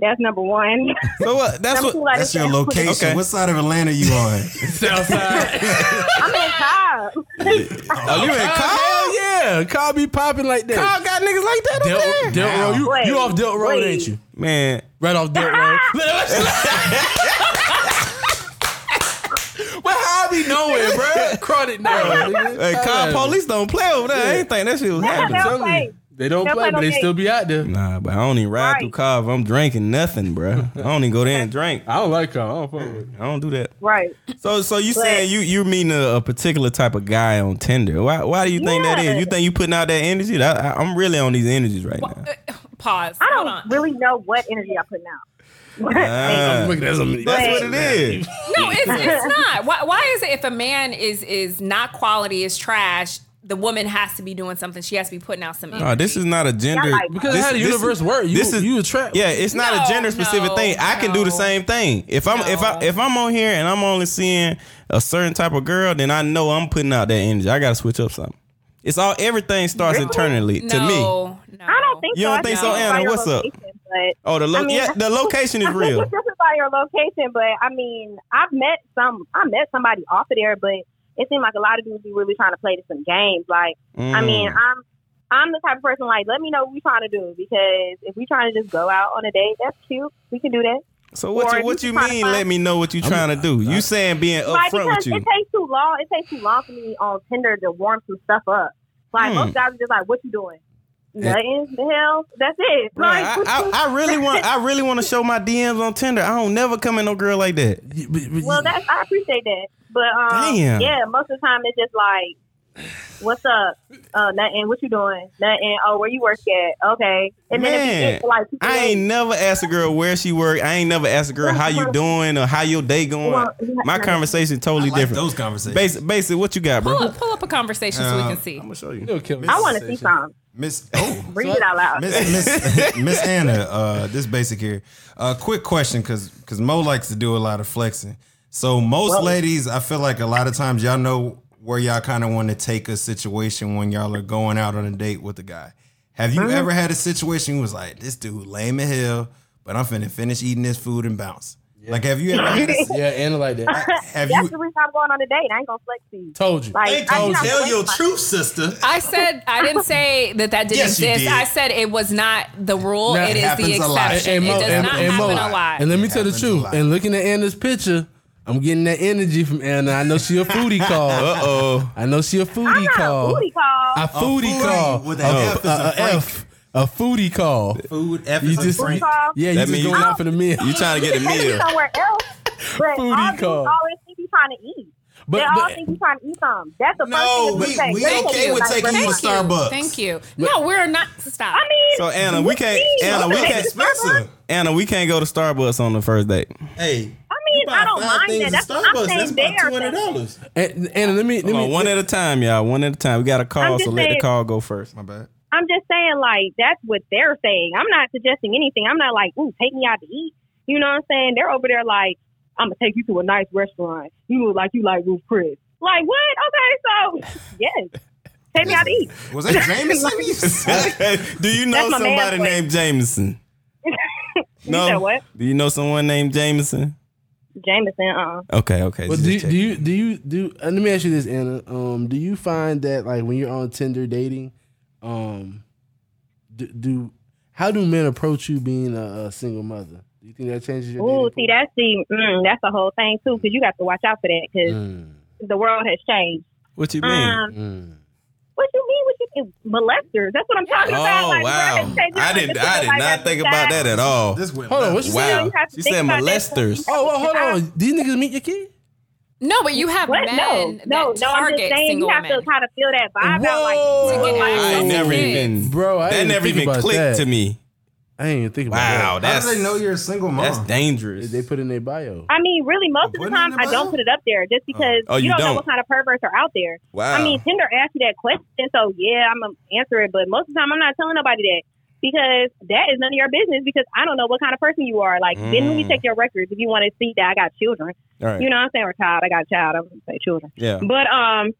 That's number one. [LAUGHS] So uh, that's Number two, what. like, That's your location. Okay. What side of Atlanta you [LAUGHS] on? Southside. I'm in Cobb. [LAUGHS] Oh, you in Cobb? Hell yeah, Kyle be popping like that. Cobb got niggas like that. up Del, there? Del Road, you, Wait, you off Del Road, wait. ain't you? Man, Right off Del [LAUGHS] Road. [LAUGHS] well, how I be knowing, bro? Credit now. nigga. [LAUGHS] hey, Cobb Yeah. police don't play over there. I ain't think that shit was That's happening. no telling place. you. They don't That's play, why but they they- still be out there. Nah, but I don't even ride through Right. Cobb. if I'm drinking nothing, bro. I don't even go there and drink. I don't like Kyle. I don't fuck with. I don't do that. Right. So, so you saying you you mean a, a particular type of guy on Tinder? Why why do you think that is? Yeah. You think you putting out that energy? That- I, am really on these energies right now. Pause. I Hold on. don't really know what energy I'm putting out. Ah, Look at that. that's what it is. No, it's, it's not. Why, why is it if a man is is not quality is trash, the woman has to be doing something. She has to be putting out some energy. No, this is not a gender. like- Because this- how the this is- universe works. You, this is- you attract. Yeah, it's not a No, gender specific no, thing. I can do the no. same thing. If I'm if I No. if I'm on here and I'm only seeing a certain type of girl, then I know I'm putting out that energy. I gotta switch up something. It's all everything starts internally to me. no, No. I don't think You so. don't I think it's so, about Anna? your What's up? location, But Oh, the lo- I mean- yeah, the location [LAUGHS] is I think real. It's just about your location, but I mean, I've met some. I met somebody off of there, but it seemed like a lot of dudes be really trying to play to some games. Like, I Mm. mean, I'm I'm the type of person like, let me know what we trying to do because if we trying to just go out on a date, that's cute. We can do that. So what Or you, if what you you tryna mean? find- Let me know what you trying to do. You saying being like upfront because with you? it takes too long. It takes too long for me on Tinder to warm some stuff up. Like Hmm. most guys are just like, what you doing? Yeah. Nothing. The hell. That's it. Bro, Like, I, I, I really want I really want to show my DMs on Tinder. I don't never come in no girl like that. You- but- but Well, you- that's I appreciate that, but um, Damn. yeah, most of the time it's just like, "What's up? Uh, nothing. What you doing? Nothing. Oh, where you work at? Okay." And then Man, it's like, people I that- ain't never asked a girl where she work. I ain't never asked a girl how you doing or how your day going. My conversation totally like different. those conversations. Basic, basic. What you got, Pull bro? up, pull up a conversation so we can see. gonna show you. You'll kill me. I want to see some. Miss oh, Read it out loud. Miss Miss [LAUGHS] Miss Anna, uh, this basic here. Uh, quick question, because because Mo likes to do a lot of flexing. So most ladies, I feel like a lot of times y'all know where y'all kind of want to take a situation when y'all are going out on a date with a guy. Have you Mm-hmm. ever had a situation you was like, this dude lame as hell, but I'm finna finish eating this food and bounce? Like, have you ever? Had a, Yeah, Anna like that. have [LAUGHS] That's you? the reason I'm going on a date. I ain't gonna flex to you. [LAUGHS] Told you. Like, I ain't gonna flex my- sister. I said I didn't say that that didn't Yes, you exist. did. I said it was not the rule. Now, it it is the happens a lot. exception. And- it and does Mo- not and- and happen Mo- a lot. And let me tell the happens a truth. lot. And looking at Anna's picture, I'm getting that energy from Anna. I know she a foodie call. Uh oh. I know she a I'm foodie not a call. booty call. A foodie foodie call. with a, an F is a a- a Frank. F. A foodie call. Food. F You is a just Frank. call. yeah, you That just mean going you- out for the Oh. meal. You trying to get a Take me meal? somewhere else. But Foodie all dudes call. always think you trying to eat. But- they all but- think you trying to eat something. That's the No, first we- thing. we they say. okay with Like, taking you to like, Starbucks. Thank you. No, we're not. Stop. I mean, So Anna, we can't. Anna, [LAUGHS] we can't. Expensive. Anna, we can't go to Starbucks on the first date. Hey, I mean, I don't mind that. That's what I'm saying. They are dollars. And, Anna, let me. Let Hold me on, one at a time, y'all. One at a time. We got a call, I'm so just let the saying- call go first. My bad. I'm just saying, like, that's what they're saying. I'm not suggesting anything. I'm not like, ooh, take me out to eat. You know what I'm saying? They're over there like, I'm gonna take you to a nice restaurant. You look like you like Ruth Chris. Like what? Okay, so [LAUGHS] yes, take me out to eat. Was [LAUGHS] that Jameson? you said? [LAUGHS] Do you know That's my man's somebody voice. named Jameson? [LAUGHS] You said what? Do you know someone named Jameson? Jameson. Uh. uh Okay, okay. But just do you, check. do you do you do? Uh, let me ask you this, Anna. Um, do you find that like when you're on Tinder dating, um, do, do how do men approach you being a, a single mother? Do you think that changes your? Ooh, dating see, that's the mm, that's the whole thing too, because you got to watch out for that, because Mm, the world has changed. what you mean? Um, pool? Mm. What you mean? What you molesters? That's what I'm talking about. oh Like, wow! I didn't. I did not think about that at [LAUGHS] all. This went Hold left. on, what's- Wow! You have to She think said about that before you molesters. Oh, well, hold on. These niggas meet your kid? No, but you have What? men No, no, that no. I'm target just saying single you have women. to kind of feel that vibe out. Like, To get I access ain't to never kids. even, Bro, I that didn't never think even about clicked that. to me. I ain't even think about Wow, that. How that's do they know you're a single mom? that's dangerous. They put in their bio. I mean, really, most of the Putting it time in the I don't bio? put it up there just because Oh, you you, don't, don't. Oh. know what kind of perverts are out there. wow. I mean, Tinder asked you that question, so yeah, I'm gonna answer it. But most of the time, I'm not telling nobody that because that is none of your business. Because I don't know what kind of person you are. Like, then we Mm. check your records if you want to see that I got children. All right. You know what I'm saying? Or child, I got a child. I'm gonna say children. yeah. But um,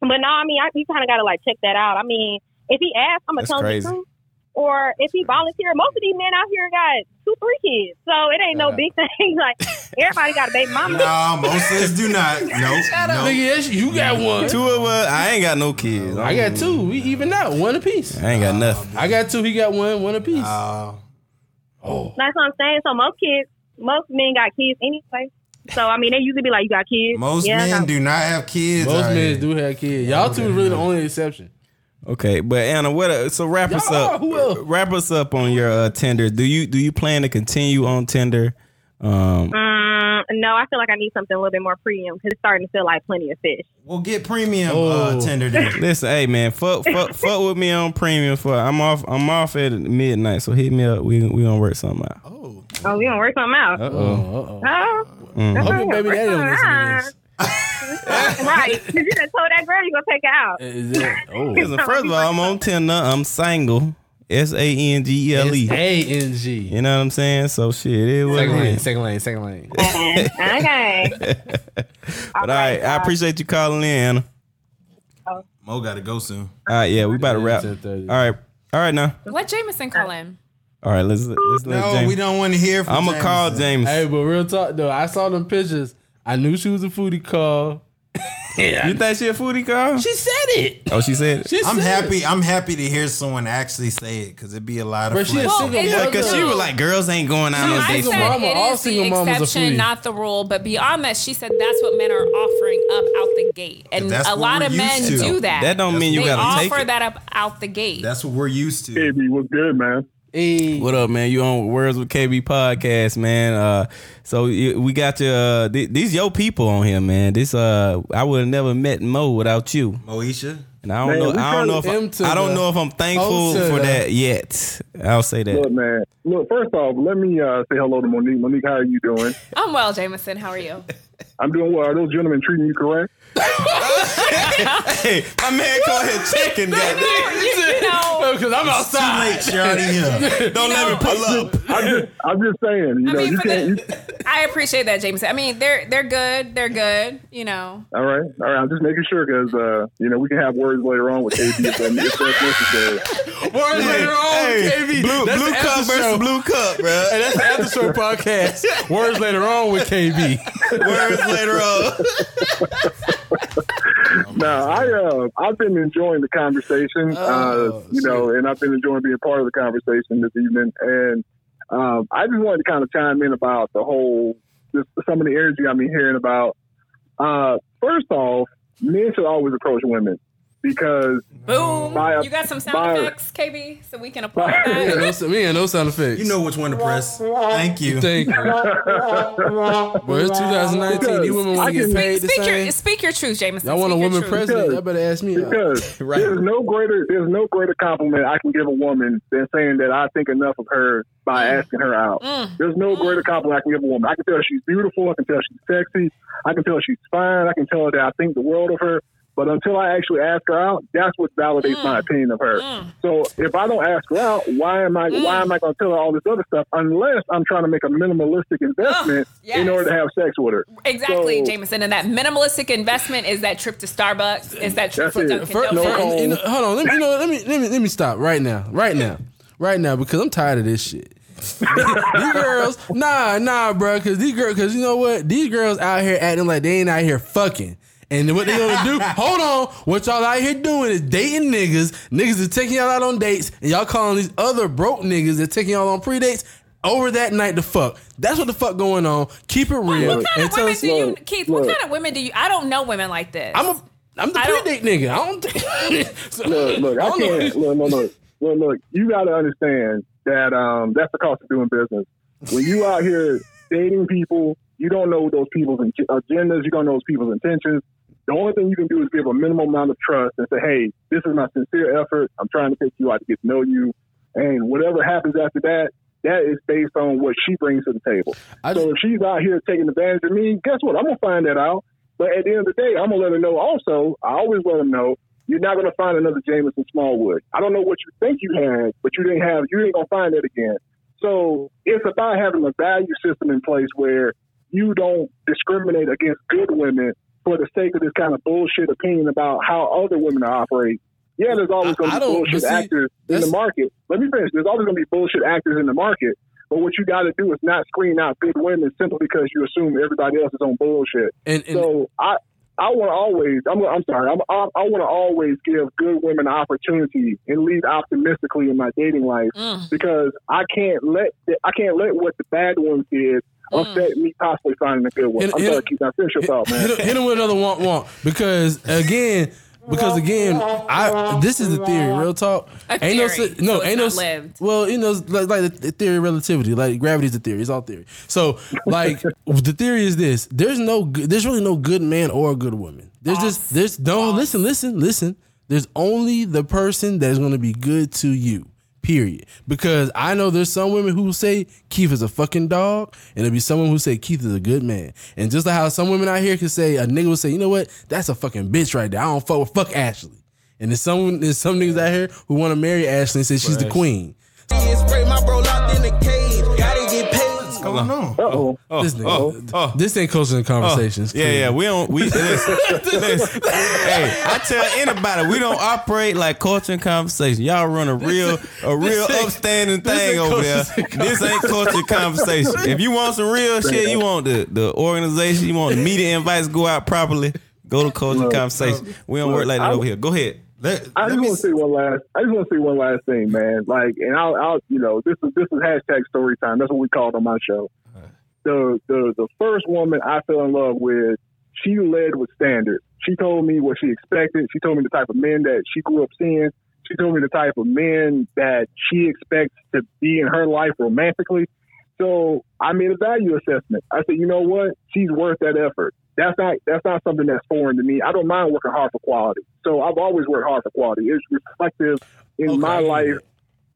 but no, I mean, I, you kind of got to like check that out. I mean, if he asks, I'm gonna That's tell crazy. him the truth. Or if he volunteer, most of these men out here got two, three kids, so it ain't no Shut up. big [LAUGHS] thing. like everybody got a baby [LAUGHS] mama. Nah, most sis do not. Nope. nope. Nigga, that's, you got one. Two of us. I ain't got no kids. I got two. We even out. One apiece. I ain't got nothing. I got two. He got one. One apiece. Uh, oh. That's what I'm saying. So most kids, most men got kids anyway. So I mean, they usually be like, "You got kids." most yeah, I men got- do not have kids. Most out men here. do have kids. Y'all two is really the only exception. Okay, but Anna, what? uh, So wrap us Y'all, up. who else? Wrap us up on your uh, Tinder. Do you do you plan to continue on Tinder? Um, Um, no, I feel like I need something a little bit more premium because it's starting to feel like plenty of fish. Well, get premium Oh. uh, Tinder [LAUGHS] then. listen, hey man, fuck [LAUGHS] fuck fuck with me on premium. For I'm off I'm off at midnight, so hit me up. We we gonna work something out. Oh. Oh, we gonna work something out. Uh Uh oh. oh. Oh, Mm. Hope your baby daddy don't listen to this. right? Because you done told that girl you gonna take her out. Is that, oh. Listen, first of all, I'm on Tinder. I'm single. S a n g e l e. A-N-G. You know what I'm saying? So shit, it was. Second lane, second lane, second [LAUGHS] lane. okay. okay. But all right, I appreciate you calling in. Anna. Mo got to go soon. All right, yeah, we about to wrap. All 10:30. right, all right now. Let Jameson call in. All right, let's let's let No, James. we don't want to hear from I'm gonna call Jameson. James. Hey, but real talk though, I saw them pictures. I knew she was a foodie call. You think she a foodie girl? She said it. oh, she said. She I'm said it. happy. I'm happy to hear someone actually say it because it'd be a lot of. Bro, she a flex. Oh, single Well, mother. it's- Because she was like, girls ain't going out on I dates. said single mama, it all is single the mamas are exception, foodies. not the rule. But beyond that, she said that's what men are offering up out the gate, and That's a what lot we're of men used to. do that. That don't mean you they gotta take offer it. that up out the gate. That's what we're used to. KB, what's good, man? Hey, What up, man? You on Words with KB podcast, man? Uh, so you, we got your uh, th- these your people on here, man. This uh, I would have never met Mo without you, Moesha. and I don't Man, know. we I don't know if him to I, I don't the- know if I'm thankful Oh, to for the- that yet. I'll say Look, that. man. Look, first off, let me uh, say hello to Monique. Monique, how are you doing? I'm well, Jameson. How are you? I'm doing well. Are those gentlemen treating you correct? [LAUGHS] Hey, my man, go ahead checking that. [LAUGHS] you know, because I'm outside. Too late, she already here. Don't let me pull up. I'm just, I'm just saying. You I know, mean, you for can't. the- You, I appreciate that, Jameson. I mean, they're they're good. They're good. You know, all right, all right. I'm just making sure because uh, you know we can have words later on with KB if, that- if that's necessary. Words later on, KB. blue, That's blue the after cup versus show. blue cup, bro. Hey, that's the after show podcast. Words later on with KB. Words later on. No, I uh, I've been enjoying the conversation, Oh, uh, you know, and I've been enjoying being part of the conversation this evening. And um, I just wanted to kind of chime in about the whole, just some of the energy I've been hearing about. Uh, first off, men should always approach women because [LAUGHS] boom. Fire. You got some sound Fire. effects, KB, so we can [LAUGHS] applaud Fire. [LAUGHS] We ain't that. no, we ain't no sound effects. You know which one to press. Thank you. Thank you. But it's 2019. These women want to get Because I paid the Speak your same. speak your truth, Jameson. Y'all want a Speak your woman truth. president? Y'all better ask me. out. because there's no greater there's no greater compliment I can give a woman than saying that I think enough of her by asking her out. Mm. There's no greater compliment I can give a woman. I can tell her she's beautiful. I can tell her she's sexy. I can tell her she's fine. I can tell her that I think the world of her. But until I actually ask her out, that's what validates my opinion of her. Mm. So if I don't ask her out, why am I why am I going to tell her all this other stuff unless I'm trying to make a minimalistic investment yes. in order to have sex with her? Exactly, So- Jameson. And that minimalistic investment is that trip to Starbucks, is that trip to That's it. Dunkin' First, Donuts. No. you know, hold on. Let me, you know, let me let me let me stop right now, right now, right now, because I'm tired of this shit. [LAUGHS] these girls, nah, nah, bro, because these girls, because you know what? These girls out here acting like they ain't out here fucking. And then what they gonna [LAUGHS] do? Hold on. What y'all out here doing is dating niggas. Niggas is taking y'all out on dates, and y'all calling these other broke niggas that taking y'all on pre dates over that night to fuck. That's what the fuck going on. Keep it real. What kind and of tell women us- do you, look, Keith? What look. kind of women do you? I don't know women like this. I'm a, I'm the I don't- pre date nigga. I don't. [LAUGHS] so- look, look, I don't know. can't. Look, look, look, look, look. You got to understand that um, that's the cost of doing business. When you out here dating people, you don't know those people's ag- agendas. You don't know those people's intentions. The only thing you can do is give a minimal amount of trust and say, "Hey, this is my sincere effort. I'm trying to take you out to get to know you. And whatever happens after that, that is based on what she brings to the table. I so just- if she's out here taking advantage of me, guess what? I'm gonna find that out. But at the end of the day, I'm gonna let her know. Also, I always let them know you're not gonna find another Jameson Smallwood. I don't know what you think you had, but you didn't have. You ain't gonna find that again. So it's about having a value system in place where you don't discriminate against good women for the sake of this kind of bullshit opinion about how other women operate. Yeah, there's always going I- I to be don't- bullshit but see, actors in the that's- market. Let me finish. There's always going to be bullshit actors in the market. But what you got to do is not screen out good women simply because you assume everybody else is on bullshit. and, and So I, I want to always. I'm, I'm sorry. I'm, I, I want to always give good women opportunity and lead optimistically in my dating life Mm. because I can't let the, I can't let what the bad ones did upset me possibly finding a good one. Mm. Hit- I'm hit sorry, him. Keith. I finish your thought, oh, man. hit, him- hit him with another womp womp because again because again I this is the theory real talk A ain't no theory, si- no so it's ain't no not si- lived. well you know like, like the the theory of relativity like gravity's a theory it's all theory so like the theory is this there's no good, there's really no good man or good woman there's just there's don't listen listen listen there's only the person that's going to be good to you period because i know there's some women who will say keith is a fucking dog and there'll be someone who say keith is a good man and just like how some women out here can say a nigga will say you know what that's a fucking bitch right there i don't fuck with fuck ashley and there's some there's some niggas out here who want to marry ashley and say she's the queen What's going on? Uh-oh. Oh, this nigga oh, oh. this ain't culture and conversations Yeah, yeah, we don't. [LAUGHS] We listen, listen. Hey, I tell anybody we don't operate like culture and conversation. Y'all run a real, a real ain't- upstanding this ain't thing over there. culture and This ain't culture and conversation. If you want some real shit, you want the the organization, you want the media invites go out properly. Go to culture and conversation. We don't work like that over here. Go ahead. Let, I let just me want to say one last. I just want to say one last thing, man. Like, and I'll, I'll, you know, this is this is hashtag story time. That's what we call it on my show. The the the first woman I fell in love with, she led with standards. She told me what she expected. She told me the type of men that she grew up seeing. She told me the type of men that she expects to be in her life romantically. So I made a value assessment. I said, you know what? She's worth that effort. That's not that's not something that's foreign to me. I don't mind working hard for quality. So I've always worked hard for quality. It's reflective in Okay. my life.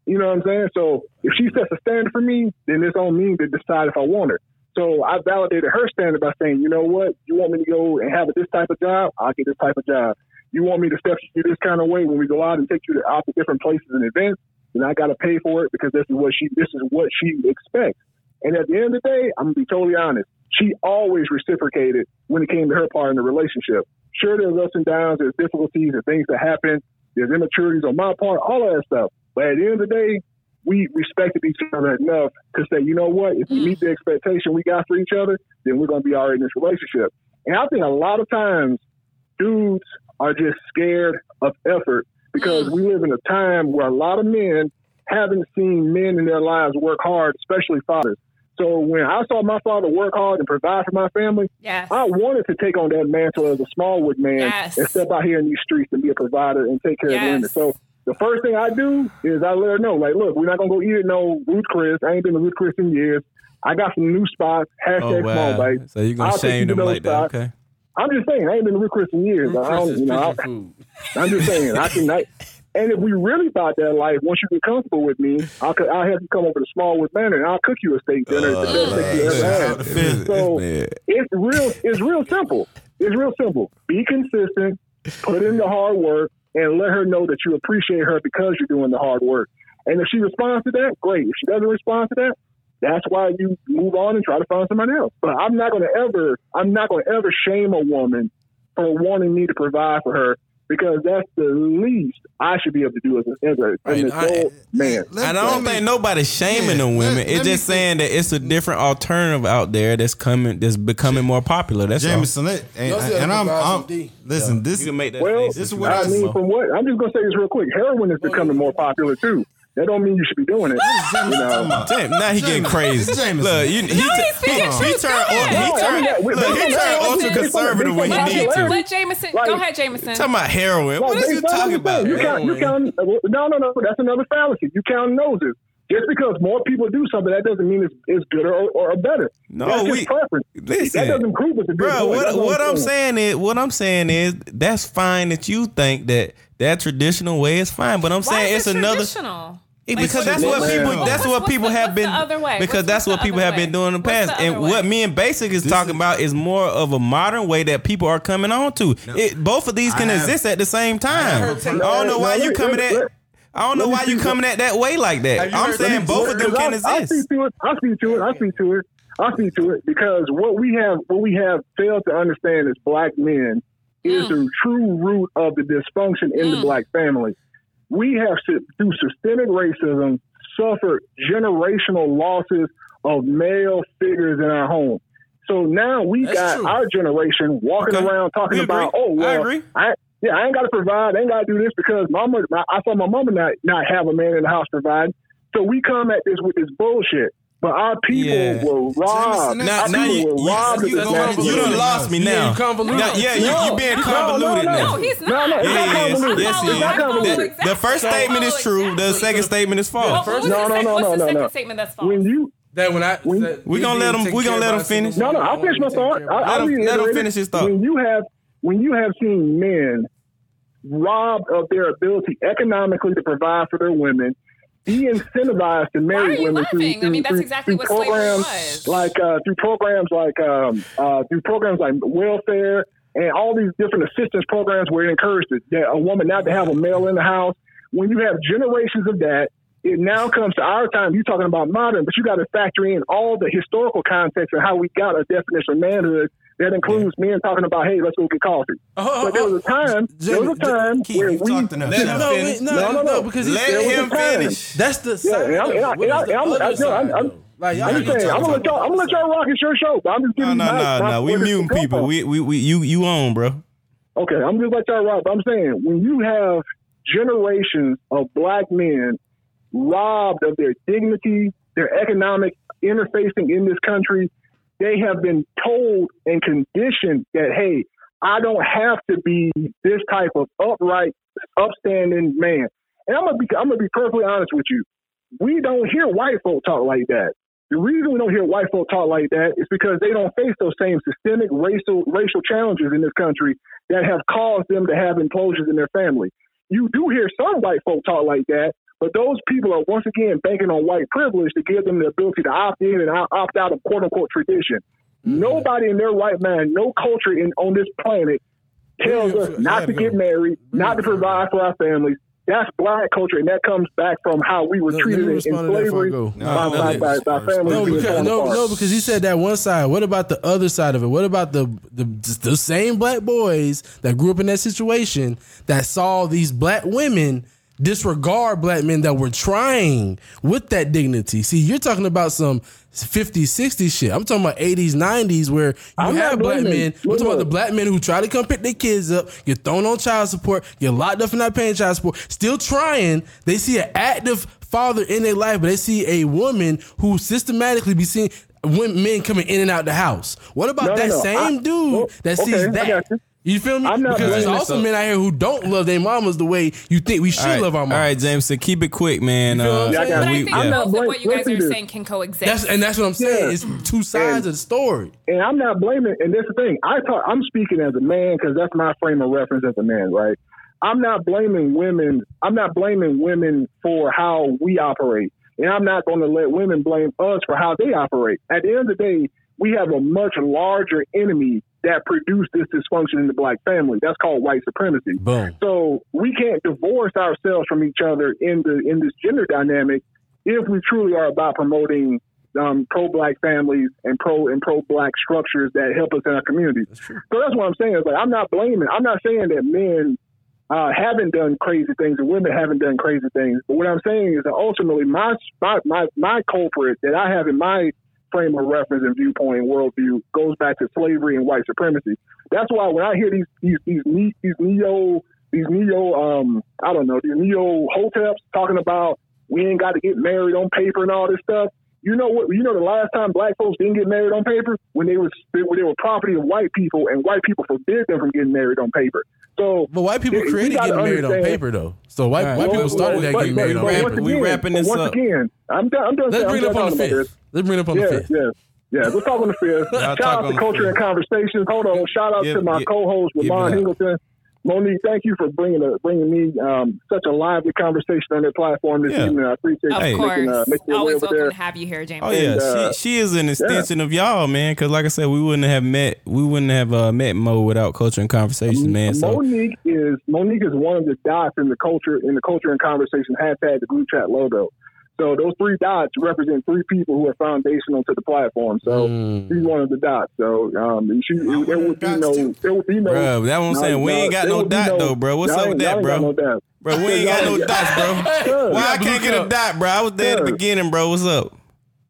You know what I'm saying? So if she sets a standard for me, then it's on me to decide if I want her. So I validated her standard by saying, you know what? You want me to go and have this type of job? I'll get this type of job. You want me to step you this kind of way when we go out and take you to out to different places and events? Then I got to pay for it because this is what she this is what she expects. And at the end of the day, I'm gonna be totally honest. She always reciprocated when it came to her part in the relationship. Sure, there's ups and downs, there's difficulties, there's things that happen, there's immaturities on my part, all of that stuff. But at the end of the day, we respected each other enough to say, you know what, if we meet the expectation we got for each other, then we're gonna be all right in this relationship. And I think a lot of times dudes are just scared of effort because we live in a time where a lot of men haven't seen men in their lives work hard, especially fathers. So when I saw my father work hard and provide for my family, Yes. I wanted to take on that mantle as a Smallwood man Yes. and step out here in these streets and be a provider and take care of the Yes. women. So the first thing I do is I let her know, like, look, we're not gonna go eat at no Ruth Chris. I ain't been to Ruth Chris in years. I got some new spots. Hashtag Oh small wow. bites. So you're gonna I'll take you shame to them those like that? spots. Okay. I'm just saying, I ain't been to Ruth Chris in years. I don't, you know, I- [LAUGHS] I'm just saying, I can. I, and if we really about that life, once you get comfortable with me, I'll, co- I'll have you come over to Smallwood Manor and I'll cook you a steak dinner. It's Oh, the best steak you ever had. So it's real. It's real simple. It's real simple. Be consistent. Put in the hard work and let her know that you appreciate her because you're doing the hard work. And if she responds to that, great. If she doesn't respond to that, that's why you move on and try to find somebody else. But I'm not going to ever. I'm not going to ever shame a woman for wanting me to provide for her because that's the least I should be able to do as, a- as, a, as an Right, I- adult man. let- And I don't let think me- nobody's shaming Yeah, the women. let- it's let me just say- saying that it's a different alternative out there that's coming, that's becoming more popular. That's all. Jameson, let, and, Y'all still and I'm, provide some I'm D. listen. This You can make that Well, face this if is you what want I I to mean, smoke. from what I'm just gonna say this real quick. Heroin is becoming more popular too. That don't mean you should be doing it. Jameson You know. talking about. Damn, now he getting Jameson. crazy. Jameson. Look, you, he, he's he, speaking he, truth. turned Go ultra, ahead. he No, turned, I'm not- look, he no, no, turned no, ultra no, conservative no, when he Let, no, no, need Ja- to. let Jameson Like- go ahead, Jameson. Talking about heroin. What is you based on talking what about? You count, you count, no, no, no. That's another fallacy. You count noses. Just because more people do something, that doesn't mean it's, it's good or, or better. No, That's just we- preference. listen. that doesn't prove it's a good Bro, one. what That's what I'm saying is what I'm saying is that's fine that you think that that traditional way is fine, but I'm Why saying is it's it another traditional? Yeah, Like, because that's what what's- people what's- that's what what's people the- have what's been the other way? because What's- that's what's what the people other have way? been doing in the What's past. the and other what way? me and Basic is talking about is more of a modern way that people are coming on to. It, both of these can I have- exist at the same time. I, heard take- don't know Now, why let you me- coming let me- at I don't know let me why you see coming at that way like Have that. you I'm heard- saying let me- both of them Because can I, I see exist. to it. I see to it. I see to it. I see to it because what we have, what we have failed to understand as black men is the true root of the dysfunction in Mm. the black family. We have su- through systemic racism suffered generational losses of male figures in our home. So now we That's got true. our generation walking Okay. around talking We agree. about, oh, I well, agree. I- yeah, I ain't got to provide. I ain't got to do this because mama. I, I saw my mama not not have a man in the house providing. So we come at this with this bullshit. But our people Yeah. were robbed. Now- now our people you- were you- robbed. you of this go national- over- You done lost me Yeah, now. you convoluted. Now- Yeah, you you being No, convoluted no, no. now. No, he's not. No, no, it's Yeah, not yeah, yes, convoluted. yes, It's he not is. convoluted. The- The first statement is true. The second statement is Well, false. what was No, the no, sec- no, what's no, the no, second no. statement that's false? When you That when I We- that we gonna being let 'em- taken we gonna care let of 'em by finish. someone no, no, who I'll won't finish my take care thought. of I, us. Let I'll him- reiterate let him it. finish his thought. When you have when you have seen men robbed of their ability economically to provide for their women, de-incentivized to are marry you women through, laughing? I through- mean, that's through- exactly through what slavery programs was. like uh, through programs like um, uh, through programs like welfare and all these different assistance programs where it encouraged it, that a woman not to have a male in the house. When you have generations of that, it now comes to our time. You're talking about modern, but you got to factor in all the historical context of how we got a definition of manhood that includes men talking about, hey, let's go get coffee. Oh, oh, But there was a time, there was a time Keith, where you we, talked enough. Let- Shut no, up. wait, no, no, no, no. because he's Let him time. finish. That's the Yeah, side. and I'm- of it. and I- What is and the I- and other I'm- side, I'm- though? Like, y'all I'm keep just saying, I'm talking gonna let about y'all, I'm gonna let y'all rock at your show, but I'm just No, giving no, you my, no, my no. We where this muting come people. from. We we we you you on, bro. Okay, I'm just let y'all rock. But I'm saying when you have generations of black men robbed of their dignity, their economic interfacing in this country, they have been told and conditioned that hey, I don't have to be this type of upright, upstanding man. And I'm gonna be I'm gonna be perfectly honest with you. We don't hear white folk talk like that. The reason we don't hear white folk talk like that is because they don't face those same systemic racial racial challenges in this country that have caused them to have implosions in their family. You do hear some white folk talk like that, but those people are once again banking on white privilege to give them the ability to opt in and o- opt out of quote unquote tradition. Nobody in their right mind, no culture in on this planet tells Yeah, us yeah, not yeah, to yeah. get married, not to provide for our families. That's black culture, and that comes back from how we were Let- let me treated in respond to that before I slavery go. by, No, by, no, by, by families. No, being because, torn no, apart. no, because he said that one side. What about the other side of it? What about the the, the same black boys that grew up in that situation that saw these black women disregard black men that were trying with that dignity? See, you're talking about some 50s, 60s shit. I'm talking about 80s, 90s where you I'm not have black blaming- men. We're talking about look. the black men who try to come pick their kids up, get thrown on child support, get locked up for not paying child support, still trying. They see an active father in their life, but they see a woman who systematically be seeing women, men coming in and out the house. What about No, no, that no. same I- dude well, that okay, sees I that? got You. you. feel me? I'm not because there's blaming also men out here who don't love their mamas the way you think we should All right. love our All mamas. right, Jameson, keep it quick, man. feel what I'm Uh, saying? Yeah, I But got I we- think I'm yeah. not both of blaming- what you guys listen to are this. saying can coexist. That's and that's what I'm saying. Yeah. It's two sides of the story. and I'm not blaming. And that's the thing. I talk, I'm speaking as a man because that's my frame of reference as a man, right? I'm not blaming women. I'm not blaming women for how we operate, and I'm not going to let women blame us for how they operate. At the end of the day, we have a much larger enemy that produced this dysfunction in the black family. That's called white supremacy. Boom. So we can't divorce ourselves from each other in the in this gender dynamic if we truly are about promoting um, pro black families and pro and pro black structures that help us in our communities. so that's what I'm saying. It's like I'm not blaming. I'm not saying that men uh, haven't done crazy things and women haven't done crazy things. But what I'm saying is that ultimately my my my, my culprit that I have in my frame of reference and viewpoint and worldview goes back to slavery and white supremacy. That's why when I hear these these these ne- these neo these neo um I don't know these neo hoteps talking about we ain't got to get married on paper and all this stuff. You know what? You know the last time black folks didn't get married on paper when they was when they were property of white people and white people forbid them from getting married on paper. So, But white people we created gotta getting married on understand- paper though. So white All right. white people Well, started that well, getting married on well, paper. once again- We wrapping this once up. again, I'm done. I'm done. Let's I'm bring it done up on the talking about fifth. Let's bring it up on the this. fifth. Yeah, yeah, yeah. Let's talk on the fifth. [LAUGHS] Y'all Shout talk on out to the Culture fifth. and Conversations. Hold on. Shout out Give- to my give- co-host give it Ramon up. Ingleton. Monique, thank you for bringing a, bringing me um, such a lively conversation on that platform this Yeah. evening. I appreciate Of you course. making, uh, making your way Always over welcome there. to have you here, James. Oh yeah, And, uh, she, she is an extension of y'all, man. Because like I said, we wouldn't have met, we wouldn't have uh, met Mo without culture and Mm, conversation, man. So Monique is Monique is one of the dots in the culture in the culture and conversation hashtag the group chat logo. So those three dots represent three people who are foundational to the platform. So Mm. she's one of the dots. So um, she, there would be dots, no too. there would be no. Bruh, that what I'm no, saying. We ain't got there no would be dot, though, bruh. What's y'all up with that, ain't- y'all ain't bruh? got no dot. bro, we [LAUGHS] ain't got no dots, bro. Cuz, Why I can't get a up. dot, bro? I was there at the Yeah. beginning, bro. What's up?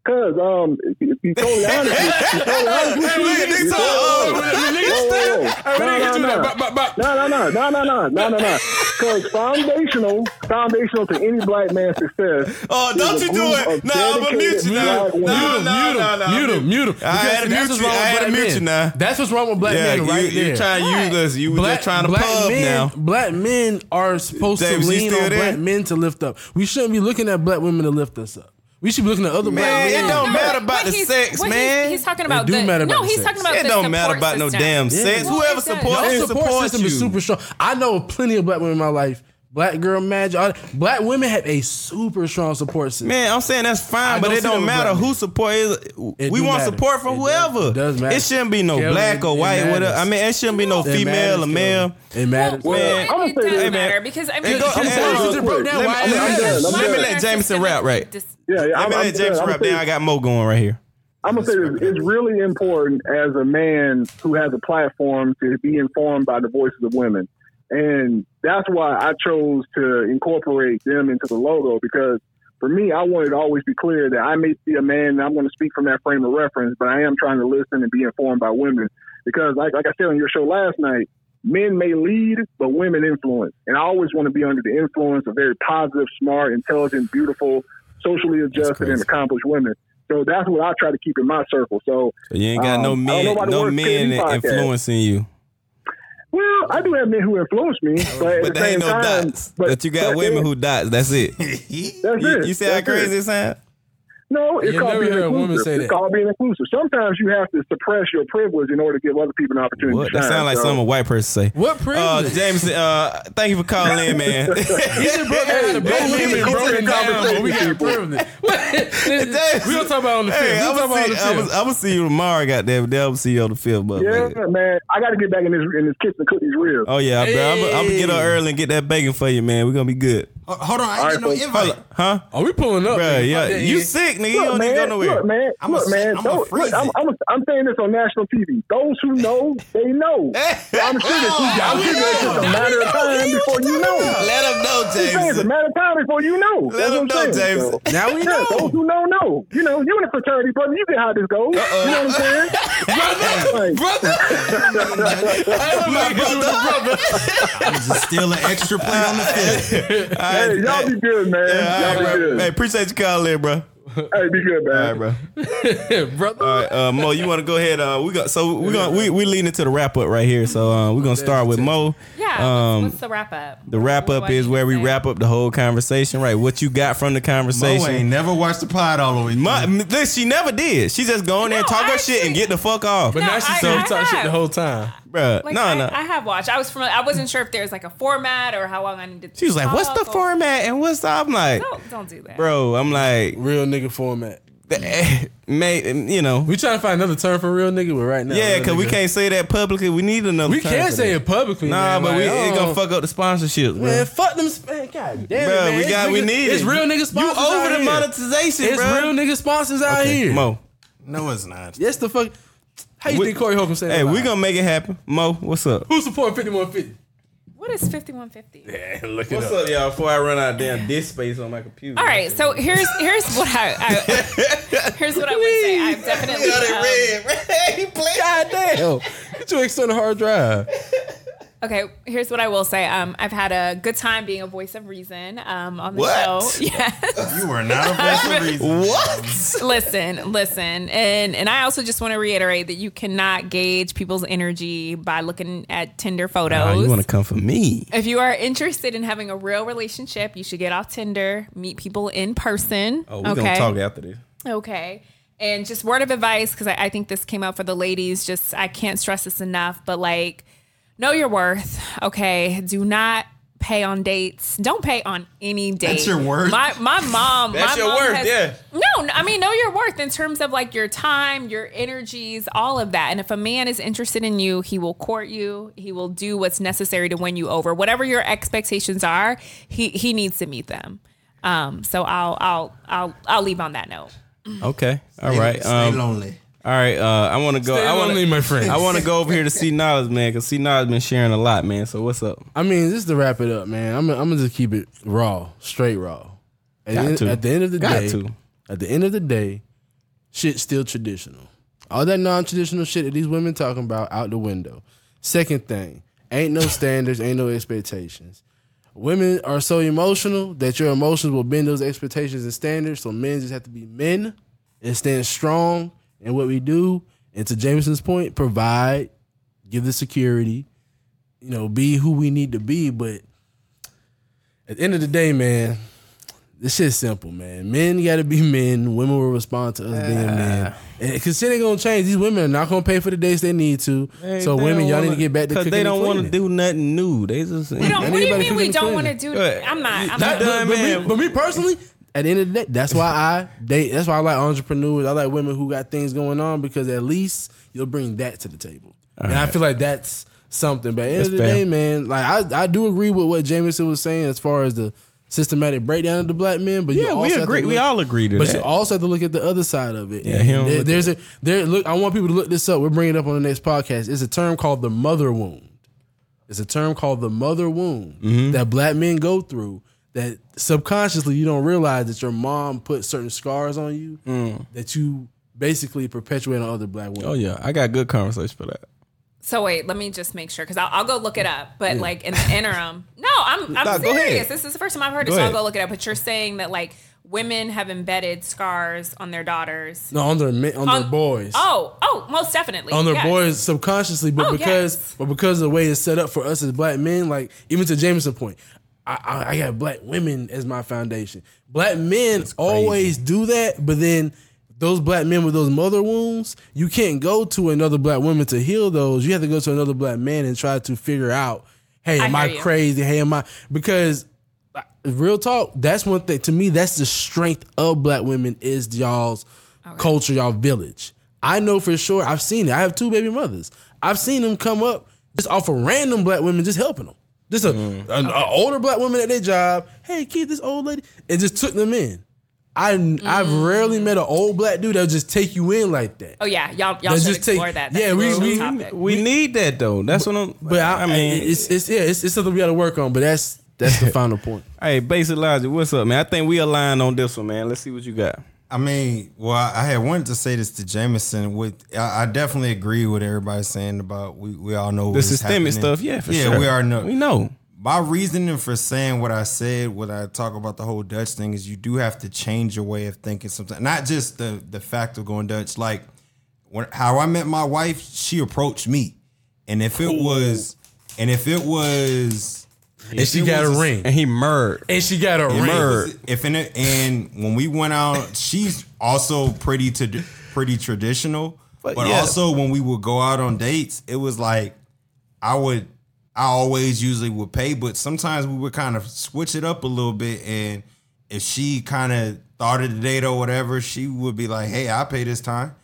Cuz um, if you- if [LAUGHS] you totally honest, if you totally honest with Hey, you, look at this you talk. totally Oh, honest. [LAUGHS] Whoa, whoa, whoa. No, no, no. No, no, no, no, no, no, no, [LAUGHS] no, no. Because foundational, foundational to any black man's success. Oh, don't is a you do group it. of Nah, I'ma mute dedicated you now. black women. Nah, Mute him, nah, mute nah, him, nah, mute him, mute him. I had Because to that's mute what's you. wrong I with had to black mute men. you now. That's what's wrong with black Yeah, men you, right there. you trying to What? use us? You were just trying to black pub men, now. Black men are supposed James, to you lean still on there? black men to lift up. We shouldn't be looking at black women to lift us up. We should be looking at other Man, black men. it don't matter What about the he's- sex, what he's- man. He's, talking about do the, matter no, about the he's sex. talking about It the don't matter support about no system. damn sex. Well, Whoever it does. supports Our you Our support supports system you. is super strong. I know plenty of black women in my life. Black girl magic. all that- Black women have a super strong support system. Man, I'm saying that's I fine, but don't it see don't no matter black who man. support is. It we do want matter. support from It does- whoever. it does matter. shouldn't be no Kelvin, black or it white. Whatever. I matters. mean, it shouldn't be no It female matters, or Kelvin. male. It matters. Well, Man, I'ma it say this. does Hey, man. matter because I Hey, mean, go- because hey, black- hey, just broke down Let me- why- let me- I'm done, I'm let me done. let Jameson rap right. Dis- Yeah, yeah. Let me let Jameson rap. Then I got Mo going right here. I'm gonna say this: it's really important as a man who has a platform to be informed by the voices of women, and that's why I chose to incorporate them into the logo because for me, I wanted to always be clear that I may be a man and I'm going to speak from that frame of reference, but I am trying to listen and be informed by women because, like, like I said on your show last night, men may lead, but women influence, and I always want to be under the influence of very positive, smart, intelligent, beautiful, socially adjusted, and crazy. accomplished women. So that's what I try to keep in my circle. So, So you ain't got no Um, I don't know men, about the no worst men KD podcast. influencing you. well, I do have men who influence me, but, But at the there same ain't no time, dots. But, you got but women then- who dots. That's it. That's You, it. you see how That's it. crazy it sounds? No, it's You called never being hear a inclusive. woman say it's that. called being inclusive. Sometimes you have to suppress your privilege in order to give other people an opportunity. What? To That shine. sound like so, something a white person say. What Uh, privilege? Jameson, uh, thank you for calling in, [LAUGHS] Hey, man. black Hey, women hey, broken hey, down, but we got people. privilege. We don't talk about on the fifth. We Hey, don't I'm talk about on the fifth. gonna see, you tomorrow. Goddamn, I'm see you on the fifth, but Yeah, man. man. I got to get back in this in this kiss and cookies real. Oh yeah, bro. I'm, I'm gonna get up Hey. early and get that bacon for you, man. We're gonna be good, Ho- Uh, Hold on, I ain't All get right, no folks. invite. huh? Are we pulling up? Bro, nigga? yeah, Fuck that, you yeah. sick, nigga. you Look, don't man, need to go nowhere. look, man. I'ma look, say- man. I'ma those- freeze look, I'm, it. I'm, I'm saying this on national TV. Those who [LAUGHS] know, they know. So I'm sure that you, I'm sure that it's just a matter of time before you know. Let them know, I'm saying It's a Jameson. matter of time before you know. Let That's them what know, I'm saying. Jameson. So- Now we Yeah, know. those who know know. You know, you in a fraternity, brother. You get how this goes. You Uh-uh. know what I'm [LAUGHS] saying? Like, I'm just still an extra plate on the field. hey, y'all be good, man. Yeah, all y'all right, be bro. good. Hey, appreciate you calling in, bro. Hey, be good, man. All right, bro. brother. All right, uh, Mo, you want to go ahead? Uh, we got so we gonna we we leading into the wrap up right here. So uh, we're gonna start with Mo. Yeah. What's what's the wrap up? The wrap up is where we wrap up the whole conversation, right? What you got from the Bo ain't conversation? never watched the pod all the way. My, Mm. m- look, she never did. She just go in there, No, talk her I shit, and actually- get the fuck off, But No, now she's I- so I talk shit have. the whole time. Bruh, Like, no, I, no. I have watched. I was from. I wasn't sure if there was like a format or how long I needed. to She was like, "What's the talk or- format?" And what's the, I'm like, Don't don't do that, bro, I'm like, Real nigga format. Mm. eh, mate, you know, We trying to find another term for real nigga, but right now, yeah, real because we nigga- can't say that publicly. We need another. We term can't for say that. it publicly. Nah, man. but we Like, it oh, gonna fuck up the sponsorships, bro. Man, fuck them. sp- Man, God damn Bruh, it, man. we It's got- we nigga- need It's it. real nigga You sponsors. out over the here. monetization, It's bro. real nigga sponsors out here. Mo. No, it's not. Yes, the fuck. How you We- think Corey Holcomb said Hey, we gonna make it happen. Mo, what's up? Who support 5150? What is fifty one fifty? Look What's up, y'all? Before I run out of damn disk space on my computer. All right, so here's here's what I, I here's what I would say. I've definitely um, God damn. Get your external hard drive. okay. Here's what I will say. Um, I've had a good time being a voice of reason. Um, on the What? show. [LAUGHS] [LAUGHS] Yes. You are not a [LAUGHS] [LAUGHS] best reason. What? listen, listen, and and I also just want to reiterate that you cannot gauge people's energy by looking at Tinder photos. Oh, you want to come for me? If you are interested in having a real relationship, you should get off Tinder, meet people in person. Oh, we gonna talk after this. Okay. And just word of advice, because I, I think this came out for the ladies, just I can't stress this enough, but like know your worth. Okay. Do not pay on dates. Don't pay on any date. That's your worth? My my mom. That's my your mom worth, has- yeah. No, n- I mean know your worth in terms of like your time, your energies, all of that. And if a man is interested in you, he will court you. He will do what's necessary to win you over. Whatever your expectations are, he he needs to meet them. Um, so I'll I'll I'll I'll leave on that note. Okay. All right. Stay Um, all lonely. right. Uh, I want to go. I want lonely, my friend. I want to go over here to C Knowledge, man, because C Knowledge been sharing a lot, man. So what's up? I mean, just to wrap it up, man. I'm, I'm gonna just keep it raw, straight raw. At, Got the, end- to. at the end of the Got day, to. at the end of the day, shit's still traditional. All that non-traditional shit that these women talking about out the window. Second thing, ain't no standards, ain't no expectations. Women are so emotional that your emotions will bend those expectations and standards. So men just have to be men and stand strong in what we do. And to Jameson's point, provide, give the security, you know, be who we need to be. But at the end of the day, man, this shit's simple, man. Men got to be men. Women will respond to us being men. And, Cause shit ain't gonna change. These women are not gonna pay for the dates they need to. so women, y'all need to get back to because cooking they don't want want to do nothing new. They just We don't, what do you anybody mean we cooking don't and want to do? Right. I'm not. I'm That- not. done, but, man. Me, but me personally, at the end of the day, that's why I date. That's why I like entrepreneurs. I like women who got things going on because at least you'll bring that to the table. and I feel like that's something. But at the end That's of the fair. day, man, like I, I do agree with what Jameson was saying as far as the systematic breakdown of the black men. But you Yeah, also we have to agree. We look- all agree to but you that. also have to look at the other side of it. Yeah, he don't There- look there's a there. Look, I want people to look this up. We're bringing it up on the next podcast. It's a term called the mother wound. It's a term called the mother wound Mm-hmm. that black men go through. That subconsciously you don't realize that your mom put certain scars on you that you basically perpetuate on other black women. Mm. oh yeah, I got good conversation for that. So wait, let me just make sure because I'll, I'll go look it up. But like in the interim, no, I'm I'm Nah, go ahead. serious. This is the first time I've heard it, Go so I'll ahead. go look it up. But you're saying that like women have embedded scars on their daughters. No, on their men, on, their On- boys. Oh, oh, most definitely on their Yes. boys subconsciously, but Oh, because yes. but because of the way it's set up for us as black men, like even to Jameson's point, I, I, I got black women as my foundation. Black men always do that, but then those black men with those mother wounds, you can't go to another black woman to heal those. You have to go to another black man and try to figure out, hey, I am I hear you. crazy? Hey, am I because like, real talk, that's one thing to me. That's the strength of black women is y'all's culture, y'all village. I know for sure. I've seen it. I have two baby mothers. I've seen them come up just off of random black women just helping them. Just a, an a older black woman at their job. Hey, kid, this old lady, and just took them in. I I've rarely met an old black dude that'll just take you in like that. Oh yeah, y'all y'all They should just take- explore that. That's yeah, we- a we- topic. We need that though. That's what I'm. But I, mean, it's it's yeah, it's, it's something we got to work on. But that's that's [LAUGHS] the final point. hey, basic logic. What's up, man? I think we aligned on this one, man. Let's see what you got. I mean, well, I had wanted to say this to Jameson. With I, I definitely agree with everybody saying about we, we all know The what's systemic happening. stuff, yeah, for yeah, sure. we are know. We know. My reasoning for saying what I said when I talk about the whole Dutch thing is you do have to change your way of thinking sometimes. Not just the the fact of going Dutch. Like when how I met my wife, she approached me, and if it was, and if it was, And she got a was- ring. And he murred. And she got a ring. Word. If in it, and when we went out, she's also pretty to pretty traditional. But, yeah. also when we would go out on dates, it was like I would I always usually would pay, but sometimes we would kind of switch it up a little bit. And if she kind of thought of the date or whatever, she would be like, "Hey, I pay this time."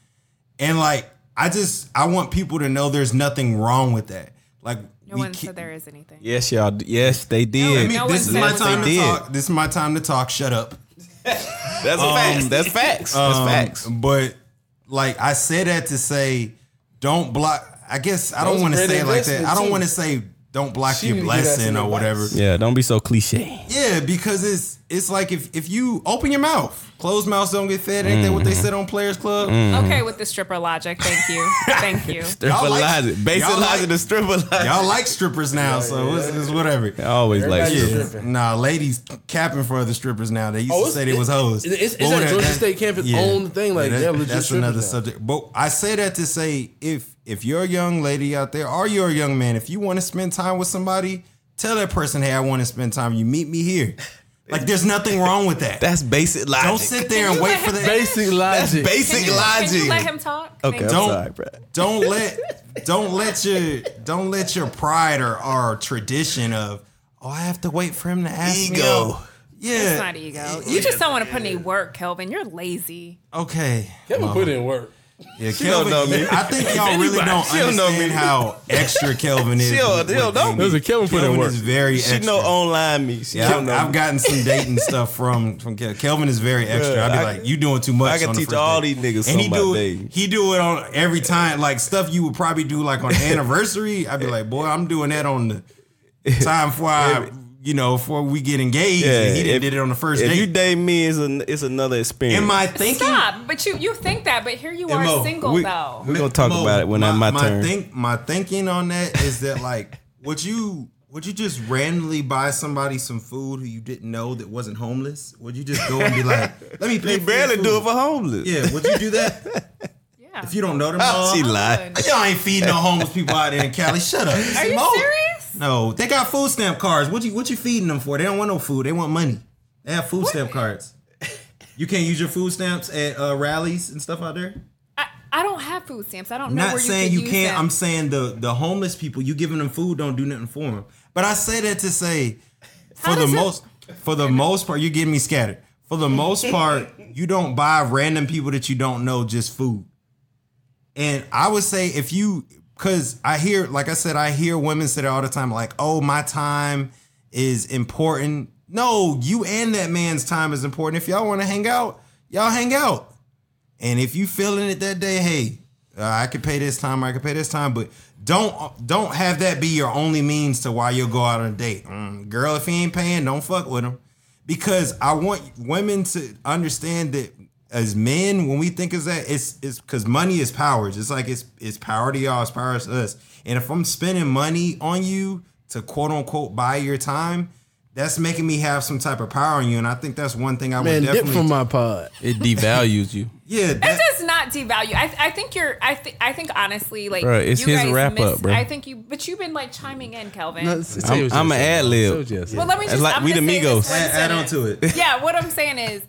And like I just I want people to know there's nothing wrong with that. Like No we one can't- said there is anything. Yes, y'all. d- Yes, they Let did. me- No this is one my said time they to did. talk. This is my time to talk. Shut up. That's Um, a facts. That's facts. Um, That's facts. But like I said that to say, don't block. I guess I don't was want to great say it like that. investment, I don't too. want to say don't block She your need to get that blessing some or whatever. advice. Yeah, don't be so cliche. Yeah, because it's it's like if if you open your mouth, closed mouths don't get fed. Ain't that what they said on Players Club? Okay, with the stripper logic. Thank you, thank [LAUGHS] you. Stripper like- logic. Basic y'all like- logic to stripper logic. Y'all like strippers now, so it's, it's whatever. I always like Everybody- shit. Yeah. stripping. Nah, ladies capping for other strippers now. They used Oh, to it's- say they was it's- hoes. it's- it's But at whatever, Georgia that- State campus own thing, like, they're legit That's strippers another now. subject. But I say that to say if if you're a young lady out there or you're a young [LAUGHS] man, if you want to spend time with somebody, tell that person, hey, I want to spend time. You meet me here. Like there's nothing wrong with that. That's basic logic. Don't sit there and you wait let for him- that. Basic That's logic. basic Can you, logic. can you let him talk? okay, I'm Thank you. Don't- sorry, bro. don't let don't let your don't let your pride or, or tradition of oh I have to wait for him to ask me Ego. out." Yeah, It's not ego. You just don't want to put any work, Kelvin. You're lazy. okay. Kevin put in work. Yeah, don't Kelvin, know me. I think y'all really Anybody, don't she don't know understand me. how extra Kelvin is. She don't- with- she don't with know dating. me. Those are Kelvin put in Kelvin work. is very She extra. know online me. She yeah, don't I've, know I've me. gotten [LAUGHS] some dating stuff from from Kelvin. Kelvin is very extra. Yeah, I'd be I- like, you doing too much. I can on the teach first all date." these niggas And he something do about it. dating. He do it on every time, like stuff you would probably do like [LAUGHS] on anniversary. I'd be like, boy, I'm doing that on the [LAUGHS] time before I, you know, before we get engaged. and he didn't if- did it on the first If date. you date me, it's, an, it's another experience. Am I thinking? Stop. But you you think that, but here you are Mo, single we- though. We're gonna talk Mo, about it when I'm my, turn. Think, my thinking on that is that like [LAUGHS] would you would you just randomly buy somebody some food who you didn't know that wasn't homeless? Would you just go and be [LAUGHS] like, let me pay? you for barely your do it food? for [LAUGHS] homeless. Yeah, would you do that yeah. if you don't [LAUGHS] know them? Oh, all? she lied. Good. Y'all ain't feeding no homeless people out there in Cali. Shut up. Are you Mo- serious? No, they got food stamp cards. What you what you feeding them for? They don't want no food. They want money. They have food stamp cards. You can't use your food stamps at uh, rallies and stuff out there. I, I don't have food stamps. I don't I'm know not where saying you, you, can use can't. them. I'm saying the the homeless people. You giving them food, don't do nothing for them. But I say that to say, for How the does it- most, for the most part, you're getting me scattered. For [LAUGHS] the most part, you don't buy random people that you don't know just food. And I would say if you, because I hear, like I said, I hear women say that all the time, like, "Oh, my time is important." No, you and that man's time is important. If y'all want to hang out, y'all hang out. And if you feeling it that day, hey, uh, I could pay this time, I could pay this time, but don't don't have that be your only means to why you'll go out on a date. Mm, girl, if he ain't paying, don't fuck with him. Because I want women to understand that as men, when we think is that it's it's because money is power. It's like it's it's power to y'all, it's power to us. And if I'm spending money on you to quote unquote buy your time, that's making me have some type of power on you. And I think that's one thing I Man, would dip definitely from my pod. It [LAUGHS] devalues you. yeah. It that- does not devalue. I, I think you're. I think. I think honestly, like Bruh, it's you his guys wrap missed- up, bruh. I think you, but you've been like chiming in, Kelvin. I'm- I'm an ad-lib. well, let me just. like I'm we gonna the say this Migos. one add, add on sentence. to it. yeah, what I'm saying is,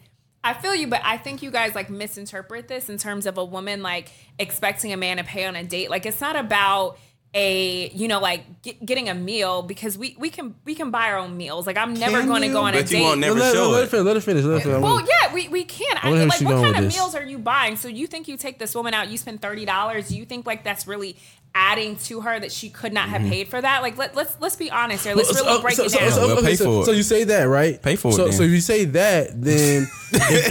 I feel you, but I think you guys like misinterpret this in terms of a woman like expecting a man to pay on a date. Like it's not about a you know like get, getting a meal because we we can we can buy our own meals. Like I'm never Can going to you? go on a But you date. won't never let, show let, let it. it finish. Let it finish. Let it finish. Well, yeah, we, we can. I wonder mean, where like, she what going kind of with this. meals are you buying? So you think you take this woman out, you spend thirty dollars. Do you think like that's really adding to her that she could not have paid for that? Like, let, let's let's be honest here. Let's Mm-hmm. So- really so- break so- it so- down. So, We'll okay, pay so- for it. so you say that, right? Pay for it, so, So then. if you say that, [LAUGHS] then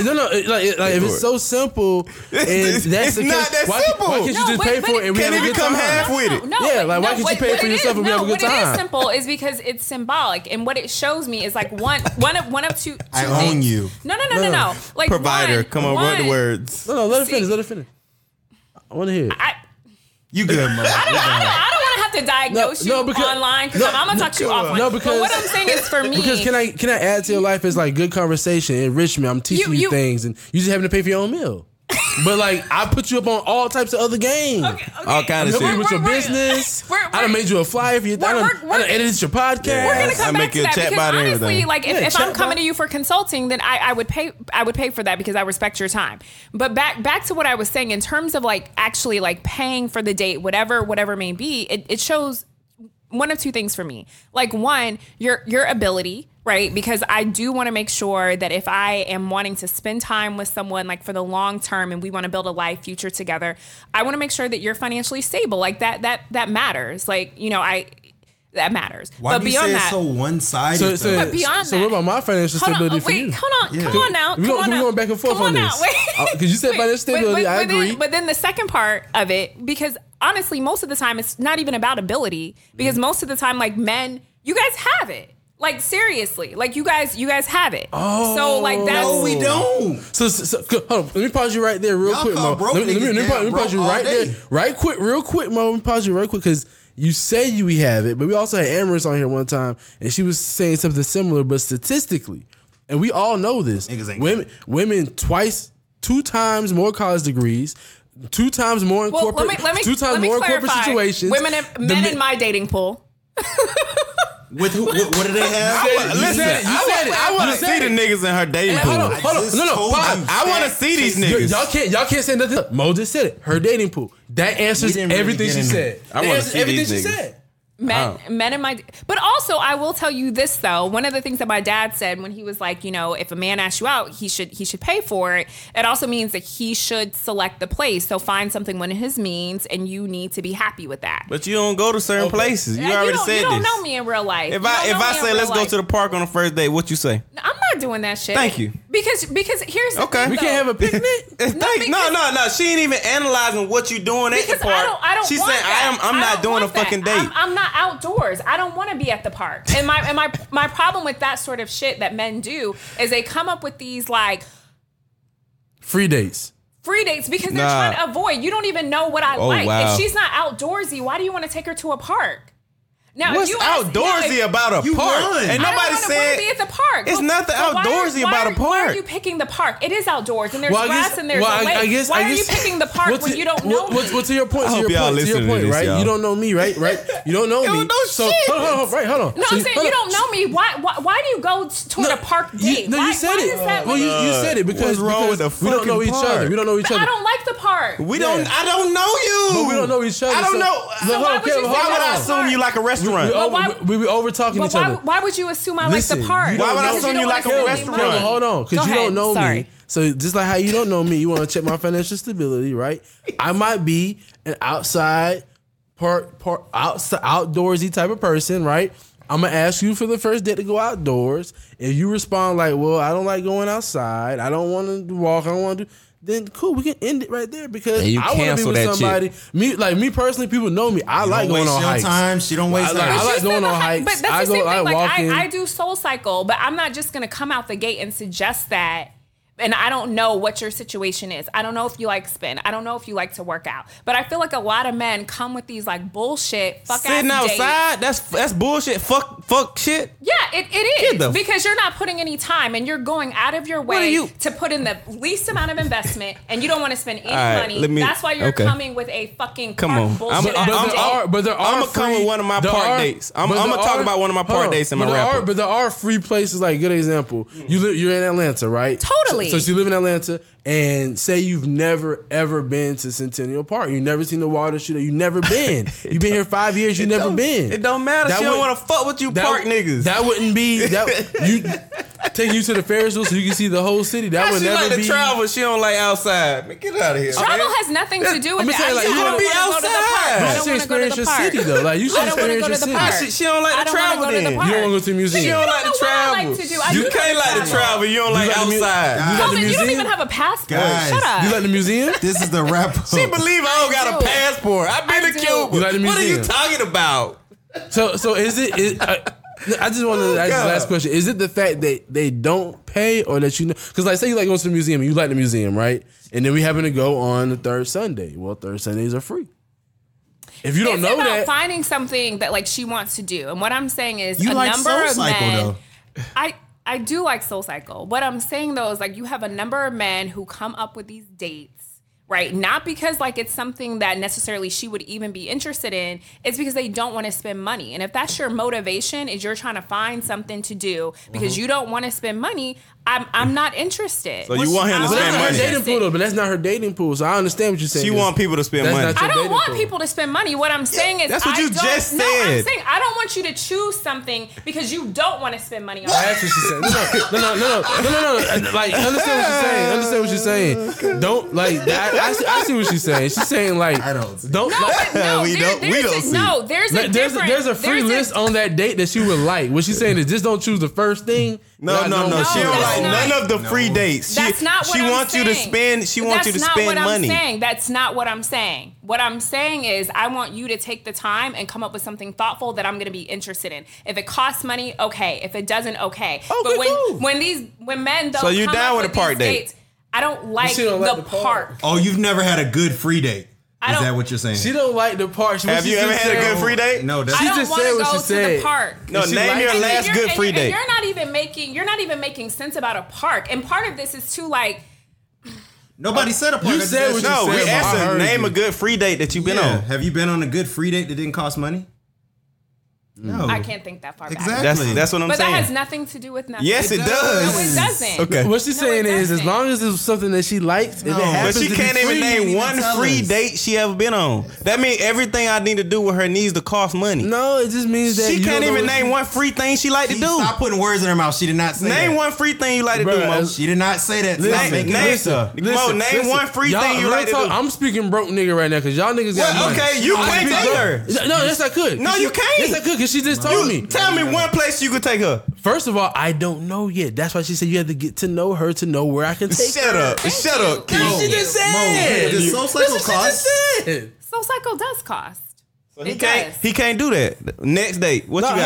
no, no, it- like, it- like if for it. it's so [LAUGHS] simple, and It's- that's it's the case, not that why, simple. Why can't you just but- pay but for it and we Can't have a even good come time? half with it. No, Yeah, but like, why can't you pay what for it yourself is- and we have a no, What good it time? is simple is because it's symbolic, and what it shows me is like one, one of one of [LAUGHS] two. two I own things. you. No, no, no, no, no. Like Provider, one- come on, word one- the words. No, no, let it See. finish. Let it finish. I want to hear. it. I, You good, [LAUGHS] Mo? You I good. don't, I don't want to have to diagnose No, you no, because- online because no, I'm, gonna no, talk to you offline. no, but because- what I'm saying is for me, [LAUGHS] Because can I can I add to your life is like good conversation, enrichment. I'm teaching You- you, you- things, and you just having to pay for your [LAUGHS] own meal. but like I put you up on all types of other games. Okay, okay. All kind of Help shit. you with your We're- we're- business. we're- I done we're- made you a flyer for your. I we're- done, we're- I done edited your podcast. We're gonna I come make back to you a that chat because bot and honestly, everything. like if, Yeah, if I'm chat coming bot. to you for consulting, then I, I would pay I would pay for that because I respect your time. But back back to what I was saying in terms of like actually like paying for the date, whatever whatever it may be, it, it shows one of two things for me. Like one, your your ability, right? Because I do want to make sure that if I am wanting to spend time with someone like for the long term and we want to build a life future together, I want to make sure that you're financially stable. Like that that that matters. Like, you know, I that matters. Why but do you beyond say that, it's so one sided? So, so, But beyond so what that- about my financial Hold on, stability oh, for wait, you? hold on, Yeah. come on now, We come go- on we now. going back and forth come on now, this. wait. Uh, 'cause you said Wait, financial but- stability, but- I but then- agree. but then the second part of it, because honestly, most of the time it's not even about ability, because Mm-hmm. most of the time, like men, you guys have it. Like seriously, like you guys, you guys have it. Oh, so like that's no, we don't. So, so, so c- hold on. Let me pause you right there, real Y'all quick, call Mo. broke Let me, let me, niggas let me, down pause, let me broke pause you all right day. there, right quick, real quick, Mo. Let me pause you right quick because you said you we have it, but we also had Amherst on here one time, and she was saying something similar, but statistically, and we all know this: Niggas ain't women, women twice, two times more college degrees. Two times more in Well, corporate, let me let me two times let me more in clarify. corporate situations. Women, and, The men mi- in my dating pool. With who? What, what [LAUGHS] do they have? You Listen, said it. You I said it. I wanna you say see it. the niggas in her dating Hey, hold on, pool. hold on. just No, no, told Pop, you I want to see these niggas. Y'all can't y'all can't say nothing. else. Mo just said it. Her dating pool. That answers didn't really everything get she in- said. I That wanna answers see everything these she niggas. said. Wow. Men, men in my, but also I will tell you this though. One of the things that my dad said when he was like, you know, if a man asks you out, he should he should pay for it. It also means that he should select the place. So find something within his means, and you need to be happy with that. But you don't go to certain places. You Like, already don't, said you don't this. know me in real life. If You I don't if know me I in say real let's go life." to the park on the first date, what you say? I'm not doing that shit. Thank you. Because because here's the Okay. thing, We though. can't have a picnic. [LAUGHS] Thank- No, no, because- no, She ain't even analyzing what you doing at the Because park. I don't, I don't. She's want saying that. I am. I'm I don't not doing a want that. fucking date. I'm, I'm not outdoors. I don't want to be at the park. And my and my my problem with that sort of shit that men do is they come up with these like Free dates. free dates because they're Nah. trying to avoid. You don't even know what I Oh, like. wow. If she's not outdoorsy, why do you want to take her to a park? Now, What's if you ask- now, if- outdoorsy about a You park? won. Ain't I don't nobody wanna- wanna said be at the park. It's Well, nothing so why- outdoorsy why about are- a Why are park. you picking the park? It is outdoors and there's Well, I grass guess- and there's well, a I- lake. I guess- why I are you guess- picking the park What's when it- you don't know what- me? what's, what's to your point? I To hope your y'all point. To your listening to point, this, right? y'all. You don't know me, right? Right? You don't [LAUGHS] know me. don't know so, shit. Hold on, hold on, right? Hold on. no, So I'm you- saying hold you on. don't know me. Why? Why, why do you go t- toward a park date? You, no, why, you said why it. is that well, like- you, you said it because, What's wrong because with the we don't know fucking each other. park? We don't know each But I other. don't like the park. we don't. Yeah. I don't know you. But we don't know each other. I don't so- know. But So hold why would on, you Kevin, say hold Why on, would I Park. hold on. assume you like a We, restaurant? we, over, why- we, we were over talking but each why, other. why would you assume I Listen, like the park? you don't Why would I know- Because assume you don't like wanna a spend restaurant? money. Kevin, hold on, Go because you ahead. don't know Sorry. me. So just like how you don't know me, you want to check my financial stability, right? I might be an outside, part part outside outdoorsy type of person, right? I'm gonna ask you for the first date to go outdoors. If you respond like, "Well, I don't like going outside. I don't want to walk. I don't want to," then cool, we can end it right there because And you I want to be cancel with that shit. somebody. Me, like me personally, people know me. I like don't going waste on your hikes. time. She don't waste I like- time. I like- But going you said on the hi- hikes. But that's I the go- same I thing. walk Like in. I, I do Soul Cycle, but I'm not just gonna come out the gate and suggest that. And I don't know what your situation is. I don't know if you like spin. I don't know if you like to work out. But I feel like a lot of men come with these like bullshit fuck Sitting ass dates. outside. That's that's bullshit. Fuck fuck shit. Yeah, it, it Get the- is because you're not putting any time and you're going out of your are way you- to put in the least amount of investment and you don't want to spend any right, money. let me- That's why you're okay. coming with a fucking Come park on. bullshit. ass I'm- I'm- But there date. are, but there are. I'ma come free- with one of my there park are- dates. I'm- but I'ma there talk are- about one of my park hold on. dates in my But there wrap are- up. But there are free places. Like good example, you live, you're in Atlanta, right? Totally. So, so you live in Atlanta, and say you've never ever been to Centennial Park. You've never seen the water shooter. You've [LAUGHS] never been. You've been here five years. You've never don't- been. It don't matter. That she don't would- want to fuck with you that- park niggas. That wouldn't be [LAUGHS] that you take you to the Ferris wheel so you can see the whole city. That How would she never like be to travel. She don't like outside. Man, get out of here. Travel man. has nothing to do with I'ma it. say, I like, just you don't wanna be wanna go to the park. outside. I You don't want should to go experience to the your park. city, though. Like, you should I don't wanna go experience to your the city. park. How she- she don't like I to don't wanna travel go to the then. You park. You don't want to go to the museum. She don't like know to what I like travel. to do. I You do can't like to like to travel. travel. You don't like like to mu- outside. You like Coleman, the you don't museum? even have a passport. Guys, Shut up. You like the museum? [LAUGHS] this is the wrap up. She believe I don't got a do. passport. I've been I to do. Cuba. You like the what are you museum? talking about? [LAUGHS] So so is it? Is, I, I just want to ask the God. last question: Is it the fact that they don't pay, or that you know? Because like, say you like going to the museum, and you like the museum, right? And then we happen to go on the third Sunday. Well, third Sundays are free. If you don't it's know about that, finding something that like she wants to do. And what I'm saying is You a like number of SoulCycle, men. though. I I do like Soul Cycle. What I'm saying though is like you have a number of men who come up with these dates, right? Not because like it's something that necessarily she would even be interested in. It's because they don't want to spend money. And if that's your motivation, is you're trying to find something to do because Mm-hmm. you don't want to spend money, I'm I'm not interested. So you want him to I'm but that's spend not not her money. dating interested. pool, though. But that's not her dating pool. So I understand what you're saying. She It's- want people to spend that's money. not your I don't dating want pool. people to spend money. What I'm saying is that's what I you don't- just no, I'm said. saying I don't want you to choose something because you don't want to spend money on. it. That's what she's saying. No, no, no, no, no, no, no, no. Like, understand what she's saying. Understand what she's [LAUGHS] saying. Don't like. that. I, see- I see what she's saying. She's saying like. I don't see. Don't. No, like, [LAUGHS] but no, We there- don't- we there's don't a, see. No, there's a Like, there's, a, different- there's a free there's list on that date that she would like. What she's saying is just don't choose the first thing. No, Like, no, no. She No, don't that's like not- none of the free dates. She, That's not what she I'm wants saying. you to spend. She wants you to That's not what spend I'm money. saying. That's not what I'm saying. What I'm saying is I want you to take the time and come up with something thoughtful that I'm going to be interested in. If it costs money, okay. If it doesn't, okay. Okay, but when cool. when these when men though, So you come down up with a these park date? dates, I don't like she don't the, like the park. park. Oh, you've never had a good free date. I Is don't- that what you're saying? She don't like the part. She, what Have she you ever just had a said- good free date? no, that's I She don't just want said to what go she to said. the park. No, She name likes your it. And last you're- good and- free and date. You're not even making. You're not even making sense about a park. And part of this is too like. Nobody said a park. You I just said what you No, said, we but I asked her heard name you. a good free date that you've been Yeah. on. Have you been on a good free date that didn't cost money? Mm. No. I can't think that far back. Exactly. Mm. That's that's what I'm But saying. that has nothing to do with nothing. yes, it does. No, it doesn't. Okay. What she's No, it saying is, as doesn't. long as it's something that she likes, if No. But it But happens, she to can't be even free, name even one tell free us. date she ever been on. That means everything I need to do with her needs to cost money. No, it just means that she you can't don't even know- name one free thing she like to do. Stop putting words in her mouth. She did not say Name that. one free thing you like to do, Bruh, Mo. as- She did not say that. Stop Name, making name, this up. Mo, name one free Y'all- thing you real like to do. talk, I'm speaking broke nigga right now because y'all niggas got Well, money. okay, you I can't speak take broke- her. No, yes I could. No, you can't. Yes I could because she just told me. Tell me one place you could take her. First of all, I don't know yet. That's why she said you have to get to know her to know where I can take her. Shut up. Shut you. up, Thank Keith. you. Mo, That's does Soul Cycle what she cost? just said. So cycle does cost. He it can't, does. he can't do that. Next date, what No, you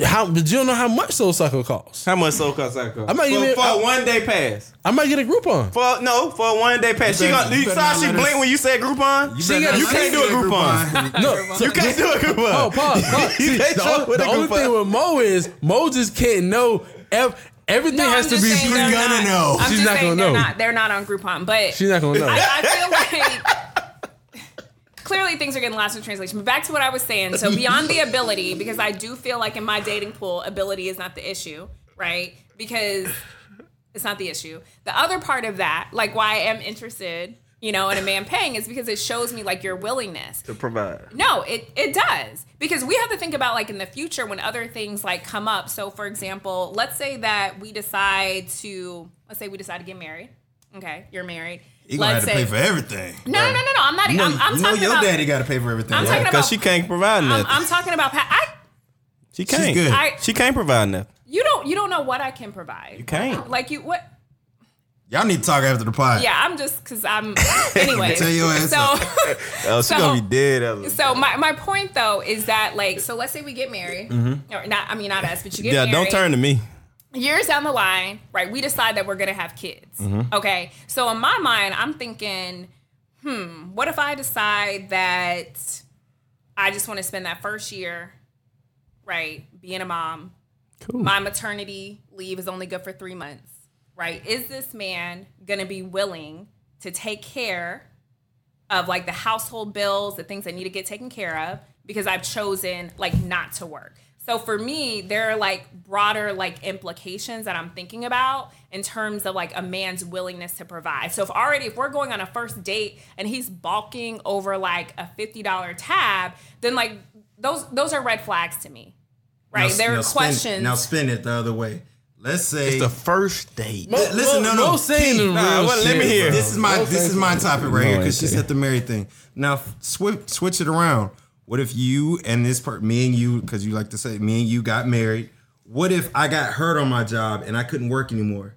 got? how, how, but you don't know how much Soul Cycle costs. How much soul costs that cost? I might for, even- for I- a one day pass. I might get a Groupon. For no, for a one day pass. You she better- gonna, you you better saw not she let blinked us- when you said Groupon. She got, you you Let can't me can't. do a see that Groupon. No, You can't do a [LAUGHS] Groupon. Oh, pause. pause. [LAUGHS] You See, can't the show up only, with the a only Groupon. thing with Mo is Mo just can't know. Ev- everything No, has I'm to just be saying free. they're gonna not. know. I'm She's just not saying gonna they're know. not. They're not on Groupon, but She's not gonna know. I, I feel like clearly things are getting lost in translation. But back to what I was saying. So beyond the ability, because I do feel like in my dating pool, ability is not the issue, right? Because it's not the issue. The other part of that, like why I am interested, you know, in a man paying is because it shows me like your willingness. Provide. No, it it does because we have to think about like in the future when other things like come up. So for example, let's say that we decide to let's say we decide to get married. Okay, you're married. You gonna let's have to pay for everything. no, no, no, no, no. I'm not. You know, I'm, I'm you know talking your about. daddy got to pay for everything. I'm right? talking about- Because she can't provide I'm, nothing. I'm talking about. pa- I. she She's can't. good. I- She can't provide nothing. You don't. You don't know what I can provide. You can't. Like you. What? Y'all need to talk after the pod. Yeah. I'm just because [LAUGHS] I'm. Anyway. Tell your ass so. up. Oh, she So- gonna be dead. Ella. [LAUGHS] So my, my point though is that like so let's say we get married Mm-hmm. or not I mean not us but you get yeah, married don't turn to me. years down the line, right, we decide that we're gonna have kids. Mm-hmm. Okay. So in my mind, I'm thinking, hmm, what if I decide that I just wanna spend that first year, right, being a mom. My maternity leave is only good for three months, right? Is this man gonna be willing to take care of like the household bills, the things that need to get taken care of because I've chosen like not to work. So for me, there are like broader like implications that I'm thinking about in terms of like a man's willingness to provide. So if already if we're going on a first date and he's balking over like a $50 tab, then like those those are red flags to me. Right? Now- there now are spin- questions. now spin it the other way. Let's say first date. Mo- Listen, Mo- no, no, Mo Keith, saying the nah, real well, let me shit, hear. bro. this is my Mo this saying- is my topic right here because she okay. said the married thing. Now switch switch it around. What if you and this part, me and you, because you like to say me and you got married. What if I got hurt on my job and I couldn't work anymore?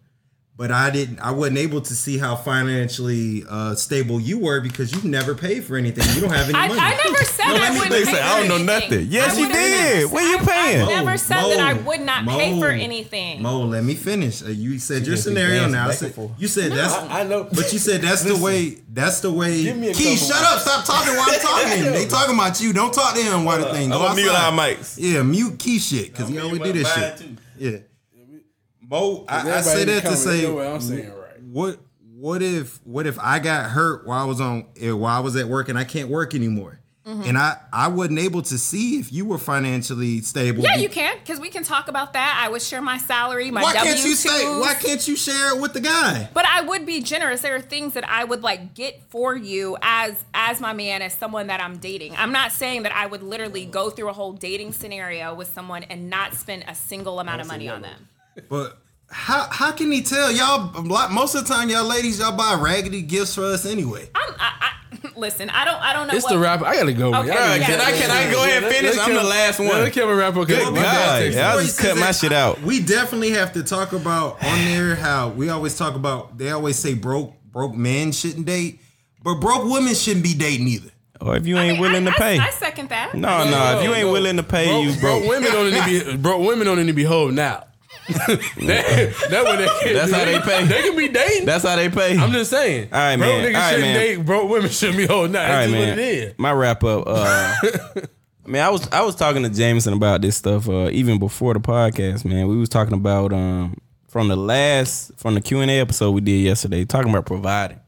But I didn't. I wasn't able to see how financially uh, stable you were because you never paid for anything. You don't have any I, money. I never said I wouldn't they pay say, for I don't know anything. nothing. Yes, I you wouldn't- did. What you I- paying? I never said Mo, that I would not pay Mo, for anything. Mo, let me finish. Uh, You said your just be scenario dancing now. I back and said, forth. you said that's I- I know. but you said that's the way. That's the way. me a Key, couple. shut up! Stop talking while I'm [LAUGHS] talking. they talking about you. Don't talk to him while the thing. I'm Go gonna mute our outside. mics. Yeah, mute Key shit because he mute always my do this mine shit. too. Yeah, Mo, I, I Everybody say in the that to comments say know what I'm Mm. saying, right? what what if what if I got hurt while I was on eh, while I was at work and I can't work anymore. Mm-hmm. And I, I wasn't able to see if you were financially stable. Yeah, be- you can, because we can talk about that. I would share my salary, my why W can't you say? Why can't you share it with the guy? But I would be generous. There are things that I would like get for you as as my man, as someone that I'm dating. I'm not saying that I would literally go through a whole dating scenario with someone and not spend a single amount of money on them. But how how can he tell y'all? like, Most of the time, y'all ladies, y'all buy raggedy gifts for us anyway. I'm, I, I, [LAUGHS] listen, I don't, I don't know. It's what, the rapper. I gotta go. man. Okay, Y'all gotta yeah. get Can I- this can I shit. go ahead and Yeah, let- finish? let I'm the Kim- last one. Yeah, let Kim wrap up. Good My dad God. texted Yeah, I me. just cut my shit out. We definitely have to talk about on there how we always talk about. They always say broke broke men shouldn't date, but broke women shouldn't be dating either. Or if you I ain't mean, willing I- to pay. I, I second that. No, no. If you ain't no. willing to pay, you Bro, broke. women don't need to be bro. Women don't need to be hoed now. [LAUGHS] that, that what they can That's do. how they pay. They can be dating. That's how they pay. I'm just saying. All right, bro, man. Niggas All right, shouldn't man. date. Bro, women [LAUGHS] shouldn't be holding out. All right, That's man. what it is. My wrap up. [LAUGHS] Uh, I mean, I was I was talking to Jameson about this stuff uh, even before the podcast. Man, we was talking about um, from the last from the Q and A episode we did yesterday, talking about providing.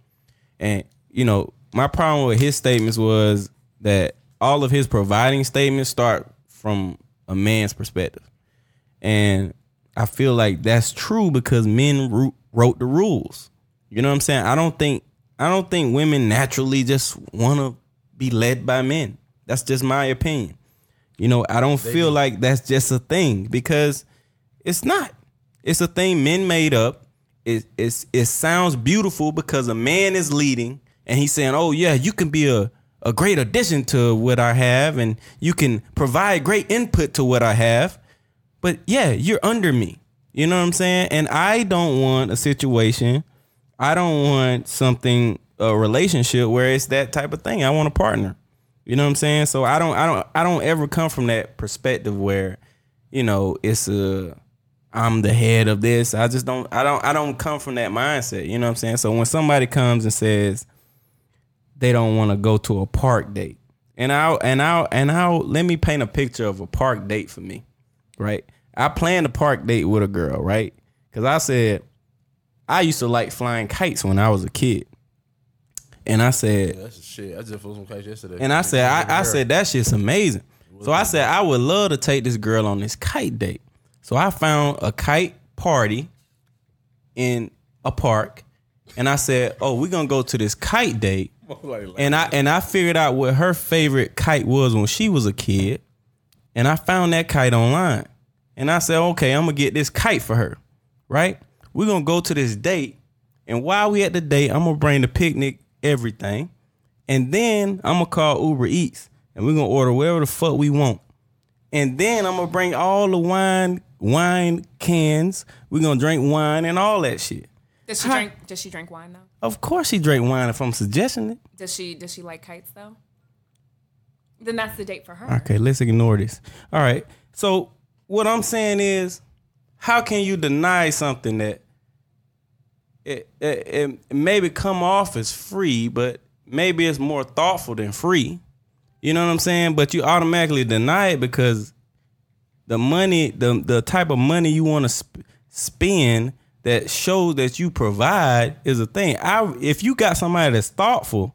And you know, my problem with his statements was that all of his providing statements start from a man's perspective. And I feel like that's true because men ru- wrote the rules. You know what I'm saying? I don't think I don't think women naturally just want to be led by men. That's just my opinion. You know, I don't feel like that's just a thing because it's not. It's a thing men made up. It it's, it sounds beautiful because a man is leading and he's saying, "Oh yeah, you can be a a great addition to what I have, and you can provide great input to what I have." But yeah, you're under me. You know what I'm saying? And I don't want a situation. I don't want something a relationship where it's that type of thing. I want a partner. You know what I'm saying? So I don't I don't I don't ever come from that perspective where, you know, it's a I'm the head of this. I just don't I don't I don't come from that mindset. You know what I'm saying? So when somebody comes and says they don't want to go to a park date. And I'll and I'll and I'll let me paint a picture of a park date for me right? I planned a park date with a girl, right? Because I said, I used to like flying kites when I was a kid. And I said, That's shit. I just flew some kites yesterday. and I said, I, I said, that shit's amazing. So I said, I would love to take this girl on this kite date. So I found a kite party in a park. And I said, oh, we're going to go to this kite date. And I and I figured out what her favorite kite was when she was a kid, and I found that kite online. And I said, okay, I'm gonna get this kite for her, right? We're gonna go to this date, and while we at the date, I'm gonna bring the picnic, everything, and then I'm gonna call Uber Eats, and we're gonna order whatever the fuck we want, and then I'm gonna bring all the wine wine cans. We're gonna drink wine and all that shit. Does she drink? [LAUGHS] Does she drink wine though? Of course, she drink wine if I'm suggesting it. Does she? Does she like kites though? Then that's the date for her. Okay, let's ignore this. All right. So what I'm saying is, how can you deny something that it, it, it maybe come off as free, but maybe it's more thoughtful than free. You know what I'm saying? But you automatically deny it because the money, the the type of money you want to sp- spend that shows that you provide is a thing. I if you got somebody that's thoughtful,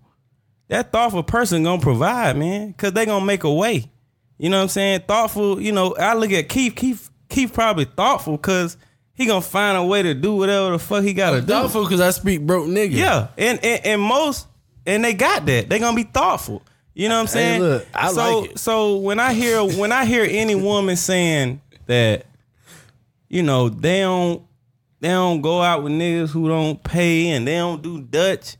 that thoughtful person gonna provide, man, cause they gonna make a way. You know what I'm saying? Thoughtful. You know, I look at Keith. Keith. Keith probably thoughtful, cause he gonna find a way to do whatever the fuck he gotta do. Doubtful because I speak broke nigga. Yeah, and, and and most and they got that. They gonna be thoughtful. You know what I'm saying? look, I so like it. so when I hear when I hear any woman saying that, you know they don't they don't go out with niggas who don't pay and they don't do Dutch,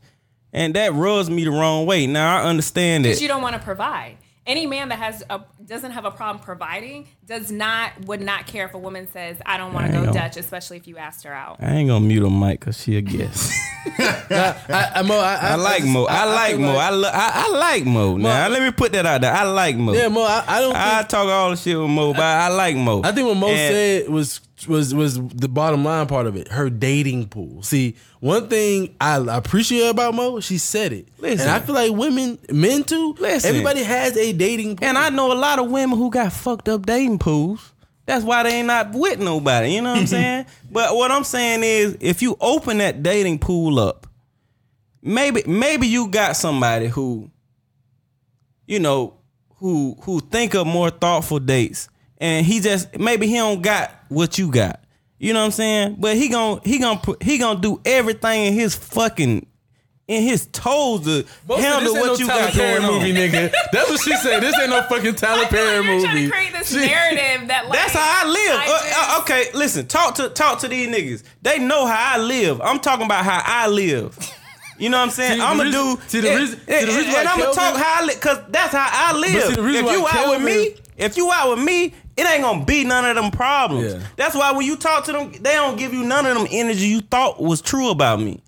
and that rubs me the wrong way. Now I understand Because it. you don't want to provide. Any man that has a doesn't have a problem providing does not would not care if a woman says I don't want to I know. go Dutch, especially if you asked her out. I ain't gonna mute a mic cause she [LAUGHS] a guest. I, I, Mo, I, I- I like Mo. I like feel Mo. I, lo- I I like Mo. Now let me put that out there. I like Mo. yeah, Mo. I, I don't. I Think, talk all the shit with Mo, but I like Mo. I think what Mo And- said was was was the bottom line part of it. Her dating pool. See, one thing I appreciate about Mo, she said it, Listen. and I feel like women, men too. Listen. everybody has a dating. Pool. And I know a lot of women who got fucked up dating pools. That's why they ain't not with nobody. You [LAUGHS] know what I'm saying? But what I'm saying is, if you open that dating pool up, maybe maybe you got somebody who, you know, who who think of more thoughtful dates, and he just maybe he don't got what you got. You know what I'm saying? But he gon' he gon' put he gonna do everything in his fucking in his toes to Both of this handle ain't what no you Tyler got Perry going on. movie, nigga. That's what she said. This ain't no fucking Tyler You're Perry movie. trying to create this narrative that like That's how I live. I Uh, just- uh, okay, listen. Talk to talk to these niggas. They know how I live. I'm talking about how I live. You know what I'm saying? See, the I'm gonna reason- do. see, the and- reason- see, the and, reason why I'm gonna Kelvin- talk how I live, cause that's how I live. see, the reason if you why out with me, Kelvin- if you out with me, it ain't gonna be none of them problems. Yeah. That's why when you talk to them, they don't give you none of them energy you thought was true about me.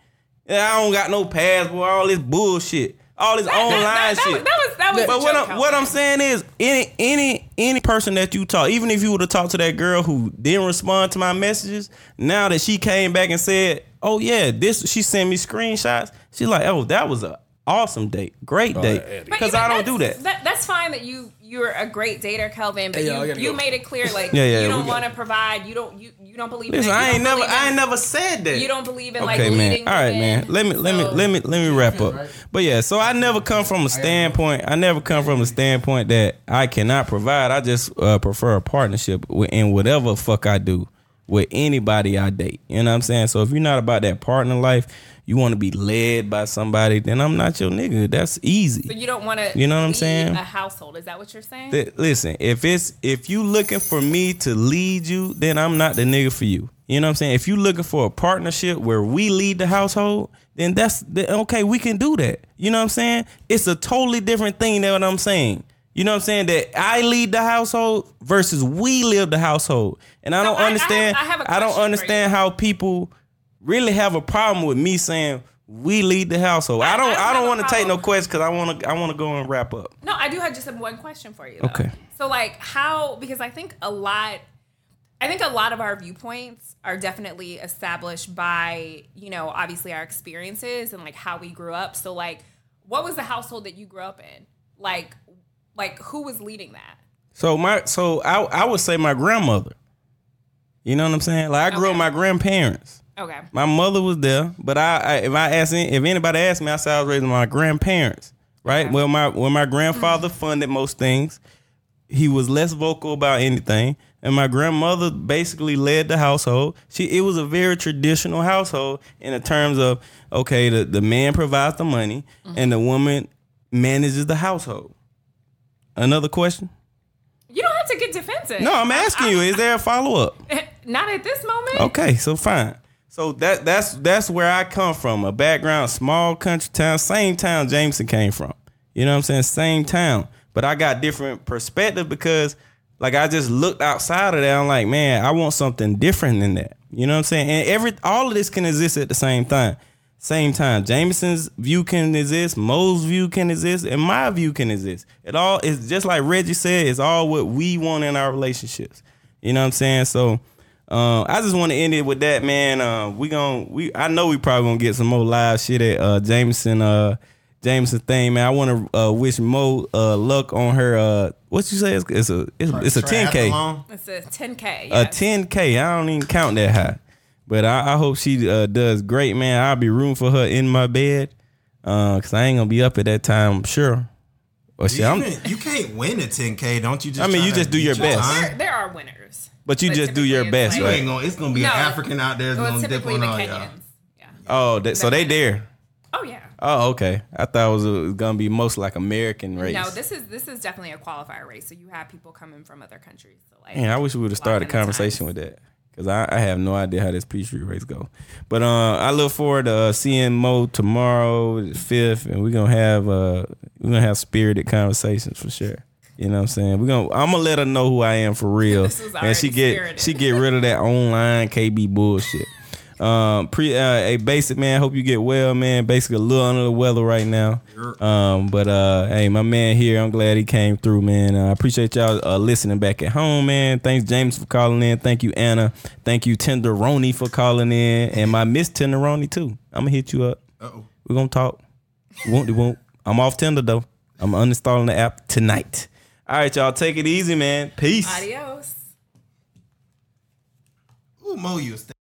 Yeah, I don't got no passport. All this bullshit. All this online that, that, shit. that, was that was. a But what joke, I'm, what I'm saying is, any any any person that you talk, even if you would have talked to that girl who didn't respond to my messages, now that she came back and said, "Oh yeah, this," she sent me screenshots. She's like, "Oh, that was a awesome date, great date," But because even I don't that's- do that. That's fine that you you're a great dater, Kelvin. But Hey, y'all, I you, gotta you go. made it clear like [LAUGHS] Yeah, yeah, you we don't got- want to provide. You don't you you You don't believe. Listen, in it. You I ain't don't never, believe in- I ain't never said that. You don't believe in like Okay, man. leading All right, women. man. Let me, let me, So- let me, let me wrap up. But yeah, so I never come from a standpoint. I never come from a standpoint that I cannot provide. I just uh, prefer a partnership with- in whatever fuck I do with anybody I date. You know what I'm saying? So if you're not about that partner life, you want to be led by somebody, then I'm not your nigga. That's easy. So you don't want to. You know what I'm saying? A household. Is that what you're saying? Th- listen, if it's if you looking for me to lead you, then I'm not the nigga for you. You know what I'm saying? If you looking for a partnership where we lead the household, then that's the, okay. We can do that. You know what I'm saying? It's a totally different thing than what I'm saying. You know what I'm saying? That I lead the household versus we live the household, and I So don't I- I have- understand. I have a I don't question for understand how people really have a problem with me saying we lead the household. I, don't. I don't I, have don't a want to take no problem. questions because I want to. I want to go and wrap up. No, I do have just one question for you. Though. Okay. So like how because I think a lot I think a lot of our viewpoints are definitely established by, you know, obviously our experiences and like how we grew up. So like what was the household that you grew up in? Like like who was leading that? So my so I I would say my grandmother. You know what I'm saying? Like I grew up Okay. with my grandparents. Okay. My mother was there, but I, I if I ask any- if anybody asked me, I said I was raised by my grandparents. Right? Well, my when my grandfather funded most things, he was less vocal about anything, and my grandmother basically led the household. She it was a very traditional household in the terms of okay, the the man provides the money and the woman manages the household. Another question? You don't have to get defensive. No, I'm asking you. Is there a follow up? [LAUGHS] Not at this moment. Okay, so fine. So that that's that's where I come from. A background, small country town, same town Jameson came from. You know what I'm saying? Same town, but I got different perspective because, like, I just looked outside of that. I'm like, man, I want something different than that. You know what I'm saying? And every all of this can exist at the same time. Same time, Jameson's view can exist, Mo's view can exist, and my view can exist. It all is just like Reggie said. It's all what we want in our relationships. You know what I'm saying? So uh, I just want to end it with that, man. Uh, we gon' we I know we probably gonna get some more live shit at uh, Jameson uh, Jameson thing, man. I want to uh, wish Mo uh, luck on her. Uh, what you say? It's, it's a it's, it's a 10k, Triathlon. It's a 10K. a yes. 10k. I don't even count that high, but I, I hope she uh, does great, man. I'll be rooting for her in my bed, uh, cause I ain't gonna be up at that time, I'm sure. Or shit, I'm, Even- you can't win a 10K, don't you? Just I mean, try you to just do beat your best. time? there, there are winners. but you But just do your typically best, it's You like- right? ain't gonna. It's gonna be No. an African out there Well, that's it's gonna dip typically on the all y'all. Kenyans. Yeah. Oh, that, so they there. Oh yeah. Oh, okay. I thought it was, uh gonna be most like American race. No, this is this is definitely a qualifier race. So you have people coming from other countries. So like, Man, I wish we would have started a Lock in the conversation times. with that because I, I have no idea how this Peachtree race go. But uh, I look forward to uh, seeing Mo tomorrow, the fifth, and we're gonna have uh, we're gonna have spirited conversations for sure. You know what I'm saying? We're gonna I'm gonna let her know who I am for [LAUGHS] real, This was and she already get spirited. she get rid of that online KB bullshit. Um, pre uh, hey, basic man. Hope you get well, man. Basic a little under the weather right now. Um, but uh, hey, my man here. I'm glad he came through, man. Uh, I appreciate y'all uh, listening back at home, man. Thanks, James, for calling in. Thank you, Anna. Thank you, Tenderoni, for calling in, and my Miss Tenderoni too. I'm gonna hit you up. Uh-oh. We're gonna talk. Won't won't. I'm off Tinder though. I'm uninstalling the app tonight. All right, y'all. Take it easy, man. Peace. Adios. Ooh, Mo, you a